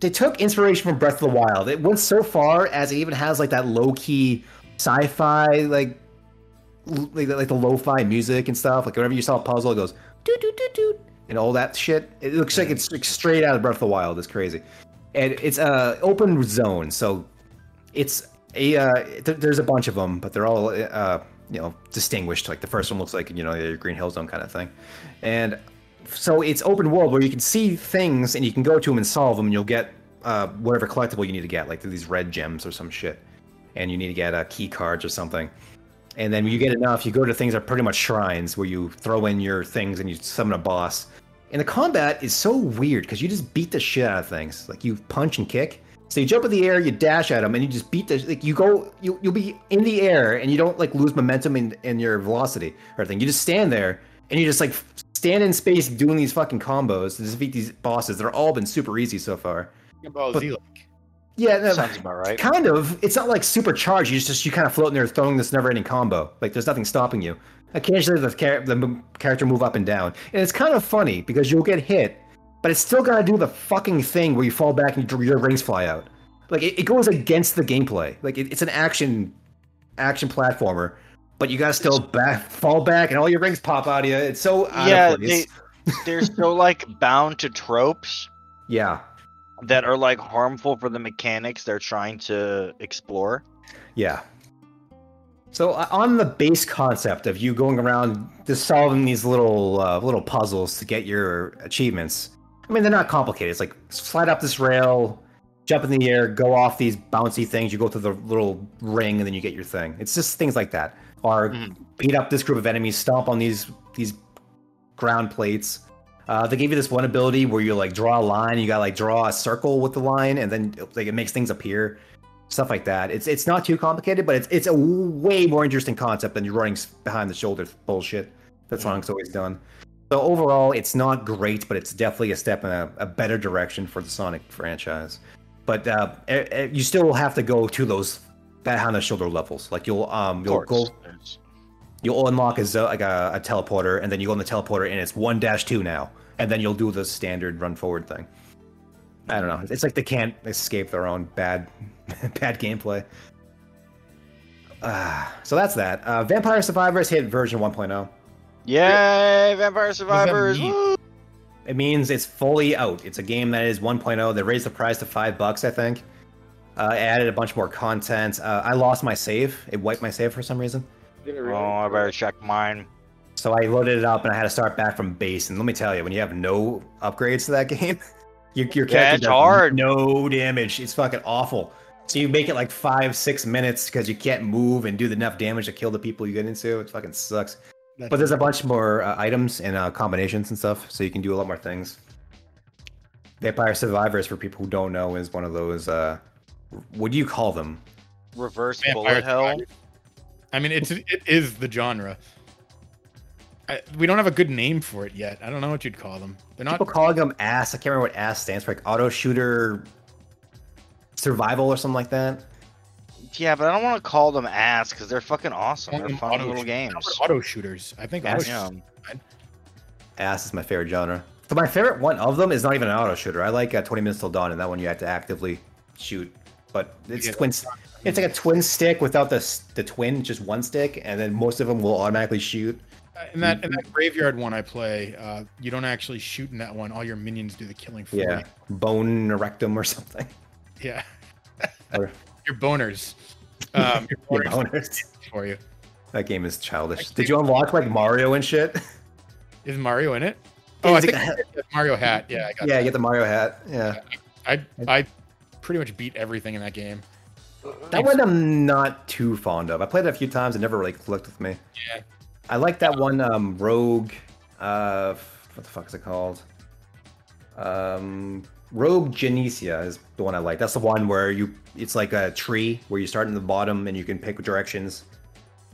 they took inspiration from Breath of the Wild. It went so far as it even has like that low key sci-fi like l- like, like the lo-fi music and stuff. Like whenever you saw a puzzle, it goes doo doo doo doo and all that shit. It looks like it's like, straight out of Breath of the Wild. It's crazy, and it's a uh, open zone, so it's a uh, th- there's a bunch of them, but they're all uh, you know distinguished. Like the first one looks like you know your Green Hill Zone kind of thing, and so it's open world where you can see things and you can go to them and solve them, and you'll get uh, whatever collectible you need to get, like these red gems or some shit, and you need to get uh, key cards or something. And then when you get enough, you go to things that are pretty much shrines where you throw in your things and you summon a boss. And the combat is so weird because you just beat the shit out of things. Like you punch and kick. So you jump in the air, you dash at them, and you just beat the like you go you you'll be in the air and you don't like lose momentum in, in your velocity or anything. You just stand there and you just like stand in space doing these fucking combos to defeat these bosses. They're all been super easy so far.
About
But-
Z-Link.
Yeah, no,
Sounds about right.
Kind of. It's not like supercharged. You just you kind of float in there, throwing this never-ending combo. Like there's nothing stopping you. Occasionally, the, char- the m- character move up and down, and it's kind of funny because you'll get hit, but it's still gotta do the fucking thing where you fall back and your your rings fly out. Like it, it goes against the gameplay. Like it, it's an action action platformer, but you gotta still back fall back, and all your rings pop out of you. It's so out of
Yeah,
place.
they, they're so like bound to tropes
yeah,
that are like harmful for the mechanics they're trying to explore.
Yeah. So uh, on the base concept of you going around just solving these little uh, little puzzles to get your achievements, I mean they're not complicated. It's like slide up this rail, jump in the air, go off these bouncy things. You go through the little ring, and then you get your thing. It's just things like that. Or
Mhm.
beat up this group of enemies, stomp on these these ground plates. Uh, they gave you this one ability where you like draw a line. You got to like draw a circle with the line, and then like it makes things appear stuff like that. It's it's not too complicated, but it's it's a way more interesting concept than you're running s- behind the shoulder bullshit that
Mm-hmm.
Sonic's always done. So overall, it's not great, but it's definitely a step in a, a better direction for the Sonic franchise. But uh, eh, eh, you still have to go to those behind the shoulder levels. Like you'll um
Of
you'll go
course. There's-
you'll unlock a zo- like a, a teleporter, and then you go on the teleporter, and it's one dash two now, and then you'll do the standard run forward thing. I don't know. It's like they can't escape their own bad, bad gameplay. Uh, so that's that. Uh, Vampire Survivors hit version oh. 1.0.
Yay, Vampire Survivors!
mean?
woo!
It means it's fully out. It's a game that is 1.0. They raised the price to five bucks, I think. Uh, it added a bunch more content. Uh, I lost my save. It wiped my save for some reason.
Oh, I better check mine.
So I loaded it up and I had to start back from base. And let me tell you, when you have no upgrades to that game, your, your character
it's
does
hard.
no damage. It's fucking awful. So you make it like five, six minutes because you can't move and do enough damage to kill the people you get into. It fucking sucks. But there's a bunch more uh, items and uh, combinations and stuff, so you can do a lot more things. Vampire Survivors, for people who don't know, is one of those. Uh, what do you call them?
Reverse
Vampire
bullet hell.
Survivors. I mean, it's it is the genre. I, we don't have a good name for it yet. I don't know what you'd call them. They're not
people calling them ass. I can't remember what ass stands for, like auto shooter survival or something like that.
Yeah, but I don't want to call them ass because they're fucking awesome.
Call
They're
them
fun
auto
little
shooters.
games.
auto shooters. I think auto
Yes.
Yeah.
shooters.
Ass is my favorite genre. So my favorite one of them is not even an auto shooter. I like uh, 20 Minutes Till Dawn, and that one you have to actively shoot. But it's
Yeah.
twin. It's like a twin stick without the s- the twin, just one stick, and then most of them will automatically shoot.
And Uh, that
Mm-hmm.
and that graveyard one I play, uh, you don't actually shoot in that one. All your minions do the killing for
Yeah,
you.
bone erectum or something.
Yeah.
Or-
your boners. Um, your
Yeah,
boners
boners.
for you.
That game is childish.
Actually-
Did you unlock like Mario and shit?
Is Mario in it? Oh, I
It's
think
like a-
it's Mario hat. Yeah, I got
yeah, you get the Mario hat. Yeah.
I I pretty much beat everything in that game.
That one I'm not too fond of. I played it a few times. It never really clicked with me.
Yeah.
I like that one um, Rogue. Uh, f- what the fuck is it called? Um, Rogue Genesia is the one I like. That's the one where you it's like a tree where you start in the bottom and you can pick directions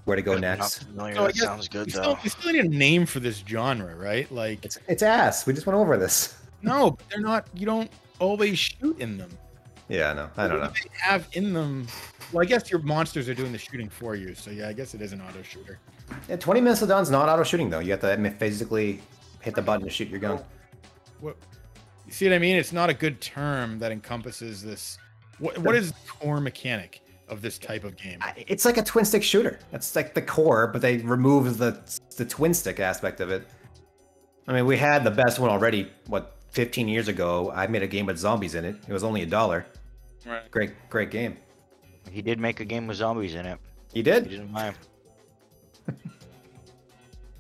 where to go
I'm not
next.
familiar.
So I
that
guess
sounds good
We still,
though.
we still need a name for this genre, right? Like,
It's it's ass. We just went over this.
no, but they're not. You don't always shoot in them.
Yeah, no, I don't know.
What do They have in them. Well, I guess your monsters are doing the shooting for you. So yeah, I guess it is an auto shooter.
Yeah, 20 minutes of dawn's not auto shooting though. You have to physically hit the button to shoot your gun.
What? You see what I mean? It's not a good term that encompasses this. What, what is the core mechanic of this type of game?
I- It's like a twin stick shooter. That's like the core, but they removed the the twin stick aspect of it. I mean, we had the best one already. What 15 years ago, I made a game with zombies in it. It was only a dollar.
Right.
Great, great game.
He did make a game with zombies in it.
You
He
did?
didn't mind.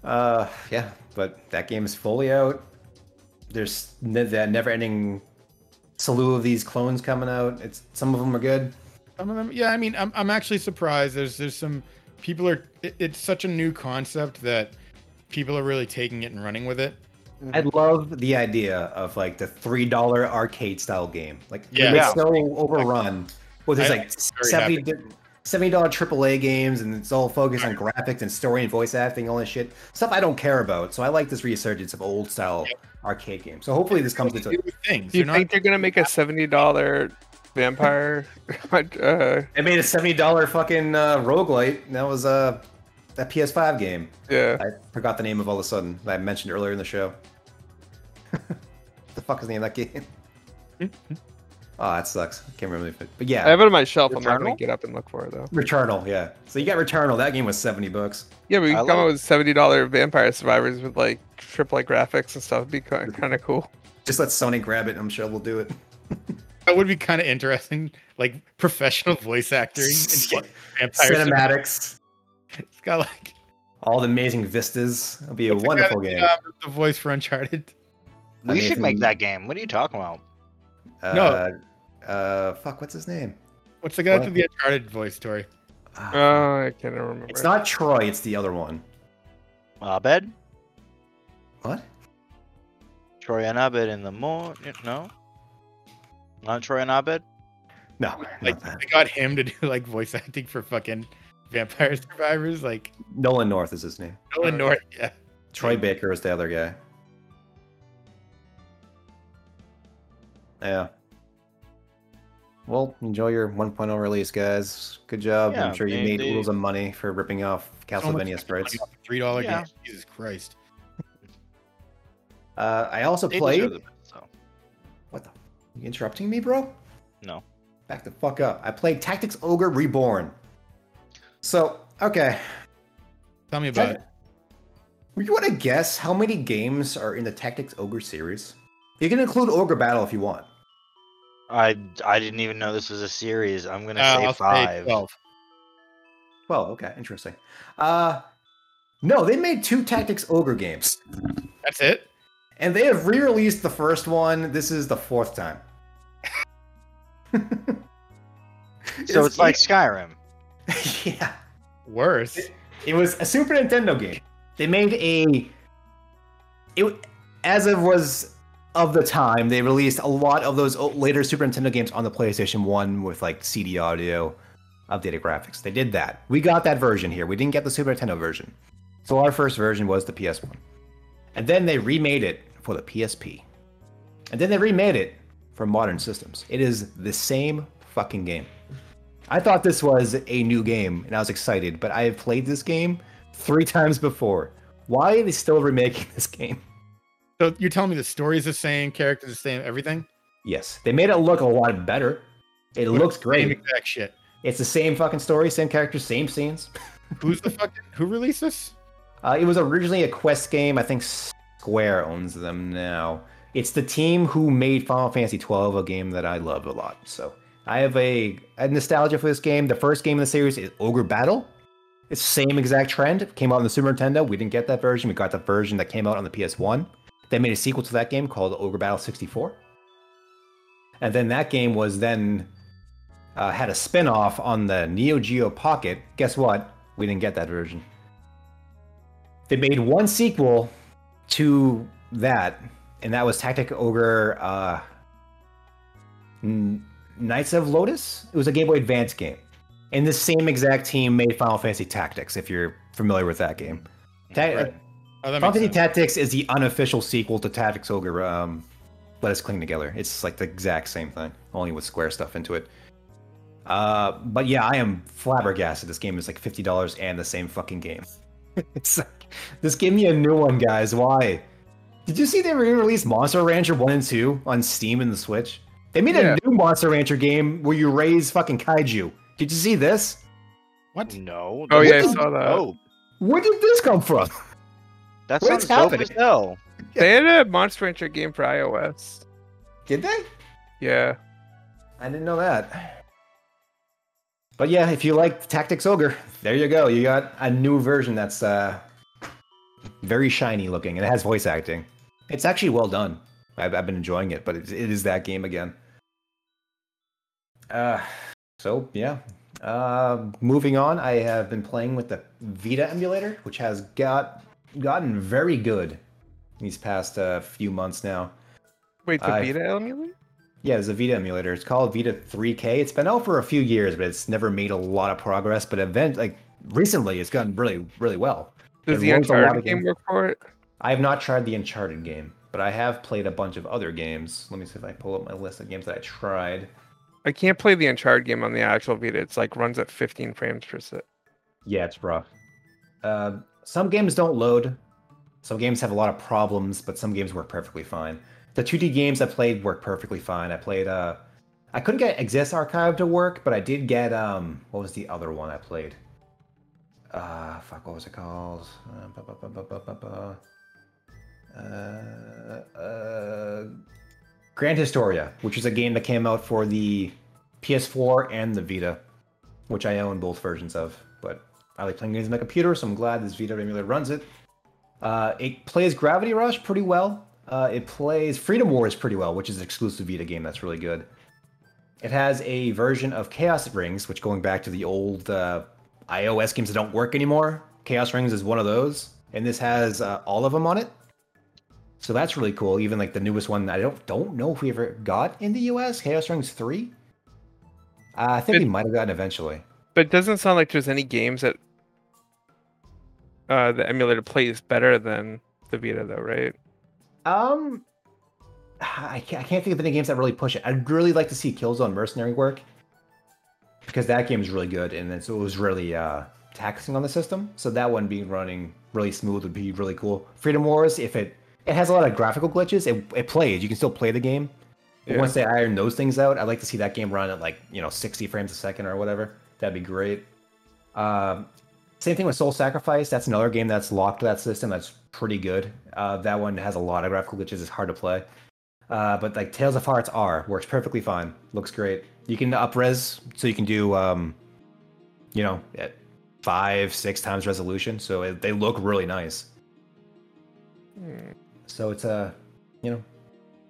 Uh, yeah. But that game is fully out. There's ne- that never-ending slew of these clones coming out. It's some of them are good.
Some of them, Um, yeah. I mean, I'm, I'm actually surprised. There's there's some people are. It, it's such a new concept that people are really taking it and running with it.
I love the idea of like the three dollar arcade style game. Like
Yeah.
yeah,
Yeah.
it's so overrun with this
I-
like
very
70 seventy dollar AAA games, and it's all focused on graphics and story and voice acting, all this shit stuff I don't care about. So I like this resurgence of old style arcade games. So hopefully this comes into
New things.
Do you
They're
think
not.
they're gonna make a seventy dollar vampire? uh,
They made a seventy dollar fucking uh, roguelite. and That was uh, that PS5 game.
yeah.
I forgot the name of all of a sudden that I mentioned earlier in the show. the fuck is the name of that game? oh, that sucks. I can't remember. It, but yeah,
I have it on my shelf. I'm not
Returnal?
gonna get up and look for it though.
Returnal. Yeah. So you got Returnal. That game was seventy bucks.
Yeah, but you
I
can come
like-
up with seventy dollar vampire survivors with like triple A graphics and stuff. It'd be kind of cool.
Just let Sony grab it. I'm sure we'll do it.
That would be kind of interesting. Like professional voice acting. And vampire
Cinematics.
It's got like
All the amazing vistas. It'll be a
What's the
wonderful
guy that
game.
did, um, the voice for Uncharted.
I
uh, We
mean,
should
if
make
you-
that game. What are you talking about?
Uh, uh, fuck. What's his name?
What's the guy that
What?
did the Uncharted voice, Tori?
Ah,
Oh,
Uh,
I can't remember.
it's not Troy. It's the other one.
Abed?
What?
Troy and Abed in the morning? No? Not Troy and Abed?
No.
Like
not that.
they got him to do like voice acting for fucking vampire survivors. Like uh,
Nolan North is his name.
Nolan North. Yeah.
Troy Baker is the other guy. Yeah. Well, enjoy your 1.0 release, guys. Good job.
Yeah,
I'm sure you
they-
made
they-
oodles of money for ripping off Castlevania sprites.
Three dollar
Yeah.
game. Jesus Christ.
Uh, I also
They
played.
deserve the best, so.
What the? You interrupting me, bro?
No.
Back the fuck up. I played Tactics Ogre Reborn. So, okay.
Tell me about it.
Would you want to guess how many games are in the Tactics Ogre series? You can include Ogre Battle if you want.
I, I didn't even know this was a series. I'm going to
Uh,
say
I'll say
five.
12.
Well, okay, interesting. Uh no, they made two Tactics Ogre games,
That's it.
and they have re-released the first one. This is the fourth time.
so it's like Skyrim.
yeah,
Worse.
it was a Super Nintendo game. They made a it as it was of the time. They released a lot of those o- later Super Nintendo games on the PlayStation One with like CD audio, updated graphics. They did that. We got that version here. We didn't get the Super Nintendo version, so our first version was the PS One, and then they remade it for the PSP, and then they remade it for modern systems. It is the same fucking game. I thought this was a new game and I was excited, but I have played this game three times before. Why are they still remaking this game?
So you're telling me the story's the same, characters the same, everything?
Yes, they made it look a lot better. It looks
Same
great.
exact shit.
It's the same fucking story, same characters, same scenes.
Who's the fucking who released this?
Uh, it was originally a quest game. I think Square owns them now. It's the team who made Final Fantasy twelve, a game that I love a lot. So I have a, a nostalgia for this game. The first game in the series is Ogre Battle. It's the same exact trend. It came out on the Super Nintendo. We didn't get that version. We got the version that came out on the PS1. They made a sequel to that game called Ogre Battle 64. And then that game was then uh, had a spin-off on the Neo Geo Pocket. Guess what? We didn't get that version. They made one sequel to that, and that was Tactic Ogre uh, N- Knights of Lotus. It was a Game Boy Advance game, and the same exact team made Final Fantasy Tactics. If you're familiar with that game, Ta-
Right. Oh,
Final
that makes
Fantasy
sense.
Tactics is the unofficial sequel to Tactics Ogre. Um, Let us cling together. It's like the exact same thing, only with Square stuff into it. Uh, but yeah, I am flabbergasted. This game is like fifty dollars and the same fucking game. it's like, just give me a new one, guys. Why? Did you see they were gonna release Monster Rancher One and Two on Steam and the Switch? They made
Yeah.
a new Monster Rancher game where you raise fucking kaiju. Did you see this?
What?
No.
Oh
that
yeah, I
sounds
saw that.
dope.
Where did this come from?
That
What's
sounds dope
happening?
as hell.
They had a Monster Rancher game for iOS.
Did they?
Yeah.
I didn't know that. But yeah, if you like Tactics Ogre, there you go. You got a new version that's uh, very shiny looking and it has voice acting. It's actually well done. I've, I've been enjoying it, but it, it is that game again. Uh, so yeah. Uh, moving on, I have been playing with the Vita emulator, which has got gotten very good these past uh, few months now.
Wait, the
I-
Vita emulator?
Yeah, there's a Vita emulator. It's called Vita 3K. It's been out for a few years, but it's never made a lot of progress. But event like recently, it's gotten really, really well.
Does
It
the
runs a lot
Uncharted
of
game
games.
work for it?
I have not tried the Uncharted game, but I have played a bunch of other games. Let me see if I pull up my list of games that I tried.
I can't play the Uncharted game on the actual Vita. It's like runs at 15 frames per second.
Yeah, it's rough. Uh, some games don't load. Some games have a lot of problems, but some games work perfectly fine. The 2D games I played work perfectly fine. I played uh, I couldn't get Exist Archive to work, but I did get um, what was the other one I played? Uh, fuck, what was it called? Uh, ba- ba- ba- ba- ba- ba- ba. Uh, uh, Grand Historia, which is a game that came out for the PS4 and the Vita, which I own both versions of. But I like playing games on my computer, so I'm glad this Vita emulator runs it. Uh, it plays Gravity Rush pretty well. Uh, it plays Freedom Wars pretty well, which is an exclusive Vita game that's really good. It has a version of Chaos Rings, which going back to the old uh, iOS games that don't work anymore, Chaos Rings is one of those, and this has uh, all of them on it. So that's really cool. Even like the newest one, I don't don't know if we ever got in the US, Chaos Rings three. Uh, I think we
It-
might have gotten eventually.
But it doesn't sound like there's any games that uh, the emulator plays better than the Vita, though, right?
Um, I can't, I can't think of any games that really push it. I'd really like to see Killzone Mercenary work because that game is really good and it's, it was really uh, taxing on the system. So that one being running really smooth would be really cool. Freedom Wars, if it it has a lot of graphical glitches, it, it plays. You can still play the game. But
Yeah.
once they iron those things out, I'd like to see that game run at like you know 60 frames a second or whatever. That'd be great. Um, same thing with Soul Sacrifice. That's another game that's locked to that system. That's pretty good. Uh, that one has a lot of graphical glitches. It's hard to play. Uh, but like Tales of Hearts R works perfectly fine. Looks great. You can up res, so you can do, um, you know, at five, six times resolution. So it, they look really nice.
Hmm,
So it's uh, you know,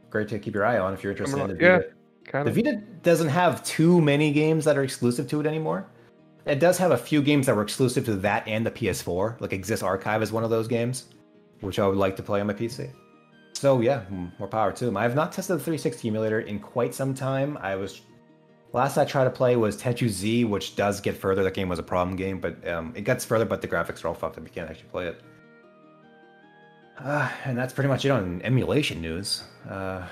great to keep your eye on if you're interested in the
Yeah.
Vita.
kind
The
of.
Vita doesn't have too many games that are exclusive to it anymore. It does have a few games that were exclusive to that and the PS4. Like Exist Archive is one of those games, which I would like to play on my PC. So yeah, m- more power to them. I have not tested the 360 emulator in quite some time. I was last I tried to play was Tenchu Z, which does get further. That game was a problem game, but um, it gets further. But the graphics are all fucked up. You can't actually play it. Uh, and that's pretty much it on emulation news. Uh,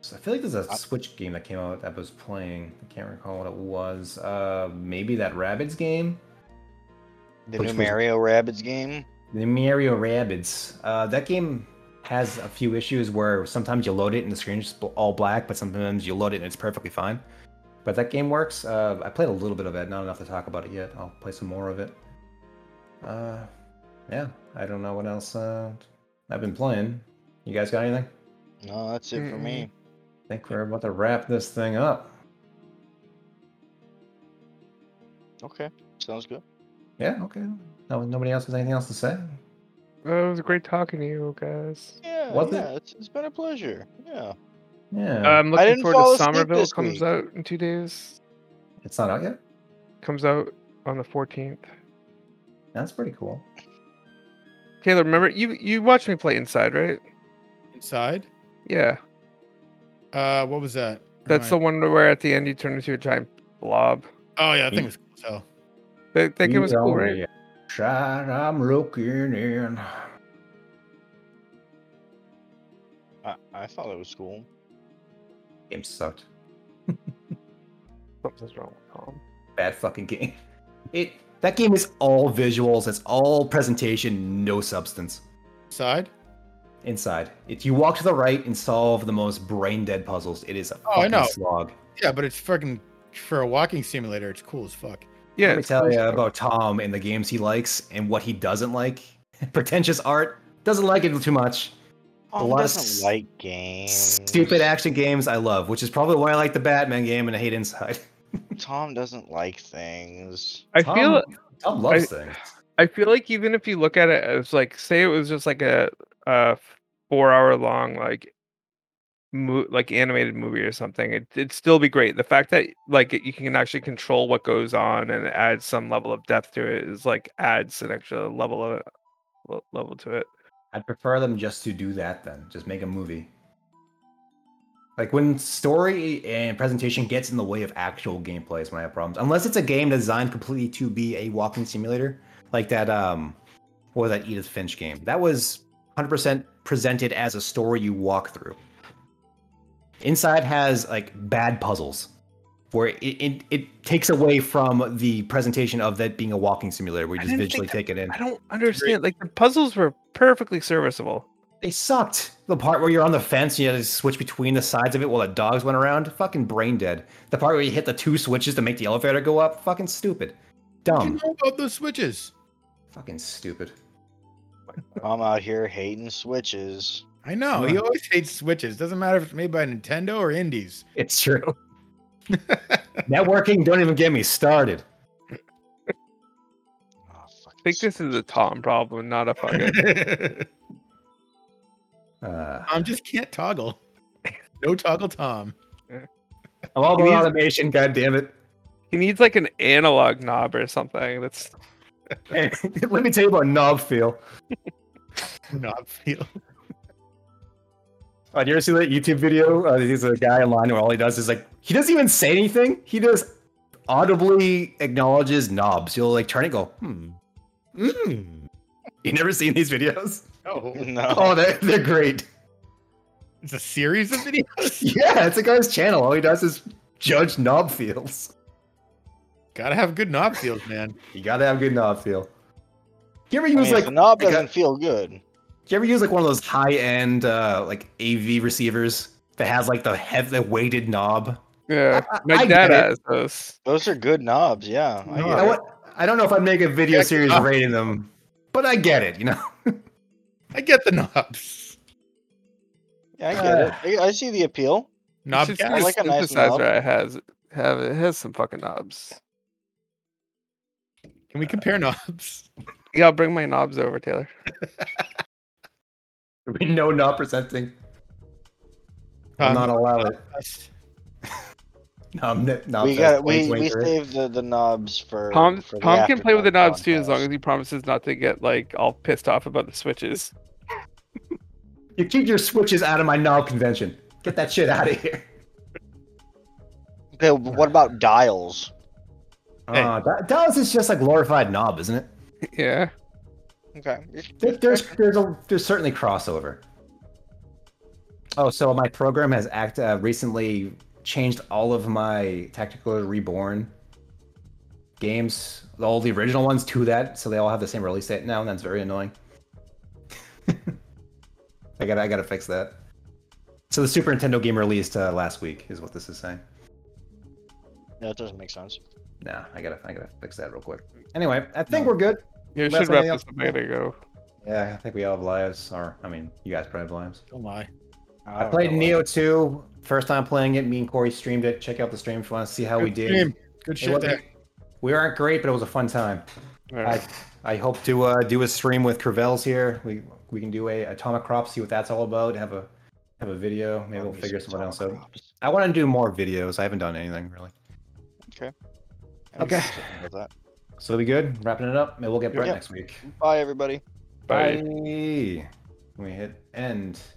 so I feel like there's a Switch game that came out that I was playing. I can't recall what it was. Uh, maybe that Rabbids game,
The
Which
new
was-
Mario Rabbids game.
the Mario Rabbids. Uh, that game has a few issues where sometimes you load it and the screen's bl- all black, but sometimes you load it and it's perfectly fine. But that game works. Uh, I played a little bit of it, not enough to talk about it yet. I'll play some more of it. Uh, yeah, I don't know what else uh, I've been playing. You guys got anything?
No, that's it for
I
me.
think we're about to wrap this thing up.
Okay, sounds good.
Yeah, okay. No, nobody else has anything else to say.
Oh, it was great talking to you guys.
Yeah,
Was it?
yeah, it's, it's been a pleasure. Yeah.
Yeah,
I'm looking
didn't fall
forward to
asleep
Somerville
this
comes
week.
out in two days.
it's not out yet.
Comes out on the 14th.
That's pretty cool.
Taylor, remember you you watched me play Inside, right?
Inside?
Yeah,
Uh, what was that?
that's the
Remind-
one where at the end you turn into a giant blob.
Oh yeah, I
Mm.
think it was cool as hell.
That, that game was
You
cool,
know,
right?
yeah. Shine, I'm looking in.
I, I thought it was cool.
Game sucked.
Something's wrong with Tom.
Bad fucking game. It that game is all visuals. It's all presentation, no substance.
Inside?
inside. If you walk to the right and solve the most brain dead puzzles, it is a
Oh, I
fucking
know.
slog.
Yeah, but it's fucking for a walking simulator. It's cool as fuck.
Yeah,
Let me
it's
tell
close
you
though.
about Tom and the games he likes and what he doesn't like. Pretentious art doesn't like it too much.
Tom
lot of s-
doesn't like games.
Stupid action games I love, which is probably why I like the Batman game and I hate Inside.
Tom doesn't like things.
I feel
Tom loves things.
I feel like even if you look at it as like, say it was just like a, a four hour long like, mo- like animated movie or something, it, it'd still be great. The fact that like you can actually control what goes on and add some level of depth to it is like adds an extra level of le- level to it.
I'd prefer them just to do that then. Just make a movie. Like when story and presentation gets in the way of actual gameplay is when I have problems. Unless it's a game designed completely to be a walking simulator, like that um what was that Edith Finch game? That was 100% presented as a story you walk through. Inside has like bad puzzles where it, it, it takes away from the presentation of that being a walking simulator where you
I
just
didn't think
visually
that-
take it in.
I don't understand. Like the puzzles were perfectly serviceable.
They sucked. The part where you're on the fence and you had to switch between the sides of it while the dogs went around, fucking brain dead. The part where you hit the two switches to make the elevator go up, fucking stupid.
Do you
Dumb.
know about those switches?
Fucking stupid.
Tom out here hating switches.
I know. He always hates switches. Doesn't matter if it's made by Nintendo or Indies.
It's true. Networking, don't even get me started.
Oh, fucking
I think this is a Tom problem, not a fucking.
Tom
Uh,
just can't toggle. No toggle, Tom.
I'm all about
Please-
automation, goddammit.
he needs like an analog knob or something. That's
Hey, let me tell you about knob feel.
Not feel.
Uh, do you ever see that YouTube video? Uh, there's a guy online where all he does is like he doesn't even say anything. He just audibly acknowledges knobs. He'll like turn and go, hmm. Mm. You never seen these videos?
No,
No.
Oh, they're, they're great.
it's a series of videos.
Yeah, it's a guy's channel. All he does is judge knob feels.
Gotta have good knob feels, man.
You gotta have good knob feel. You ever
I
use
mean,
like
the knob
like a-
doesn't feel good.
Do you ever use like one of those high end uh, like AV receivers that has like the heavy the weighted knob?
yeah.
I-
My
I
dad
get it.
has those.
Those are good knobs, yeah. I get
No,
I,
it.
want, I don't know if I'd make a video
Yeah,
series
knob.
rating them, but I get it. You know,
I get the knobs.
Yeah, I get it. I I see the appeal.
Knob
Should see
cast.
the
like a nice
synthesizer
knob.
I has have it has some fucking knobs.
Can we compare knobs?
Yeah, I'll bring my knobs over, Taylor.
we know knob presenting. I'll
Tom,
not allow it.
cast.
Knob, knob
we
fest,
got
wink,
we, we
wink, wink.
saved the, the knobs for
Tom
for the
Tom can play with the
afternoon
knobs too, as long
podcast.
as he promises not to get like all pissed off about the switches.
You keep your switches out of my knob convention. Get that shit out of here.
Okay, what about dials?
Hey.
Uh, Da- Dallas is just like glorified knob, isn't it?
yeah.
Okay.
There, there's there's a, there's certainly crossover. Oh, so my program has act uh, recently changed all of my Tactical Reborn games, all the original ones to that, so they all have the same release date now, and that's very annoying. I got to I gotta fix that. So the Super Nintendo game released uh, last week is what this is saying.
That doesn't make sense.
Nah, I gotta I gotta fix that real quick. Anyway, I think we're good.
You
Last
should wrap
anything
this up. I gotta go.
Yeah, I think we all have lives, or I mean, you guys probably have lives.
Don't lie.
Oh,
I played Neo 2, first time playing it. Me and Corey streamed it. Check out the stream if you want to see how we
Good
did.
stream. Good
It
shit
wasn't-
there.
we aren't great, but it was a fun time.
All
I,
right.
I hope to uh, do a stream with Crevel's here. We we can do a atomic crop, see what that's all about. Have a have a video. Maybe we'll
Obviously,
figure something else
Tom
out.
Crops.
I want to do more videos. I haven't done anything really.
I don't
Okay.
know about that.
So we good? Wrapping it up. Maybe we'll get Brett
Yeah.
next week.
Bye everybody.
Bye.
Bye. We hit end.